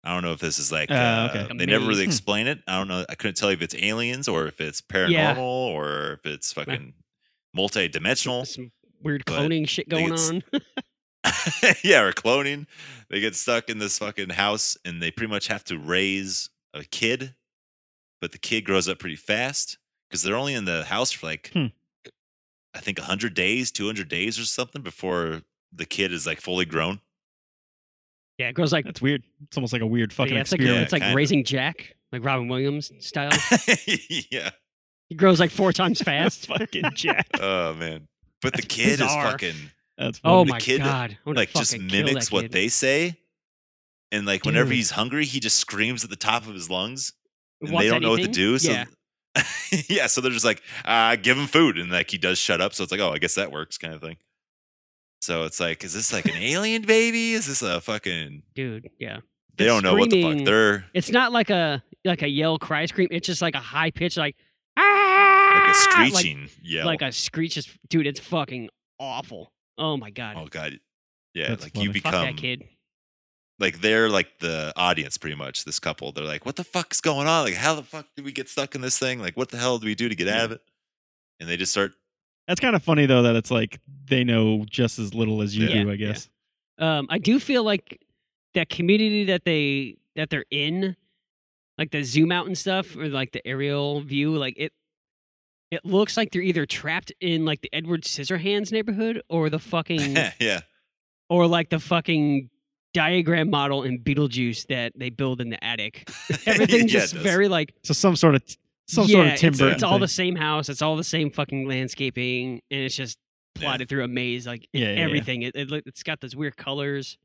[SPEAKER 3] i don't know if this is like
[SPEAKER 2] Uh,
[SPEAKER 3] uh,
[SPEAKER 2] okay.
[SPEAKER 3] they never really
[SPEAKER 1] Amazing.
[SPEAKER 3] explain it i don't know i couldn't tell you if it's aliens or if it's paranormal or if it's fucking multi-dimensional
[SPEAKER 1] Some weird
[SPEAKER 3] But
[SPEAKER 1] cloning shit
[SPEAKER 3] think
[SPEAKER 1] going
[SPEAKER 3] it's-
[SPEAKER 1] on.
[SPEAKER 3] yeah, or cloning. They get stuck in this fucking house and they pretty much have to raise a kid, but the kid grows up pretty fast because they're only in the house for like,
[SPEAKER 2] Hmm.
[SPEAKER 3] I think 100 days, 200 days or something before the kid is like fully grown.
[SPEAKER 1] Yeah, it grows like
[SPEAKER 2] That's weird. It's almost like a weird fucking
[SPEAKER 1] yeah, it's like
[SPEAKER 2] experiment.
[SPEAKER 1] it's like
[SPEAKER 3] kind of.
[SPEAKER 1] raising Jack, like Robin Williams style.
[SPEAKER 3] yeah.
[SPEAKER 1] he grows like four times fast.
[SPEAKER 2] fucking Jack.
[SPEAKER 3] Oh, man. But the
[SPEAKER 1] That's
[SPEAKER 3] kid is
[SPEAKER 1] bizarre.
[SPEAKER 3] fucking
[SPEAKER 2] That's
[SPEAKER 1] oh
[SPEAKER 2] funny.
[SPEAKER 1] my
[SPEAKER 3] kid that,
[SPEAKER 1] god! I wanna
[SPEAKER 3] like just
[SPEAKER 1] fucking kill
[SPEAKER 3] mimics
[SPEAKER 1] that
[SPEAKER 3] what
[SPEAKER 1] kid.
[SPEAKER 3] they say. And like whenever
[SPEAKER 1] Dude.
[SPEAKER 3] he's hungry, he just screams at the top of his lungs. and
[SPEAKER 1] Wants
[SPEAKER 3] they don't know what to
[SPEAKER 1] anything?
[SPEAKER 3] do. So
[SPEAKER 1] yeah,
[SPEAKER 3] yeah, so they're just like, uh, give him food, and like he does shut up. So it's like, oh, I guess that works, kind of thing. So it's like, is this like an alien baby? Is this a fucking?
[SPEAKER 1] dude. Yeah,
[SPEAKER 3] They
[SPEAKER 1] It's
[SPEAKER 3] don't know what the fuck
[SPEAKER 1] screaming.
[SPEAKER 3] they're
[SPEAKER 1] it's not like a like a yell, cry, scream. It's just like a high pitch, like
[SPEAKER 3] like
[SPEAKER 1] ah,
[SPEAKER 3] a
[SPEAKER 1] like,
[SPEAKER 3] screeching yell.
[SPEAKER 1] like a screech. Is, dude, it's fucking awful. Oh my god!
[SPEAKER 3] oh god, yeah,
[SPEAKER 2] That's
[SPEAKER 3] like
[SPEAKER 2] funny.
[SPEAKER 3] you
[SPEAKER 2] Fuck
[SPEAKER 1] Fuck
[SPEAKER 3] become
[SPEAKER 1] that kid.
[SPEAKER 3] like they're like the audience pretty much. This couple, they're like, what the fuck's going on? Like, how the fuck did we get stuck in this thing? Like, what the hell do we do to get out of it? And they just start
[SPEAKER 2] That's kind of funny though that it's like they know just as little as you
[SPEAKER 1] Yeah.
[SPEAKER 2] do, I
[SPEAKER 1] Yeah.
[SPEAKER 2] guess.
[SPEAKER 1] um, I do feel like that community that they that they're in, like the zoom out and stuff, or like the aerial view, like it it looks like they're either trapped in like the Edward Scissorhands neighborhood or the fucking
[SPEAKER 3] yeah,
[SPEAKER 1] or like the fucking diagram model in Beetlejuice that they build in the attic. Everything's
[SPEAKER 3] Yeah, it
[SPEAKER 1] just
[SPEAKER 3] does.
[SPEAKER 1] very like
[SPEAKER 2] So some sort of some
[SPEAKER 1] yeah,
[SPEAKER 2] sort of
[SPEAKER 1] it's-
[SPEAKER 2] timber.
[SPEAKER 1] It's, all the same house. It's all the same fucking landscaping, and it's just
[SPEAKER 3] Yeah.
[SPEAKER 1] plotted through a maze. Like
[SPEAKER 2] Yeah, yeah, yeah.
[SPEAKER 1] everything, It, it look- it's got those weird colors.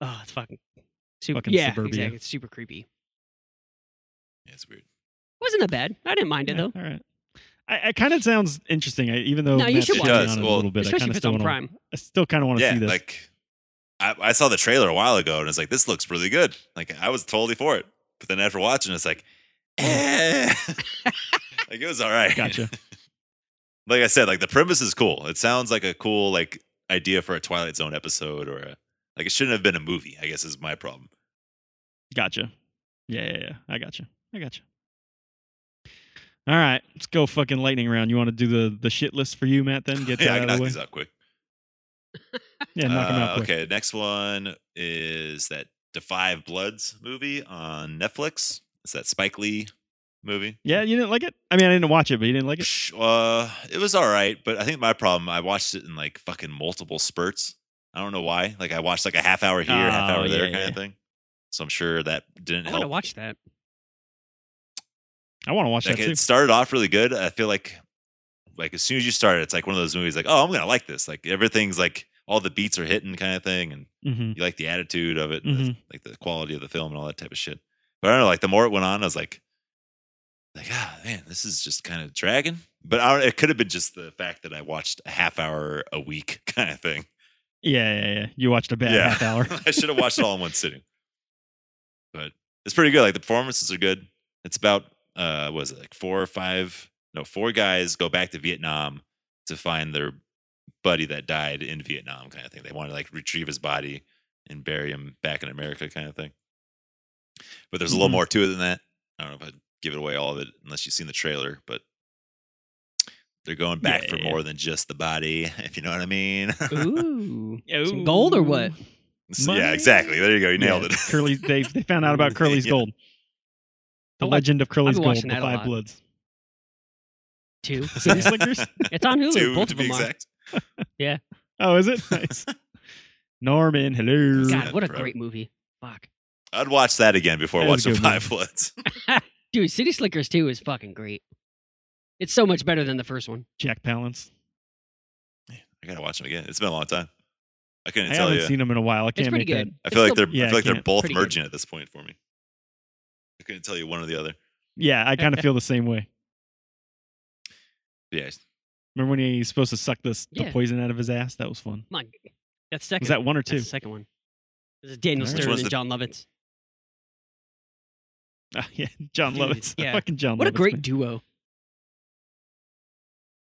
[SPEAKER 1] Oh, it's fucking super.
[SPEAKER 2] Fucking
[SPEAKER 1] yeah,
[SPEAKER 2] suburbia.
[SPEAKER 1] exactly. It's super creepy.
[SPEAKER 3] yeah, it's weird.
[SPEAKER 1] Wasn't that bad. I didn't mind it though,
[SPEAKER 2] All right. I, I kind of sounds interesting. I, even though
[SPEAKER 1] No, you
[SPEAKER 2] Matt's
[SPEAKER 1] should
[SPEAKER 2] shitting
[SPEAKER 1] watch
[SPEAKER 3] it.
[SPEAKER 2] on
[SPEAKER 3] It
[SPEAKER 2] it
[SPEAKER 3] does.
[SPEAKER 2] a little bit, I
[SPEAKER 1] especially
[SPEAKER 2] kind
[SPEAKER 1] if
[SPEAKER 2] of
[SPEAKER 1] it's
[SPEAKER 2] still
[SPEAKER 1] on
[SPEAKER 2] want to.
[SPEAKER 1] Prime.
[SPEAKER 2] I still kind of want to
[SPEAKER 3] yeah,
[SPEAKER 2] see this.
[SPEAKER 3] like I, I saw the trailer a while ago and it's like, this looks really good. Like I was totally for it. But then after watching, it's like, eh. like it was all right.
[SPEAKER 2] Gotcha.
[SPEAKER 3] like I said, like the premise is cool. It sounds like a cool like idea for a Twilight Zone episode or a like it shouldn't have been a movie. I guess is my problem.
[SPEAKER 2] Gotcha. Yeah, yeah, yeah. I gotcha. I gotcha. All right, let's go fucking lightning round. You want to do the the shit list for you, Matt? Then get that
[SPEAKER 3] yeah, I
[SPEAKER 2] out
[SPEAKER 3] can
[SPEAKER 2] of
[SPEAKER 3] knock
[SPEAKER 2] the way.
[SPEAKER 3] these out quick.
[SPEAKER 2] Yeah, knock 'em
[SPEAKER 3] Uh,
[SPEAKER 2] out. Quick.
[SPEAKER 3] Okay, next one is that Defy Bloods movie on Netflix. It's that Spike Lee movie.
[SPEAKER 2] Yeah, you didn't like it. I mean, I didn't watch it, but you didn't like it.
[SPEAKER 3] Psh, Uh, it was all right, but I think my problem, I watched it in like fucking multiple spurts. I don't know why. Like I watched like a half hour here, half
[SPEAKER 2] Oh,
[SPEAKER 3] hour there
[SPEAKER 2] yeah,
[SPEAKER 3] kind
[SPEAKER 2] yeah.
[SPEAKER 3] of thing. So I'm sure that didn't
[SPEAKER 1] I want
[SPEAKER 3] help.
[SPEAKER 1] to watch that.
[SPEAKER 2] I want to watch
[SPEAKER 3] like
[SPEAKER 2] that too.
[SPEAKER 3] it started off really good. I feel like like as soon as you start, it's like one of those movies like, oh, I'm gonna like this. Like everything's like all the beats are hitting kind of thing, and
[SPEAKER 2] Mm-hmm.
[SPEAKER 3] you like the attitude of it, and the- like the quality of the film and all that type of shit. But I don't know, like the more it went on, I was like, like ah man, this is just kind of dragging. But I, don't- it could have been just the fact that I watched a half hour a week kind of thing.
[SPEAKER 2] Yeah, yeah, yeah. You watched a bad
[SPEAKER 3] Yeah.
[SPEAKER 2] half hour.
[SPEAKER 3] I should have watched it all in one sitting. But it's pretty good. Like the performances are good. It's about uh what is it like four or five no, four guys go back to Vietnam to find their buddy that died in Vietnam kind of thing. They want to like retrieve his body and bury him back in America kind of thing. But there's a little
[SPEAKER 2] Mhm.
[SPEAKER 3] more to it than that. I don't know if I'd give it away all of it unless you've seen the trailer, but they're going back
[SPEAKER 2] Yeah,
[SPEAKER 3] for
[SPEAKER 2] yeah, yeah.
[SPEAKER 3] more than just the body, if you know what I mean.
[SPEAKER 1] Ooh, some gold or what?
[SPEAKER 3] So, yeah,
[SPEAKER 2] Money?
[SPEAKER 3] exactly. There you go. You nailed
[SPEAKER 2] Oh. Yeah,
[SPEAKER 3] it.
[SPEAKER 2] Curly, they they found out about Curly's
[SPEAKER 3] Yeah.
[SPEAKER 2] gold. The
[SPEAKER 1] I'll watch-
[SPEAKER 2] legend of Curly's
[SPEAKER 1] I'll be
[SPEAKER 2] gold,
[SPEAKER 1] watching
[SPEAKER 2] the
[SPEAKER 1] that a
[SPEAKER 2] Five
[SPEAKER 1] lot.
[SPEAKER 2] Bloods.
[SPEAKER 1] Two.
[SPEAKER 2] City Slickers?
[SPEAKER 1] It's on Hulu.
[SPEAKER 3] Two,
[SPEAKER 1] both
[SPEAKER 3] to
[SPEAKER 1] of
[SPEAKER 3] be
[SPEAKER 1] them
[SPEAKER 3] exact.
[SPEAKER 2] Oh, is it? Nice. Norman, hello.
[SPEAKER 1] are.
[SPEAKER 3] Yeah,
[SPEAKER 1] God, what a
[SPEAKER 3] bro.
[SPEAKER 1] great movie. Fuck,
[SPEAKER 3] I'd watch that again before
[SPEAKER 2] That was a
[SPEAKER 3] watching
[SPEAKER 2] good
[SPEAKER 3] Five Bloods.
[SPEAKER 1] dude, City Slickers Two is fucking great. It's so much better than the first one.
[SPEAKER 2] Jack Palance.
[SPEAKER 3] I gotta watch them again. It's been a long time. I couldn't
[SPEAKER 2] I
[SPEAKER 3] tell
[SPEAKER 2] haven't
[SPEAKER 3] you.
[SPEAKER 2] seen him in a while. I
[SPEAKER 1] It's
[SPEAKER 2] can't
[SPEAKER 1] pretty
[SPEAKER 2] make
[SPEAKER 1] good.
[SPEAKER 2] that.
[SPEAKER 3] I feel like
[SPEAKER 1] It's
[SPEAKER 3] they're.
[SPEAKER 1] still
[SPEAKER 2] Yeah,
[SPEAKER 3] I
[SPEAKER 2] I
[SPEAKER 3] feel like they're
[SPEAKER 2] can't.
[SPEAKER 3] both
[SPEAKER 1] Pretty good.
[SPEAKER 3] merging at this point for me. I couldn't tell you one or the other.
[SPEAKER 2] Yeah, I kind of feel the same way.
[SPEAKER 3] Yeah,
[SPEAKER 2] Remember when he's supposed to suck this
[SPEAKER 1] Yeah.
[SPEAKER 2] the poison out of his ass? That was fun.
[SPEAKER 1] Come on, that's second.
[SPEAKER 2] Was that one or
[SPEAKER 1] That's
[SPEAKER 2] two?
[SPEAKER 1] the second one. This is Daniel
[SPEAKER 2] Which
[SPEAKER 1] Stern
[SPEAKER 3] one's
[SPEAKER 1] and
[SPEAKER 3] the-
[SPEAKER 1] John Lovitz.
[SPEAKER 2] Ah, yeah, John
[SPEAKER 1] Dude,
[SPEAKER 2] Lovitz.
[SPEAKER 1] yeah.
[SPEAKER 2] Fucking John.
[SPEAKER 1] What a
[SPEAKER 2] Lovitz,
[SPEAKER 1] great
[SPEAKER 2] man.
[SPEAKER 1] duo.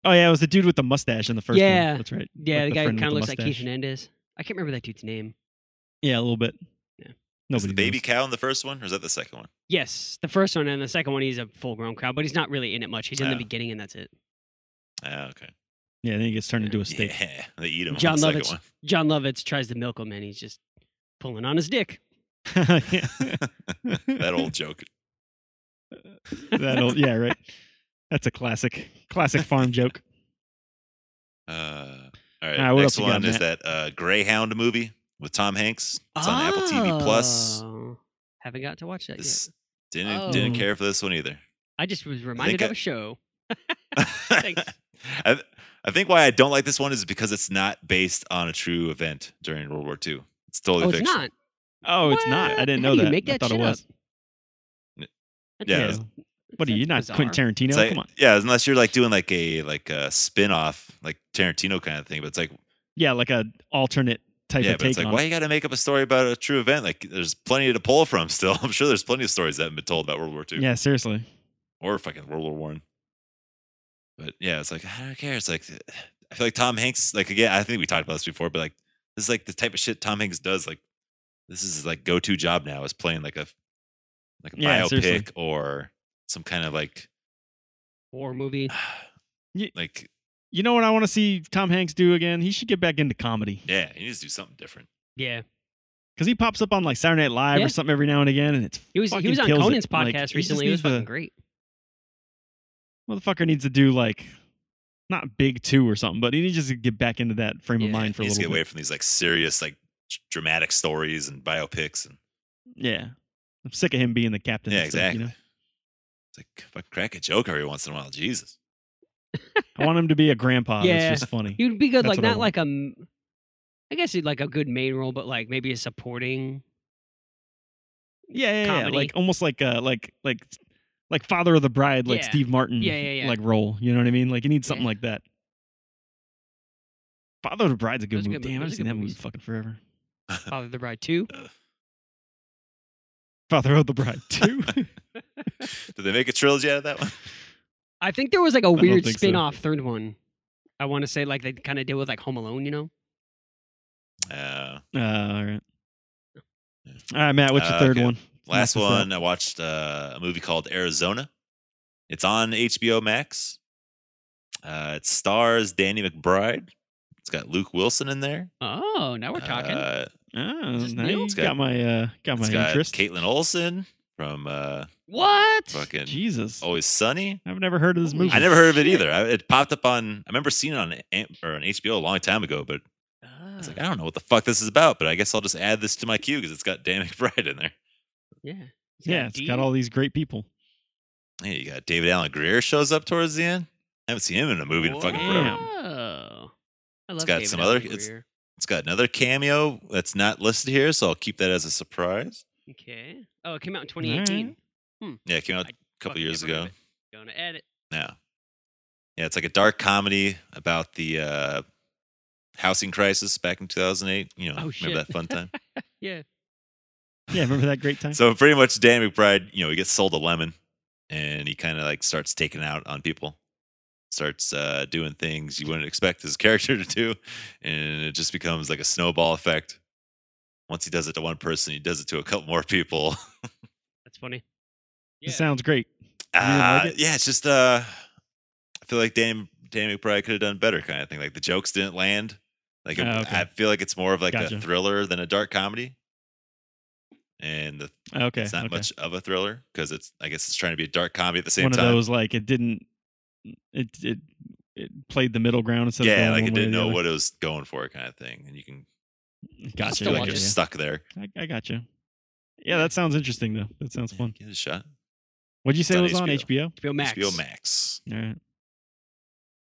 [SPEAKER 2] Oh yeah, it was the dude with the mustache in the first
[SPEAKER 1] Yeah.
[SPEAKER 2] one. That's right.
[SPEAKER 1] Yeah,
[SPEAKER 2] Like
[SPEAKER 1] the, guy who
[SPEAKER 2] friend with
[SPEAKER 1] kind of
[SPEAKER 2] the
[SPEAKER 1] looks like
[SPEAKER 2] mustache.
[SPEAKER 1] Keith Hernandez. I can't remember that dude's name.
[SPEAKER 2] Yeah, a little bit.
[SPEAKER 1] Yeah.
[SPEAKER 3] is the
[SPEAKER 2] Nobody.
[SPEAKER 3] baby
[SPEAKER 2] knows.
[SPEAKER 3] cow in the first one, or is that the second one?
[SPEAKER 1] Yes, the first one and the second one. He's a full-grown cow, but he's not really in it much. He's in the
[SPEAKER 3] Ah.
[SPEAKER 1] beginning, and that's it.
[SPEAKER 3] Ah, okay.
[SPEAKER 2] Yeah, then he gets turned into a steak.
[SPEAKER 3] Yeah, they eat him.
[SPEAKER 1] John
[SPEAKER 3] on the second
[SPEAKER 1] Lovitz.
[SPEAKER 3] one.
[SPEAKER 1] John Lovitz tries to milk him, and he's just pulling on his dick.
[SPEAKER 2] Yeah.
[SPEAKER 3] That old joke.
[SPEAKER 2] that old. Yeah, right. That's a classic, classic farm joke.
[SPEAKER 3] Uh, all right.
[SPEAKER 2] All right, what else
[SPEAKER 3] next
[SPEAKER 2] you got,
[SPEAKER 3] one is that uh, Greyhound movie with Tom Hanks. It's on Apple TV Plus.
[SPEAKER 1] Oh, Haven't got to watch that yet.
[SPEAKER 3] This didn't didn't
[SPEAKER 2] Oh.
[SPEAKER 3] care for this one either.
[SPEAKER 1] I just was reminded
[SPEAKER 3] I-
[SPEAKER 1] of a show. Thanks.
[SPEAKER 3] I, I think why I don't like this one is because it's not based on a true event during World War II. It's totally
[SPEAKER 1] Oh, it's
[SPEAKER 3] fiction.
[SPEAKER 1] not.
[SPEAKER 2] Oh, it's not. I
[SPEAKER 1] What?
[SPEAKER 2] didn't
[SPEAKER 1] How
[SPEAKER 2] know
[SPEAKER 1] do you
[SPEAKER 2] that.
[SPEAKER 1] make
[SPEAKER 2] I
[SPEAKER 1] that
[SPEAKER 2] thought it
[SPEAKER 1] shit
[SPEAKER 2] was.
[SPEAKER 1] That
[SPEAKER 3] Yeah.
[SPEAKER 1] seems-
[SPEAKER 2] What are you?
[SPEAKER 1] that's
[SPEAKER 2] Not
[SPEAKER 1] bizarre.
[SPEAKER 2] Quentin Tarantino?
[SPEAKER 3] It's like-
[SPEAKER 2] Come on.
[SPEAKER 3] Yeah, unless you're like doing like a like a spin-off, like Tarantino kind of thing. But it's like
[SPEAKER 2] Yeah, like a alternate type
[SPEAKER 3] yeah,
[SPEAKER 2] of
[SPEAKER 3] but
[SPEAKER 2] take
[SPEAKER 3] it's like
[SPEAKER 2] on.
[SPEAKER 3] why
[SPEAKER 2] it.
[SPEAKER 3] you got to make up a story about a true event? Like there's plenty to pull from still. I'm sure there's plenty of stories that have been told about World War II
[SPEAKER 2] Yeah, seriously.
[SPEAKER 3] or fucking World War One. But yeah, it's like I don't care. It's like I feel like Tom Hanks. Like again, I think we talked about this before, but like this is like the type of shit Tom Hanks does. Like this is his like go to job now is playing like a like a
[SPEAKER 2] Yeah,
[SPEAKER 3] biopic
[SPEAKER 2] seriously.
[SPEAKER 3] or some kind of like
[SPEAKER 1] War movie.
[SPEAKER 2] Ye-
[SPEAKER 3] like
[SPEAKER 2] You know what I want to see Tom Hanks do again? He should get back into comedy
[SPEAKER 3] yeah, he needs to do something different.
[SPEAKER 1] Yeah,
[SPEAKER 2] because he pops up on like Saturday Night Live
[SPEAKER 1] Yeah.
[SPEAKER 2] or something every now and again, and it's
[SPEAKER 1] he was he
[SPEAKER 2] Fucking
[SPEAKER 1] was on
[SPEAKER 2] kills it.
[SPEAKER 1] Conan's podcast
[SPEAKER 2] Like, he just
[SPEAKER 1] recently. It was
[SPEAKER 2] needs to-
[SPEAKER 1] fucking great.
[SPEAKER 2] motherfucker needs to do like not big two or something, but he needs to get back into that frame
[SPEAKER 1] Yeah,
[SPEAKER 2] of mind for
[SPEAKER 3] He
[SPEAKER 2] a
[SPEAKER 3] needs to
[SPEAKER 2] little
[SPEAKER 3] get
[SPEAKER 2] bit.
[SPEAKER 3] away from these like serious like d- dramatic stories and biopics and
[SPEAKER 2] Yeah, I'm sick of him being the captain.
[SPEAKER 3] yeah,
[SPEAKER 2] and stuff,
[SPEAKER 3] exactly.
[SPEAKER 2] you know?
[SPEAKER 3] It's like fuck, crack a joke every once in a while. Jesus.
[SPEAKER 2] I want him to be a grandpa.
[SPEAKER 1] Yeah.
[SPEAKER 2] It's just funny.
[SPEAKER 1] He would be good,
[SPEAKER 2] That's
[SPEAKER 1] like
[SPEAKER 2] what I
[SPEAKER 1] not
[SPEAKER 2] want.
[SPEAKER 1] like a, m- I guess he'd like a good main role, but like maybe a supporting.
[SPEAKER 2] yeah, yeah, yeah,
[SPEAKER 1] comedy.
[SPEAKER 2] like almost like uh, like like like father of the bride, like
[SPEAKER 1] Yeah.
[SPEAKER 2] Steve Martin,
[SPEAKER 1] Yeah, yeah, yeah.
[SPEAKER 2] like role. You know what I mean? Like he needs something
[SPEAKER 1] Yeah.
[SPEAKER 2] like that. Father of the Bride's a good
[SPEAKER 1] Those are
[SPEAKER 2] movie.
[SPEAKER 1] good-
[SPEAKER 2] Damn,
[SPEAKER 1] those
[SPEAKER 2] I've
[SPEAKER 1] are
[SPEAKER 2] seen
[SPEAKER 1] good
[SPEAKER 2] that movie
[SPEAKER 1] movies.
[SPEAKER 2] fucking forever.
[SPEAKER 1] Father of the Bride 2.
[SPEAKER 2] Father of the Bride too.
[SPEAKER 3] Did they make a trilogy out of that one?
[SPEAKER 1] I think there was like a
[SPEAKER 2] don't
[SPEAKER 1] weird
[SPEAKER 2] think so.
[SPEAKER 1] spin off third one. I want to say like they kind of deal with like Home Alone, you know?
[SPEAKER 3] Uh,
[SPEAKER 2] uh, all right. All right, Matt. What's your
[SPEAKER 3] Uh,
[SPEAKER 2] third
[SPEAKER 3] okay.
[SPEAKER 2] one?
[SPEAKER 3] last
[SPEAKER 2] Knock this
[SPEAKER 3] one, I watched uh, a movie called Arizona. It's on HBO Max. Uh, it stars Danny McBride. It's got Luke Wilson in there.
[SPEAKER 1] Oh, now we're talking.
[SPEAKER 3] Uh,
[SPEAKER 2] Oh,
[SPEAKER 3] Just
[SPEAKER 2] now
[SPEAKER 3] Neil.
[SPEAKER 2] you
[SPEAKER 3] It's
[SPEAKER 2] got
[SPEAKER 3] got-
[SPEAKER 2] my uh, got my
[SPEAKER 3] it's got
[SPEAKER 2] interest.
[SPEAKER 3] Caitlin Olsen from uh,
[SPEAKER 1] what?
[SPEAKER 3] fucking
[SPEAKER 2] Jesus,
[SPEAKER 3] Always Sunny.
[SPEAKER 2] I've never heard of this
[SPEAKER 1] Holy
[SPEAKER 2] movie.
[SPEAKER 3] I never heard of it
[SPEAKER 1] Shit.
[SPEAKER 3] either. I, it popped up on. I remember seeing it on Am- or on HBO a long time ago, but
[SPEAKER 1] Ah,
[SPEAKER 3] I was like, I don't know what the fuck this is about, but I guess I'll just add this to my queue because it's got Dan McBride in there.
[SPEAKER 1] yeah.
[SPEAKER 2] yeah, it's
[SPEAKER 1] D.
[SPEAKER 2] got all these great people.
[SPEAKER 3] Yeah, you got David Allen Greer shows up towards the end. I haven't seen him in a movie in fucking forever.
[SPEAKER 2] Damn.
[SPEAKER 1] Whoa. I love
[SPEAKER 3] got
[SPEAKER 1] David
[SPEAKER 3] some
[SPEAKER 1] Allen
[SPEAKER 3] other- it's-
[SPEAKER 1] Greer.
[SPEAKER 3] It's got another cameo that's not listed here, so I'll keep that as a surprise.
[SPEAKER 1] Okay. Oh, it came out in 2018.
[SPEAKER 2] Alright.
[SPEAKER 3] Yeah, it came out a
[SPEAKER 1] I
[SPEAKER 3] couple
[SPEAKER 1] Fucking
[SPEAKER 3] years
[SPEAKER 1] never heard of
[SPEAKER 3] ago.
[SPEAKER 1] it. Gonna add it.
[SPEAKER 3] Yeah. Yeah, it's like a dark comedy about the uh, housing crisis back in 2008. You know,
[SPEAKER 1] Oh,
[SPEAKER 3] remember
[SPEAKER 1] shit.
[SPEAKER 3] that fun time?
[SPEAKER 1] Yeah.
[SPEAKER 2] Yeah, remember that great time?
[SPEAKER 3] so pretty much Dan McBride, you know, he gets sold a lemon and he kind of like starts taking out on people. Starts uh, doing things you wouldn't expect his character to do, and it just becomes like a snowball effect. Once he does it to one person, he does it to a couple more people.
[SPEAKER 1] That's funny.
[SPEAKER 2] It sounds great. didn't
[SPEAKER 3] Uh,
[SPEAKER 2] like it?
[SPEAKER 3] yeah, it's just uh, I feel like Dan Dan McBride could have done better, kind of thing. Like the jokes didn't land. Like it-
[SPEAKER 2] Ah, okay.
[SPEAKER 3] I feel like it's more of like
[SPEAKER 2] Gotcha.
[SPEAKER 3] a thriller than a dark comedy, and the
[SPEAKER 2] Okay,
[SPEAKER 3] it's not
[SPEAKER 2] okay.
[SPEAKER 3] much of a thriller because it's I guess it's trying to be a dark comedy at the same
[SPEAKER 2] one
[SPEAKER 3] time.
[SPEAKER 2] of those like it didn't it it it played the middle ground instead
[SPEAKER 3] yeah,
[SPEAKER 2] of going
[SPEAKER 3] like
[SPEAKER 2] one
[SPEAKER 3] it
[SPEAKER 2] way or
[SPEAKER 3] didn't
[SPEAKER 2] the
[SPEAKER 3] know
[SPEAKER 2] other.
[SPEAKER 3] what it was going for, kind of thing. And you can
[SPEAKER 1] I'll
[SPEAKER 2] Gotcha.
[SPEAKER 1] still
[SPEAKER 3] feel like
[SPEAKER 1] watch
[SPEAKER 3] you're
[SPEAKER 1] it.
[SPEAKER 2] gotcha.
[SPEAKER 3] stuck there.
[SPEAKER 2] I, I gotcha. Yeah, that sounds interesting though. That sounds
[SPEAKER 3] Yeah,
[SPEAKER 2] fun.
[SPEAKER 3] Give it a shot.
[SPEAKER 2] What'd you say
[SPEAKER 3] It's
[SPEAKER 2] it
[SPEAKER 3] on
[SPEAKER 2] was on HBO?
[SPEAKER 3] HBO.
[SPEAKER 1] HBO Max.
[SPEAKER 3] HBO Max.
[SPEAKER 2] All right.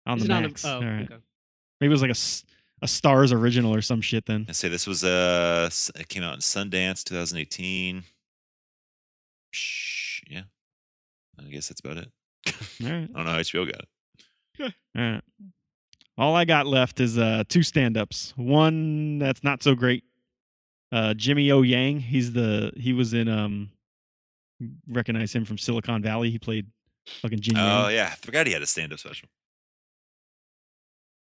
[SPEAKER 2] On
[SPEAKER 1] Is
[SPEAKER 2] the
[SPEAKER 1] it on
[SPEAKER 2] Max.
[SPEAKER 1] oh,
[SPEAKER 2] All right.
[SPEAKER 1] okay.
[SPEAKER 2] Maybe it was like a s- a Stars original or some shit then.
[SPEAKER 3] I say this was uh s- it came out in Sundance 2018. Shh, yeah, I guess that's about it.
[SPEAKER 2] All right.
[SPEAKER 3] I don't know how HBO got it.
[SPEAKER 2] All right. All I got left is uh, two stand-ups. One that's not so great. Uh, Jimmy O Yang. He's the he was in um recognize him from Silicon Valley. He played fucking Jin
[SPEAKER 3] Oh
[SPEAKER 2] Yang.
[SPEAKER 3] yeah, I forgot he had a stand-up special.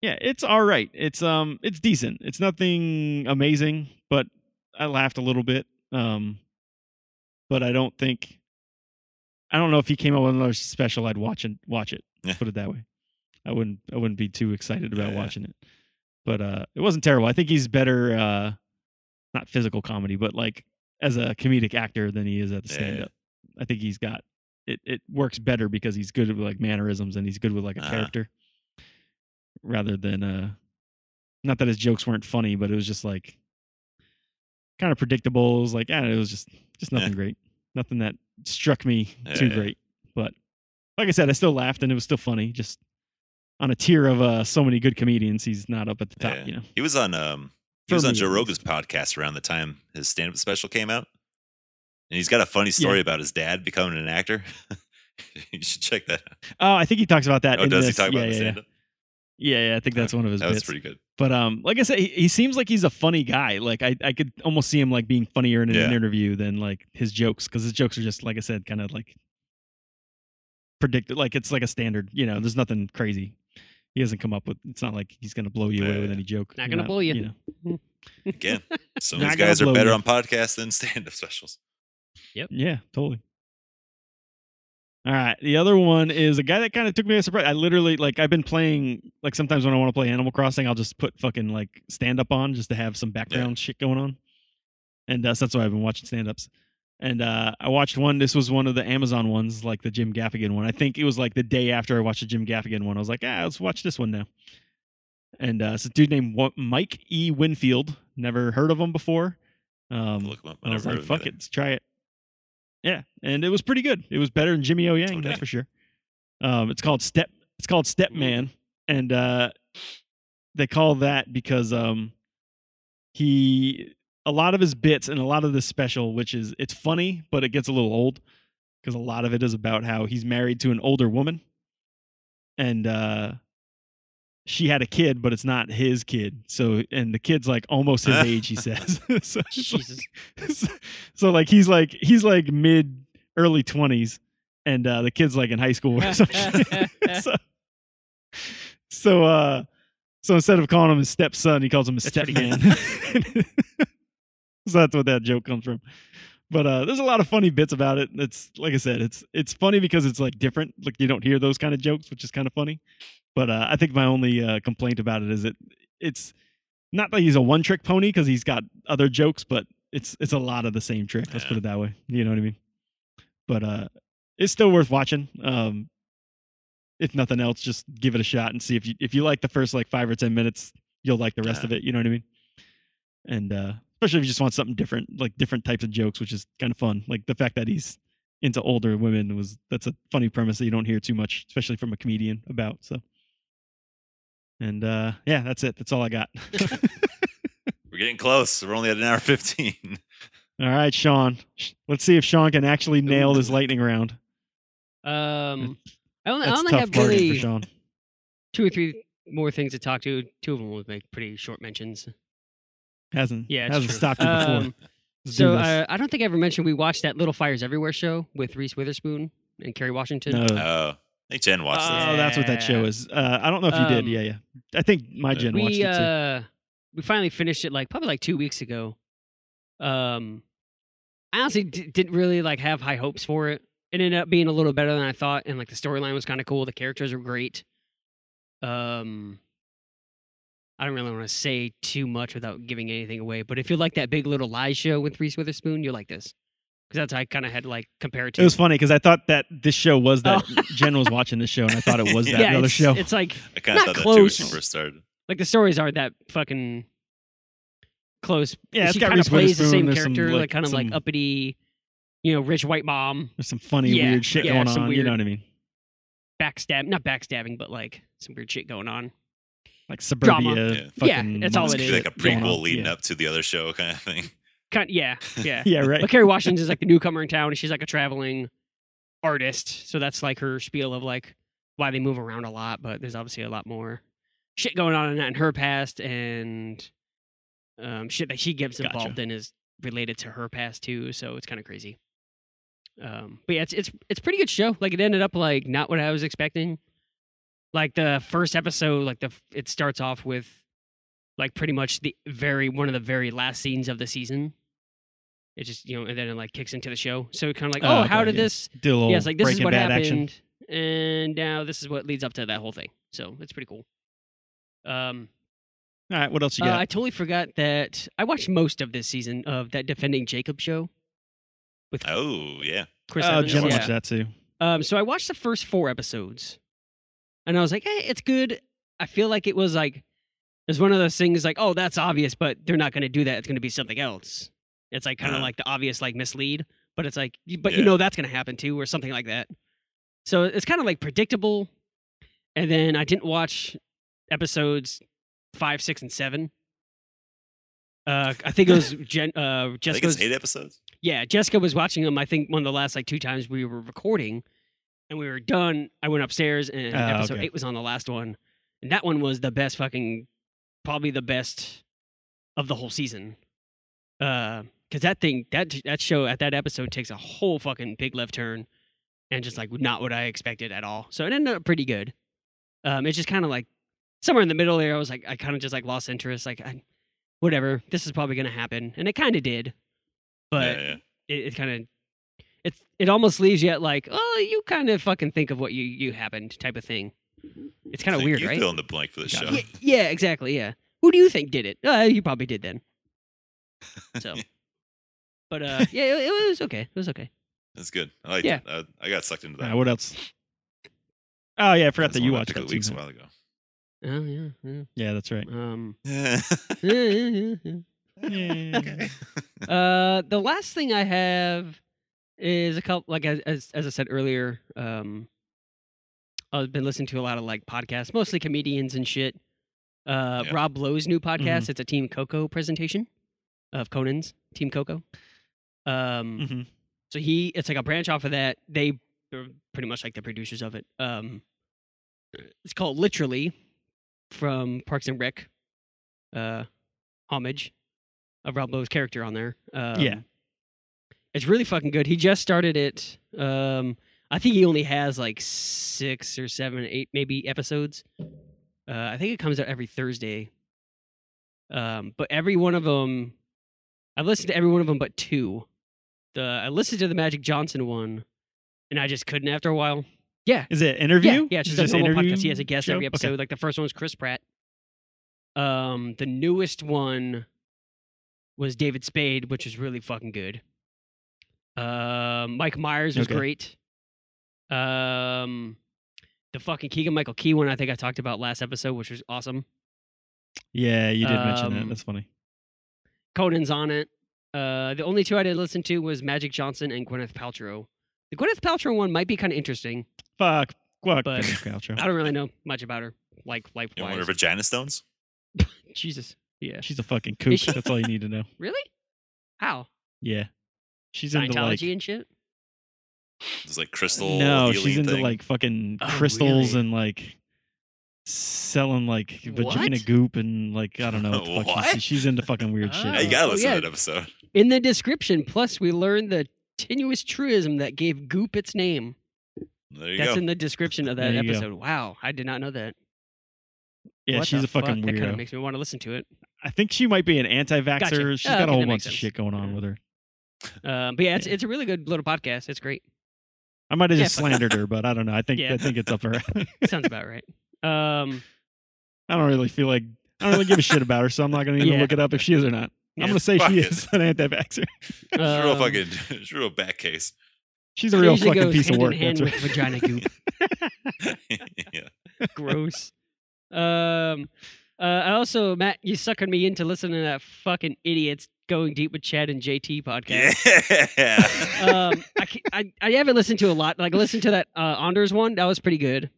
[SPEAKER 2] Yeah, it's all right. It's um it's decent. It's nothing amazing, but I laughed a little bit. Um but I don't think I don't know if he came out with another special I'd watch and watch it.
[SPEAKER 3] Yeah.
[SPEAKER 2] Put it that way. I wouldn't I wouldn't be too excited about
[SPEAKER 3] Yeah, yeah.
[SPEAKER 2] watching it. But uh it wasn't terrible. I think he's better uh not physical comedy, but like as a comedic actor than he is at the
[SPEAKER 3] Yeah, yeah.
[SPEAKER 2] stand up. I think he's got it it works better because he's good with like mannerisms and he's good with like a
[SPEAKER 3] Uh-huh.
[SPEAKER 2] character rather than uh not that his jokes weren't funny, but it was just like kind of predictable. It was like I don't know, it was just just nothing great. Nothing that struck me
[SPEAKER 3] Yeah,
[SPEAKER 2] too
[SPEAKER 3] yeah.
[SPEAKER 2] great. But like I said, I still laughed and it was still funny. Just on a tier of uh, so many good comedians, he's not up at the top,
[SPEAKER 3] Yeah.
[SPEAKER 2] you know.
[SPEAKER 3] He was on um he
[SPEAKER 2] For
[SPEAKER 3] was on
[SPEAKER 2] me,
[SPEAKER 3] Joe
[SPEAKER 2] at
[SPEAKER 3] Rogan's podcast around the time his stand-up special came out, and he's got a funny story about his dad becoming an actor. you should check that. out.
[SPEAKER 2] Oh, I think he talks about that.
[SPEAKER 3] Oh,
[SPEAKER 2] in
[SPEAKER 3] does
[SPEAKER 2] this.
[SPEAKER 3] he talk
[SPEAKER 2] yeah,
[SPEAKER 3] about the
[SPEAKER 2] yeah, yeah.
[SPEAKER 3] stand-up?
[SPEAKER 2] Yeah, yeah, I think that's one of his
[SPEAKER 3] That was
[SPEAKER 2] bits.
[SPEAKER 3] pretty good.
[SPEAKER 2] But um, like I said, he, he seems like he's a funny guy. Like I, I could almost see him like being funnier in an
[SPEAKER 3] Yeah.
[SPEAKER 2] interview than like his jokes because his jokes are just like I said, kind of like predicted. Like it's like a standard. You know, there's nothing crazy. He hasn't come up with. It's not like he's gonna blow you away
[SPEAKER 3] Yeah,
[SPEAKER 2] with
[SPEAKER 3] yeah.
[SPEAKER 2] any joke.
[SPEAKER 1] Not
[SPEAKER 2] You're
[SPEAKER 1] gonna blow you.
[SPEAKER 2] know.
[SPEAKER 3] Again, some of
[SPEAKER 2] Not
[SPEAKER 3] these
[SPEAKER 2] gonna
[SPEAKER 3] guys are
[SPEAKER 2] blow
[SPEAKER 3] better
[SPEAKER 2] you.
[SPEAKER 3] on podcasts than stand-up specials.
[SPEAKER 2] Yeah, totally. All right. The other one is a guy that kind of took me by surprise. I literally like I've been playing like sometimes when I want to play Animal Crossing, I'll just put fucking like stand up on just to have some background shit going on. And uh, so that's why I've been watching stand ups. And uh, I watched one. This was one of the Amazon ones, like the Jim Gaffigan one. I think it was like the day after I watched the Jim Gaffigan one. I was like, ah, let's watch this one now. And uh, it's a dude named Wa- Mike E. Winfield. Never heard of him before.
[SPEAKER 3] I'll
[SPEAKER 2] Um,
[SPEAKER 3] Look them up. I
[SPEAKER 2] I was
[SPEAKER 3] never heard
[SPEAKER 2] like,
[SPEAKER 3] of them
[SPEAKER 2] fuck it,
[SPEAKER 3] either.
[SPEAKER 2] let's try it. Yeah, and it was pretty good. It was better than Jimmy O Yang,
[SPEAKER 3] Oh,
[SPEAKER 2] that's
[SPEAKER 3] dang.
[SPEAKER 2] for sure. Um, it's called Step. It's called Step
[SPEAKER 3] Mm-hmm.
[SPEAKER 1] Ooh.
[SPEAKER 2] Man, and uh, they call that because um, he a lot of his bits and a lot of this special, which is it's funny, but it gets a little old because a lot of it is about how he's married to an older woman, and uh, she had a kid, but it's not his kid. So, and the kid's like almost his age, he says. so, it's like-
[SPEAKER 1] Jesus.
[SPEAKER 2] so, so, like he's like he's like mid early twenties, and uh, the kid's like in high school or something. so, so, uh, so instead of calling him his stepson, he calls him his
[SPEAKER 1] That's pretty good.
[SPEAKER 2] stepman. so that's what that joke comes from. But uh, there's a lot of funny bits about it. It's like I said, it's it's funny because it's like different. Like you don't hear those kind of jokes, which is kind of funny. But uh, I think my only uh, complaint about it is it it's not that he's a one trick pony because he's got other jokes, but it's it's a lot of the same trick. Let's
[SPEAKER 3] Yeah.
[SPEAKER 2] put it that way. You know what I mean? But uh, it's still worth watching. Um, if nothing else, just give it a shot and see if you if you like the first like five or ten minutes, you'll like the rest
[SPEAKER 3] Yeah.
[SPEAKER 2] of it. You know what I mean? And uh, especially if you just want something different, like different types of jokes, which is kind of fun. Like the fact that he's into older women was that's a funny premise that you don't hear too much, especially from a comedian about. So, and uh, yeah, that's it. That's all I got.
[SPEAKER 3] We're getting close. We're only at an hour 15.
[SPEAKER 2] all right, Sean. Sh- Let's see if Sean can actually nail this lightning round.
[SPEAKER 1] Um, I only, I
[SPEAKER 2] That's
[SPEAKER 1] only
[SPEAKER 2] tough
[SPEAKER 1] have
[SPEAKER 2] bargain for
[SPEAKER 1] really
[SPEAKER 2] Sean.
[SPEAKER 1] two or three more things to talk to. Two of them will make pretty short mentions.
[SPEAKER 2] Hasn't
[SPEAKER 1] Yeah, it's
[SPEAKER 2] hasn't
[SPEAKER 1] true.
[SPEAKER 2] stopped you before.
[SPEAKER 1] Um,
[SPEAKER 2] Let's do
[SPEAKER 1] so
[SPEAKER 2] this.
[SPEAKER 1] uh, I don't think I ever mentioned we watched that Little Fires Everywhere show with Reese Witherspoon and Kerry Washington.
[SPEAKER 2] no.
[SPEAKER 3] Oh, I think Jen watched
[SPEAKER 1] Uh,
[SPEAKER 3] this.
[SPEAKER 2] Oh, that's what that show is. Uh, I don't know if you did.
[SPEAKER 1] Um,
[SPEAKER 2] Yeah, yeah. I think my Jen watched
[SPEAKER 1] we
[SPEAKER 2] it too.
[SPEAKER 1] uh we finally finished it like probably like two weeks ago. Um, I honestly d- didn't really like have high hopes for it. It ended up being a little better than I thought, and like the storyline was kind of cool. The characters were great. Um, I don't really want to say too much without giving anything away, but if you like that Big Little Lies show with Reese Witherspoon, you'll like this because that's how I kind of had to, like compare it to.
[SPEAKER 2] It was funny because I thought that this show was that
[SPEAKER 1] Oh.
[SPEAKER 2] Jen was watching this show, and I thought it was that
[SPEAKER 1] yeah,
[SPEAKER 2] other
[SPEAKER 1] it's,
[SPEAKER 2] show.
[SPEAKER 1] it's like
[SPEAKER 3] I kind of
[SPEAKER 1] Not
[SPEAKER 3] thought that too when she
[SPEAKER 1] close.
[SPEAKER 3] first started.
[SPEAKER 1] like the stories aren't that fucking close.
[SPEAKER 2] Yeah, it's
[SPEAKER 1] she
[SPEAKER 2] got
[SPEAKER 1] kind of plays
[SPEAKER 2] Reese
[SPEAKER 1] the
[SPEAKER 2] Witherspoon,
[SPEAKER 1] same
[SPEAKER 2] there's some,
[SPEAKER 1] character,
[SPEAKER 2] like,
[SPEAKER 1] like, kind of like
[SPEAKER 2] some-
[SPEAKER 1] uppity, you know, rich white mom
[SPEAKER 2] There's some funny,
[SPEAKER 1] Yeah,
[SPEAKER 2] weird shit
[SPEAKER 1] yeah,
[SPEAKER 2] going
[SPEAKER 1] some
[SPEAKER 2] on. You
[SPEAKER 1] weird-
[SPEAKER 2] know what I mean?
[SPEAKER 1] backstab, not backstabbing, but like some weird shit going on.
[SPEAKER 2] Like
[SPEAKER 1] Drama.
[SPEAKER 2] suburbia.
[SPEAKER 3] Yeah.
[SPEAKER 2] Fucking
[SPEAKER 1] Yeah, that's all
[SPEAKER 3] It's
[SPEAKER 1] it
[SPEAKER 3] gonna
[SPEAKER 1] is.
[SPEAKER 3] be like a
[SPEAKER 2] Yeah.
[SPEAKER 3] prequel leading
[SPEAKER 2] yeah.
[SPEAKER 3] up to the other show kind of thing.
[SPEAKER 1] Kind, yeah, yeah.
[SPEAKER 2] Yeah, right.
[SPEAKER 1] But Carrie Washington is like the newcomer in town, and she's like a traveling artist. So that's like her spiel of like why they move around a lot. But there's obviously a lot more shit going on in, in her past, and um, shit that she gets
[SPEAKER 2] Gotcha.
[SPEAKER 1] involved in is related to her past too. So it's kind of crazy. Um, but yeah, it's it's it's a pretty good show. Like it ended up like not what I was expecting. Like the first episode, like the f- it starts off with like pretty much the very one of the very last scenes of the season. It just you know, and then it like kicks into the show. So kind of like, oh,
[SPEAKER 2] Oh,
[SPEAKER 1] how
[SPEAKER 2] okay,
[SPEAKER 1] did
[SPEAKER 2] yeah.
[SPEAKER 1] this?
[SPEAKER 2] Did a little
[SPEAKER 1] Yeah, it's like this
[SPEAKER 2] Breaking
[SPEAKER 1] is what
[SPEAKER 2] Bad
[SPEAKER 1] happened,
[SPEAKER 2] action.
[SPEAKER 1] and now this is what leads up to that whole thing. So it's pretty cool. Um,
[SPEAKER 2] All right, what else you
[SPEAKER 1] uh,
[SPEAKER 2] got?
[SPEAKER 1] I totally forgot that I watched most of this season of that defending Jacob show with
[SPEAKER 3] Oh, yeah.
[SPEAKER 1] Chris
[SPEAKER 2] oh,
[SPEAKER 1] Evans.
[SPEAKER 2] Jen
[SPEAKER 1] Yeah.
[SPEAKER 2] watched that too.
[SPEAKER 1] Um, so I watched the first four episodes, and I was like, "Hey, it's good." I feel like it was like it's one of those things like, "Oh, that's obvious," but they're not going to do that. It's going to be something else. It's like kind of
[SPEAKER 3] Uh-huh.
[SPEAKER 1] like the obvious like mislead, but it's like, y- but you
[SPEAKER 3] Yeah.
[SPEAKER 1] know that's going to happen too, or something like that. So it's kind of like predictable. And then I didn't watch episodes five, six, and seven. Uh, I think it was Jen, uh,
[SPEAKER 3] I think it's
[SPEAKER 1] Jessica's
[SPEAKER 3] eight episodes.
[SPEAKER 1] yeah, Jessica was watching them. I think one of the last like two times we were recording, and we were done. I went upstairs, and
[SPEAKER 2] Oh,
[SPEAKER 1] episode
[SPEAKER 2] okay.
[SPEAKER 1] eight was on the last one, and that one was the best fucking, probably the best of the whole season. Uh, because that thing that that show at that episode takes a whole fucking big left turn, and just like not what I expected at all. So it ended up pretty good. Um, it's just kind of like somewhere in the middle there. I was like, I kind of just like lost interest. Like, I, whatever, this is probably gonna happen, and it kind of did. But
[SPEAKER 3] yeah, yeah.
[SPEAKER 1] it, it kind of it it almost leaves you at like oh you kind of fucking think of what you you happened type of thing. It's kind of
[SPEAKER 3] So
[SPEAKER 1] weird,
[SPEAKER 3] you
[SPEAKER 1] right?
[SPEAKER 3] fill in the blank for the
[SPEAKER 2] Got
[SPEAKER 3] show.
[SPEAKER 2] it.
[SPEAKER 1] yeah, yeah, exactly. Yeah. Who do you think did it? Uh, you probably did then. So, but uh, yeah, it, it was okay. It was okay.
[SPEAKER 3] That's good. I like
[SPEAKER 1] Yeah.
[SPEAKER 3] that. I, I got sucked into
[SPEAKER 2] All
[SPEAKER 3] that.
[SPEAKER 2] right, what else? Oh yeah, I forgot
[SPEAKER 3] That's
[SPEAKER 2] that
[SPEAKER 3] one
[SPEAKER 2] you
[SPEAKER 3] I
[SPEAKER 2] watched
[SPEAKER 3] picked
[SPEAKER 2] that
[SPEAKER 3] up
[SPEAKER 2] too.
[SPEAKER 3] weeks a
[SPEAKER 2] man.
[SPEAKER 3] while ago.
[SPEAKER 1] Oh yeah, yeah.
[SPEAKER 2] Yeah, that's right.
[SPEAKER 1] Um,
[SPEAKER 3] Yeah.
[SPEAKER 1] yeah, yeah, yeah, yeah.
[SPEAKER 2] Yeah.
[SPEAKER 3] okay.
[SPEAKER 1] Uh, the last thing I have is a couple. Like as as, as I said earlier, um, I've been listening to a lot of like podcasts, mostly comedians and shit. Uh,
[SPEAKER 3] Yeah.
[SPEAKER 1] Rob Lowe's new podcast. It's a Team Coco presentation of Conan's Team Coco. Um,
[SPEAKER 2] Mhm.
[SPEAKER 1] so he, it's like a branch off of that. They, they're pretty much like the producers of it. Um, it's called literally, from Parks and Rec uh, homage of Rob Lowe's character on there. Um,
[SPEAKER 2] Yeah.
[SPEAKER 1] It's really fucking good. He just started it. Um, I think he only has like six or seven, eight maybe episodes. Uh, I think it comes out every Thursday. Um, but every one of them, I've listened to every one of them but two. The I listened to the Magic Johnson one, and I just couldn't after a while.
[SPEAKER 2] Is it interview?
[SPEAKER 1] Yeah, yeah it's
[SPEAKER 2] Is
[SPEAKER 1] just,
[SPEAKER 2] this
[SPEAKER 1] a normal
[SPEAKER 2] interview
[SPEAKER 1] podcast. He has a guest
[SPEAKER 2] show?
[SPEAKER 1] every episode.
[SPEAKER 2] Okay.
[SPEAKER 1] Like the first one was Chris Pratt. Um, the newest one was David Spade, which is really fucking good. Um, Mike Myers was
[SPEAKER 2] Okay.
[SPEAKER 1] great. Um, the fucking Keegan Michael Key one I think I talked about last episode, which was awesome.
[SPEAKER 2] Yeah, you did mention that.
[SPEAKER 1] Um,
[SPEAKER 2] That's funny.
[SPEAKER 1] Conan's on it. Uh, the only two I didn't listen to was Magic Johnson and Gwyneth Paltrow. The Gwyneth Paltrow one might be kind of interesting.
[SPEAKER 2] Fuck. Fuck.
[SPEAKER 1] but-
[SPEAKER 2] Gwyneth Paltrow.
[SPEAKER 1] I don't really know much about her, like life
[SPEAKER 3] You want her
[SPEAKER 1] wise.
[SPEAKER 3] vagina stones?
[SPEAKER 1] Jesus, yeah.
[SPEAKER 2] She's a fucking kook.
[SPEAKER 1] she-
[SPEAKER 2] That's all you need to know.
[SPEAKER 1] Really? How?
[SPEAKER 2] Yeah. She's into like
[SPEAKER 1] Scientology and shit?
[SPEAKER 3] It's like crystal.
[SPEAKER 2] No,
[SPEAKER 3] healing
[SPEAKER 2] she's into
[SPEAKER 3] thing.
[SPEAKER 2] like fucking
[SPEAKER 1] Oh,
[SPEAKER 2] crystals
[SPEAKER 1] really?
[SPEAKER 2] and like selling like vagina
[SPEAKER 1] What?
[SPEAKER 2] goop and like I don't know. What? the fuck
[SPEAKER 3] What?
[SPEAKER 2] She's, she's into fucking weird
[SPEAKER 3] Yeah, you
[SPEAKER 2] shit.
[SPEAKER 1] Oh.
[SPEAKER 3] gotta listen
[SPEAKER 1] yeah.
[SPEAKER 3] to that episode.
[SPEAKER 1] In the description, plus we learned the tenuous truism that gave Goop its name.
[SPEAKER 3] There you
[SPEAKER 1] That's
[SPEAKER 3] go.
[SPEAKER 1] in the description of that
[SPEAKER 2] There you go.
[SPEAKER 1] episode. Wow, I did not know that.
[SPEAKER 2] Yeah,
[SPEAKER 1] What
[SPEAKER 2] she's
[SPEAKER 1] the
[SPEAKER 2] a fucking
[SPEAKER 1] fuck? That kind
[SPEAKER 2] weirdo.
[SPEAKER 1] of makes me want to listen to it.
[SPEAKER 2] I think she might be an anti-vaxxer.
[SPEAKER 1] Gotcha.
[SPEAKER 2] She's
[SPEAKER 1] Oh,
[SPEAKER 2] got
[SPEAKER 1] okay,
[SPEAKER 2] a whole
[SPEAKER 1] that
[SPEAKER 2] bunch
[SPEAKER 1] makes
[SPEAKER 2] of
[SPEAKER 1] sense.
[SPEAKER 2] shit going on with her.
[SPEAKER 1] Um, but yeah, it's
[SPEAKER 2] Yeah.
[SPEAKER 1] it's a really good little podcast. It's great.
[SPEAKER 2] I might have
[SPEAKER 1] Yeah,
[SPEAKER 2] just
[SPEAKER 1] fuck.
[SPEAKER 2] slandered her, but I don't know. I think
[SPEAKER 1] Yeah.
[SPEAKER 2] I think it's up her. alley.
[SPEAKER 1] Sounds about right. Um,
[SPEAKER 2] I don't really feel like I don't really give a shit about her, so I'm not gonna even
[SPEAKER 1] Yeah.
[SPEAKER 2] look it up if she is or not.
[SPEAKER 1] Yeah.
[SPEAKER 2] I'm gonna say
[SPEAKER 3] Fuck
[SPEAKER 2] she
[SPEAKER 3] it.
[SPEAKER 2] is an anti-vaxxer.
[SPEAKER 3] She's a real
[SPEAKER 1] um,
[SPEAKER 3] fucking, she's a real back case.
[SPEAKER 2] She's
[SPEAKER 1] it
[SPEAKER 2] a real
[SPEAKER 1] usually
[SPEAKER 2] fucking
[SPEAKER 1] goes
[SPEAKER 2] piece of
[SPEAKER 1] hand in
[SPEAKER 2] work.
[SPEAKER 1] hand
[SPEAKER 2] That's right.
[SPEAKER 1] with vagina goop.
[SPEAKER 3] yeah.
[SPEAKER 1] Gross. um, uh, I also Matt, you suckered me into listening to that fucking idiots going deep with Chad and JT podcast.
[SPEAKER 3] Yeah.
[SPEAKER 1] um, I, ca- I I haven't listened to a lot. Like I listened to that uh, Anders one. That was pretty good.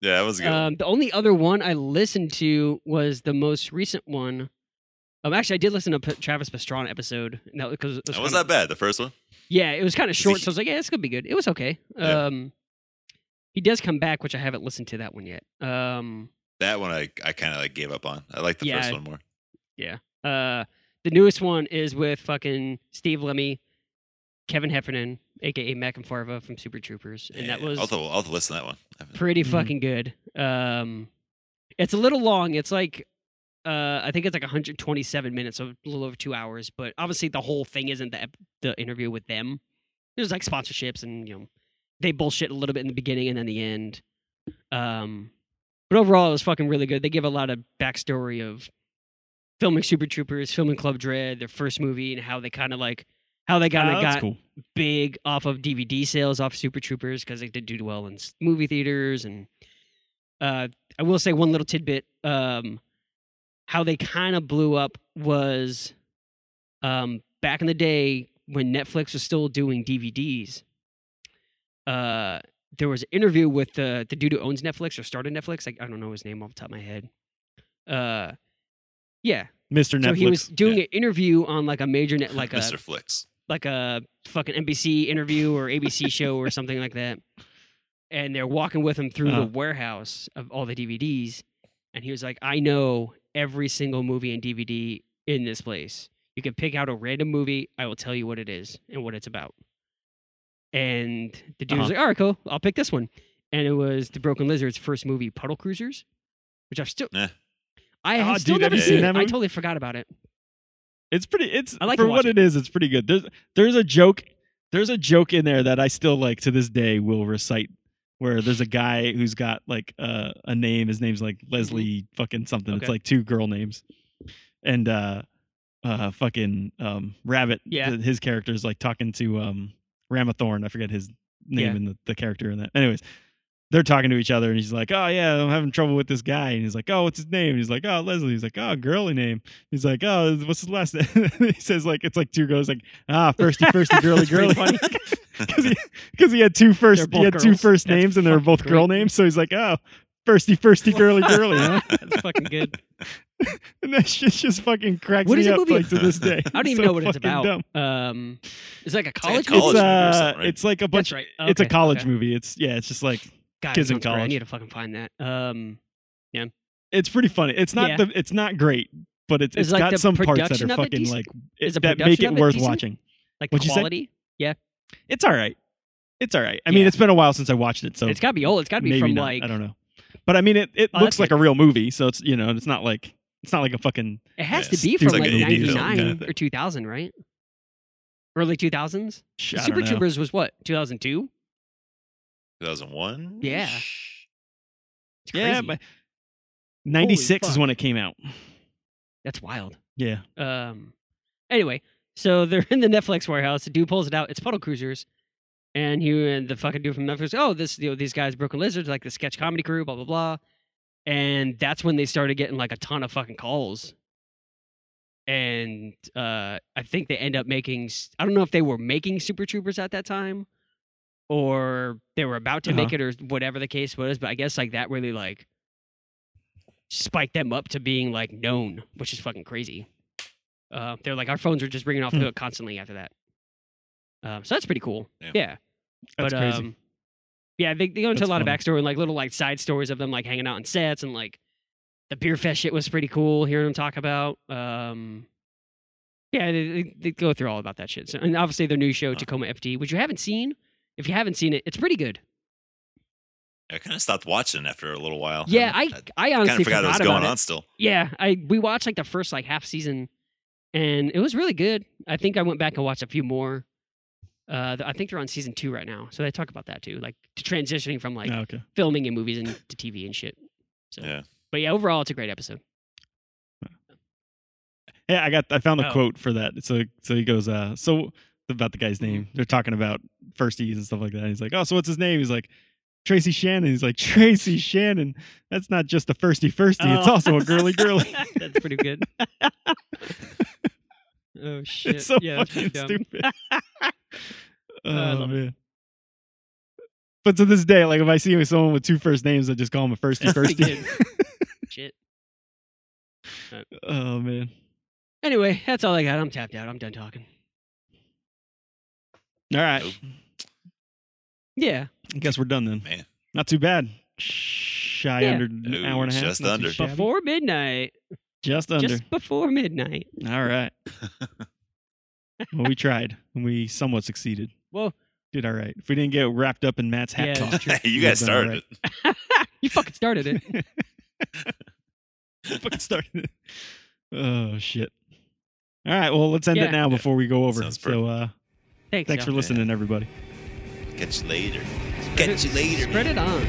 [SPEAKER 3] yeah, that was a good. one.
[SPEAKER 1] Um, the only other one I listened to was the most recent one. Um, actually, I did listen to P- Travis Pastrana episode. No, because it
[SPEAKER 3] That was
[SPEAKER 1] kinda-
[SPEAKER 3] not bad. The first one.
[SPEAKER 1] Yeah, it was kind of
[SPEAKER 3] he-
[SPEAKER 1] short, so I was like, yeah, it's gonna be good. It was okay.
[SPEAKER 3] Yeah.
[SPEAKER 1] Um, he does come back, which I haven't listened to that one yet. Um,
[SPEAKER 3] That one I, I kind of like gave up on. I like the
[SPEAKER 1] Yeah.
[SPEAKER 3] first one more.
[SPEAKER 1] uh, the newest one is with fucking Steve Lemmy, Kevin Heffernan, aka Mac and Farva from Super Troopers, and that
[SPEAKER 3] Yeah,
[SPEAKER 1] was
[SPEAKER 3] I'll, have to- I'll have to listen to that one. I haven't-
[SPEAKER 1] pretty
[SPEAKER 2] Mhm.
[SPEAKER 1] fucking good. Um, it's a little long. It's like uh, I think it's like 127 minutes, so a little over two hours. But obviously, the whole thing isn't the ep- the interview with them. There's like sponsorships, and you know, they bullshit a little bit in the beginning and then the end. Um, but overall, it was fucking really good. They give a lot of backstory of filming Super Troopers, filming Club Dread, their first movie, and how they kind of like how they kind
[SPEAKER 2] Oh,
[SPEAKER 1] of
[SPEAKER 2] that's
[SPEAKER 1] got
[SPEAKER 2] cool.
[SPEAKER 1] big off of DVD sales off Super Troopers because they did do well in s- movie theaters. And uh, I will say one little tidbit: um, how they kind of blew up was um, back in the day when Netflix was still doing DVDs. Uh, there was an interview with the the dude who owns Netflix or started Netflix. Like I don't know his name off the top of my head. Uh, yeah.
[SPEAKER 2] Mr. Netflix.
[SPEAKER 1] So he was doing
[SPEAKER 3] Yeah.
[SPEAKER 1] an interview on like a major net, like a
[SPEAKER 3] Mr. Flicks.
[SPEAKER 1] like a fucking NBC interview or ABC show or something like that. And they're walking with him through
[SPEAKER 2] Uh-huh.
[SPEAKER 1] the warehouse of all the DVDs. And he was like, I know every single movie and DVD in this place. You can pick out a random movie. I will tell you what it is and what it's about. And the dude was
[SPEAKER 2] Uh-huh.
[SPEAKER 1] like, all right, cool. I'll pick this one. And it was The Broken Lizard's first movie, Puddle Cruisers, which I've still.
[SPEAKER 2] Eh.
[SPEAKER 3] Yeah.
[SPEAKER 1] I have
[SPEAKER 2] Oh,
[SPEAKER 1] still
[SPEAKER 2] dude, have
[SPEAKER 1] never
[SPEAKER 3] you
[SPEAKER 1] seen
[SPEAKER 3] seen
[SPEAKER 1] it.
[SPEAKER 2] that
[SPEAKER 1] I
[SPEAKER 2] movie?
[SPEAKER 1] totally forgot about it.
[SPEAKER 2] It's pretty. It's
[SPEAKER 1] I like to
[SPEAKER 2] for
[SPEAKER 1] watch
[SPEAKER 2] what it is. It's pretty good. There's there's a joke. There's a joke in there that I still like to this day. Will recite where there's a guy who's got like uh, a name. His name's like Leslie fucking something. It's
[SPEAKER 1] Mm-hmm. Okay.
[SPEAKER 2] like two girl names, and uh, uh, fucking um, Rabbit.
[SPEAKER 1] Yeah.
[SPEAKER 2] th- his character's like talking to um Ramathorn. I forget his name
[SPEAKER 1] Yeah.
[SPEAKER 2] and the, the character in that. Anyways. They're talking to each other, and he's like, "Oh yeah, I'm having trouble with this guy." And he's like, "Oh, what's his name?" And he's like, "Oh, Leslie." He's like, "Oh, girly name." He's like, oh, what's his last name? he says like it's like two girls like ah firsty firsty girly girly
[SPEAKER 1] That's pretty
[SPEAKER 2] because he because he had two first
[SPEAKER 1] both
[SPEAKER 2] he had two
[SPEAKER 1] girls.
[SPEAKER 2] first
[SPEAKER 1] That's
[SPEAKER 2] names and they were
[SPEAKER 1] fucking
[SPEAKER 2] both girl
[SPEAKER 1] great.
[SPEAKER 2] names so he's like oh firsty firsty girly girly huh?
[SPEAKER 1] That's fucking good.
[SPEAKER 2] and that shit just fucking cracks
[SPEAKER 1] What
[SPEAKER 2] me
[SPEAKER 1] is that
[SPEAKER 2] up
[SPEAKER 1] movie?
[SPEAKER 2] like to this day.
[SPEAKER 1] I don't
[SPEAKER 2] It's
[SPEAKER 1] even
[SPEAKER 2] so
[SPEAKER 1] know what it's
[SPEAKER 2] fucking
[SPEAKER 1] about.
[SPEAKER 2] dumb.
[SPEAKER 1] Um, it's like a college.
[SPEAKER 3] college
[SPEAKER 1] movie?
[SPEAKER 2] it's,
[SPEAKER 3] movie or
[SPEAKER 2] uh,
[SPEAKER 3] something, right?
[SPEAKER 2] it's like a bunch.
[SPEAKER 1] That's right.
[SPEAKER 2] It's a
[SPEAKER 1] Okay,
[SPEAKER 2] college
[SPEAKER 1] okay.
[SPEAKER 2] movie. It's yeah. It's just like
[SPEAKER 1] God,
[SPEAKER 2] kids
[SPEAKER 1] that
[SPEAKER 2] in
[SPEAKER 1] sounds great. I
[SPEAKER 2] college.
[SPEAKER 1] need to fucking find that. Um, yeah.
[SPEAKER 2] It's pretty funny. It's not
[SPEAKER 1] Yeah.
[SPEAKER 2] the. It's not great, but it's
[SPEAKER 1] Is,
[SPEAKER 2] it's
[SPEAKER 1] like, the
[SPEAKER 2] got some parts that
[SPEAKER 1] production
[SPEAKER 2] are
[SPEAKER 1] of it
[SPEAKER 2] fucking
[SPEAKER 1] decent?
[SPEAKER 2] like
[SPEAKER 1] Is the
[SPEAKER 2] it, that make
[SPEAKER 1] production
[SPEAKER 2] it
[SPEAKER 1] of it
[SPEAKER 2] worth
[SPEAKER 1] decent?
[SPEAKER 2] watching.
[SPEAKER 1] Like
[SPEAKER 2] What'd you say?
[SPEAKER 1] quality.
[SPEAKER 2] It's all right. It's all right. I mean,
[SPEAKER 1] Yeah.
[SPEAKER 2] it's been a while since I watched it, so
[SPEAKER 1] It's got to be old. It's got to be
[SPEAKER 2] maybe
[SPEAKER 1] from
[SPEAKER 2] not.
[SPEAKER 1] like
[SPEAKER 2] I don't know. But I mean, it, it
[SPEAKER 1] Oh,
[SPEAKER 2] looks
[SPEAKER 1] that's
[SPEAKER 2] like a real movie, so it's you know, it's not like it's not like a fucking
[SPEAKER 1] it has
[SPEAKER 3] Yeah,
[SPEAKER 1] to be
[SPEAKER 2] it's
[SPEAKER 1] from
[SPEAKER 2] like
[SPEAKER 1] like,
[SPEAKER 2] an indie film
[SPEAKER 1] '99
[SPEAKER 3] kinda thing.
[SPEAKER 1] or 2000, right? Early 2000s.
[SPEAKER 2] sh- I
[SPEAKER 1] Super
[SPEAKER 2] don't know.
[SPEAKER 1] Troopers was what 2002.
[SPEAKER 3] 2001?
[SPEAKER 1] Yeah. It's crazy.
[SPEAKER 2] Yeah, but ninety six is
[SPEAKER 1] fuck.
[SPEAKER 2] when it came out.
[SPEAKER 1] that's wild.
[SPEAKER 2] Yeah,
[SPEAKER 1] Um, anyway, so they're in the Netflix warehouse. The dude pulls it out. It's Puddle Cruisers, and he and the fucking dude from Netflix. Oh, this you know these guys Broken Lizards like the sketch comedy crew. Blah blah blah. And that's when they started getting like a ton of fucking calls. And uh, I think they end up making. s- I don't know if they were making Super Troopers at that time, or they were about to make it, or whatever the case was. But I guess like that really like spiked them up to being like known, which is fucking crazy. Uh, they're like, our phones are just ringing off the
[SPEAKER 2] Hmm.
[SPEAKER 1] hook constantly after that. Um, so that's pretty cool.
[SPEAKER 3] Yeah.
[SPEAKER 1] Yeah.
[SPEAKER 2] that's
[SPEAKER 1] but,
[SPEAKER 2] crazy.
[SPEAKER 1] Um, yeah, they, they go into
[SPEAKER 2] That's
[SPEAKER 1] a lot
[SPEAKER 2] funny.
[SPEAKER 1] of backstory and like little like side stories of them like hanging out on sets and like the beer fest shit was pretty cool hearing them talk about. Um, yeah, they, they, they go through all about that shit. So, and obviously their new show,
[SPEAKER 3] Huh.
[SPEAKER 1] Tacoma FD, which you haven't seen. If you haven't seen it, it's pretty good.
[SPEAKER 3] I kind of stopped watching after a little while.
[SPEAKER 1] Yeah, I
[SPEAKER 3] I,
[SPEAKER 1] I
[SPEAKER 3] kind of
[SPEAKER 1] honestly
[SPEAKER 3] forgot, it was
[SPEAKER 1] about
[SPEAKER 3] going
[SPEAKER 1] it.
[SPEAKER 3] on still.
[SPEAKER 1] Yeah, I we watched like the first like half season, and it was really good. I think I went back and watched a few more. Uh, th- I think they're on season two right now, so they talk about that too, like to transitioning from like
[SPEAKER 2] Oh, okay,
[SPEAKER 1] filming and movies and to TV and shit. So,
[SPEAKER 3] Yeah.
[SPEAKER 1] but yeah, overall, it's a great episode.
[SPEAKER 2] yeah, I got I found the
[SPEAKER 1] Oh.
[SPEAKER 2] quote for that. So so he goes, uh, so about the guy's
[SPEAKER 1] Mm-hmm.
[SPEAKER 2] name. They're talking about firsties and stuff like that. He's like, oh, so what's his name? He's like. Tracy Shannon. He's like Tracy Shannon. That's not just a firsty firsty. E. It's
[SPEAKER 1] Oh.
[SPEAKER 2] also a girly girly.
[SPEAKER 1] that's pretty good. oh shit!
[SPEAKER 2] It's so
[SPEAKER 1] yeah, that's pretty
[SPEAKER 2] fucking
[SPEAKER 1] dumb.
[SPEAKER 2] stupid. oh,
[SPEAKER 1] I love it.
[SPEAKER 2] man. But to this day, like if I see someone with two first E, names, I just call them a firsty
[SPEAKER 1] That's pretty
[SPEAKER 2] firsty.
[SPEAKER 1] good. shit.
[SPEAKER 2] oh man.
[SPEAKER 1] Anyway, that's all I got. I'm tapped out. I'm done talking.
[SPEAKER 2] All right.
[SPEAKER 3] Nope.
[SPEAKER 1] Yeah,
[SPEAKER 2] I guess we're done then.
[SPEAKER 3] Man.
[SPEAKER 2] Not too bad. Shy
[SPEAKER 1] Yeah.
[SPEAKER 2] under an
[SPEAKER 3] Ooh,
[SPEAKER 2] hour and a half.
[SPEAKER 3] just
[SPEAKER 2] not too
[SPEAKER 3] under.
[SPEAKER 2] shabby.
[SPEAKER 1] before midnight.
[SPEAKER 2] Just under.
[SPEAKER 1] Just before midnight.
[SPEAKER 2] All right. well, we tried and we somewhat succeeded.
[SPEAKER 1] Well,
[SPEAKER 2] Did all right. If we didn't get wrapped up in Matt's hat
[SPEAKER 1] Yeah,
[SPEAKER 2] talk,
[SPEAKER 1] that's true.
[SPEAKER 3] you
[SPEAKER 2] we'd
[SPEAKER 3] guys
[SPEAKER 2] have done all
[SPEAKER 3] started
[SPEAKER 2] right.
[SPEAKER 3] it.
[SPEAKER 1] you fucking started it.
[SPEAKER 2] fucking started. Oh shit! All right, well let's end
[SPEAKER 1] Yeah.
[SPEAKER 2] it now before we go over.
[SPEAKER 3] Sounds
[SPEAKER 2] So uh,
[SPEAKER 1] Thanks.
[SPEAKER 2] thanks
[SPEAKER 1] y'all.
[SPEAKER 2] for listening, everybody.
[SPEAKER 3] Catch you later. Catch you later.
[SPEAKER 1] Spread it on.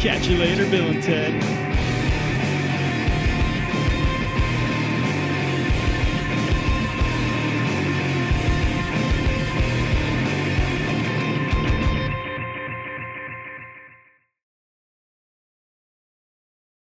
[SPEAKER 2] Catch you later, Bill and Ted.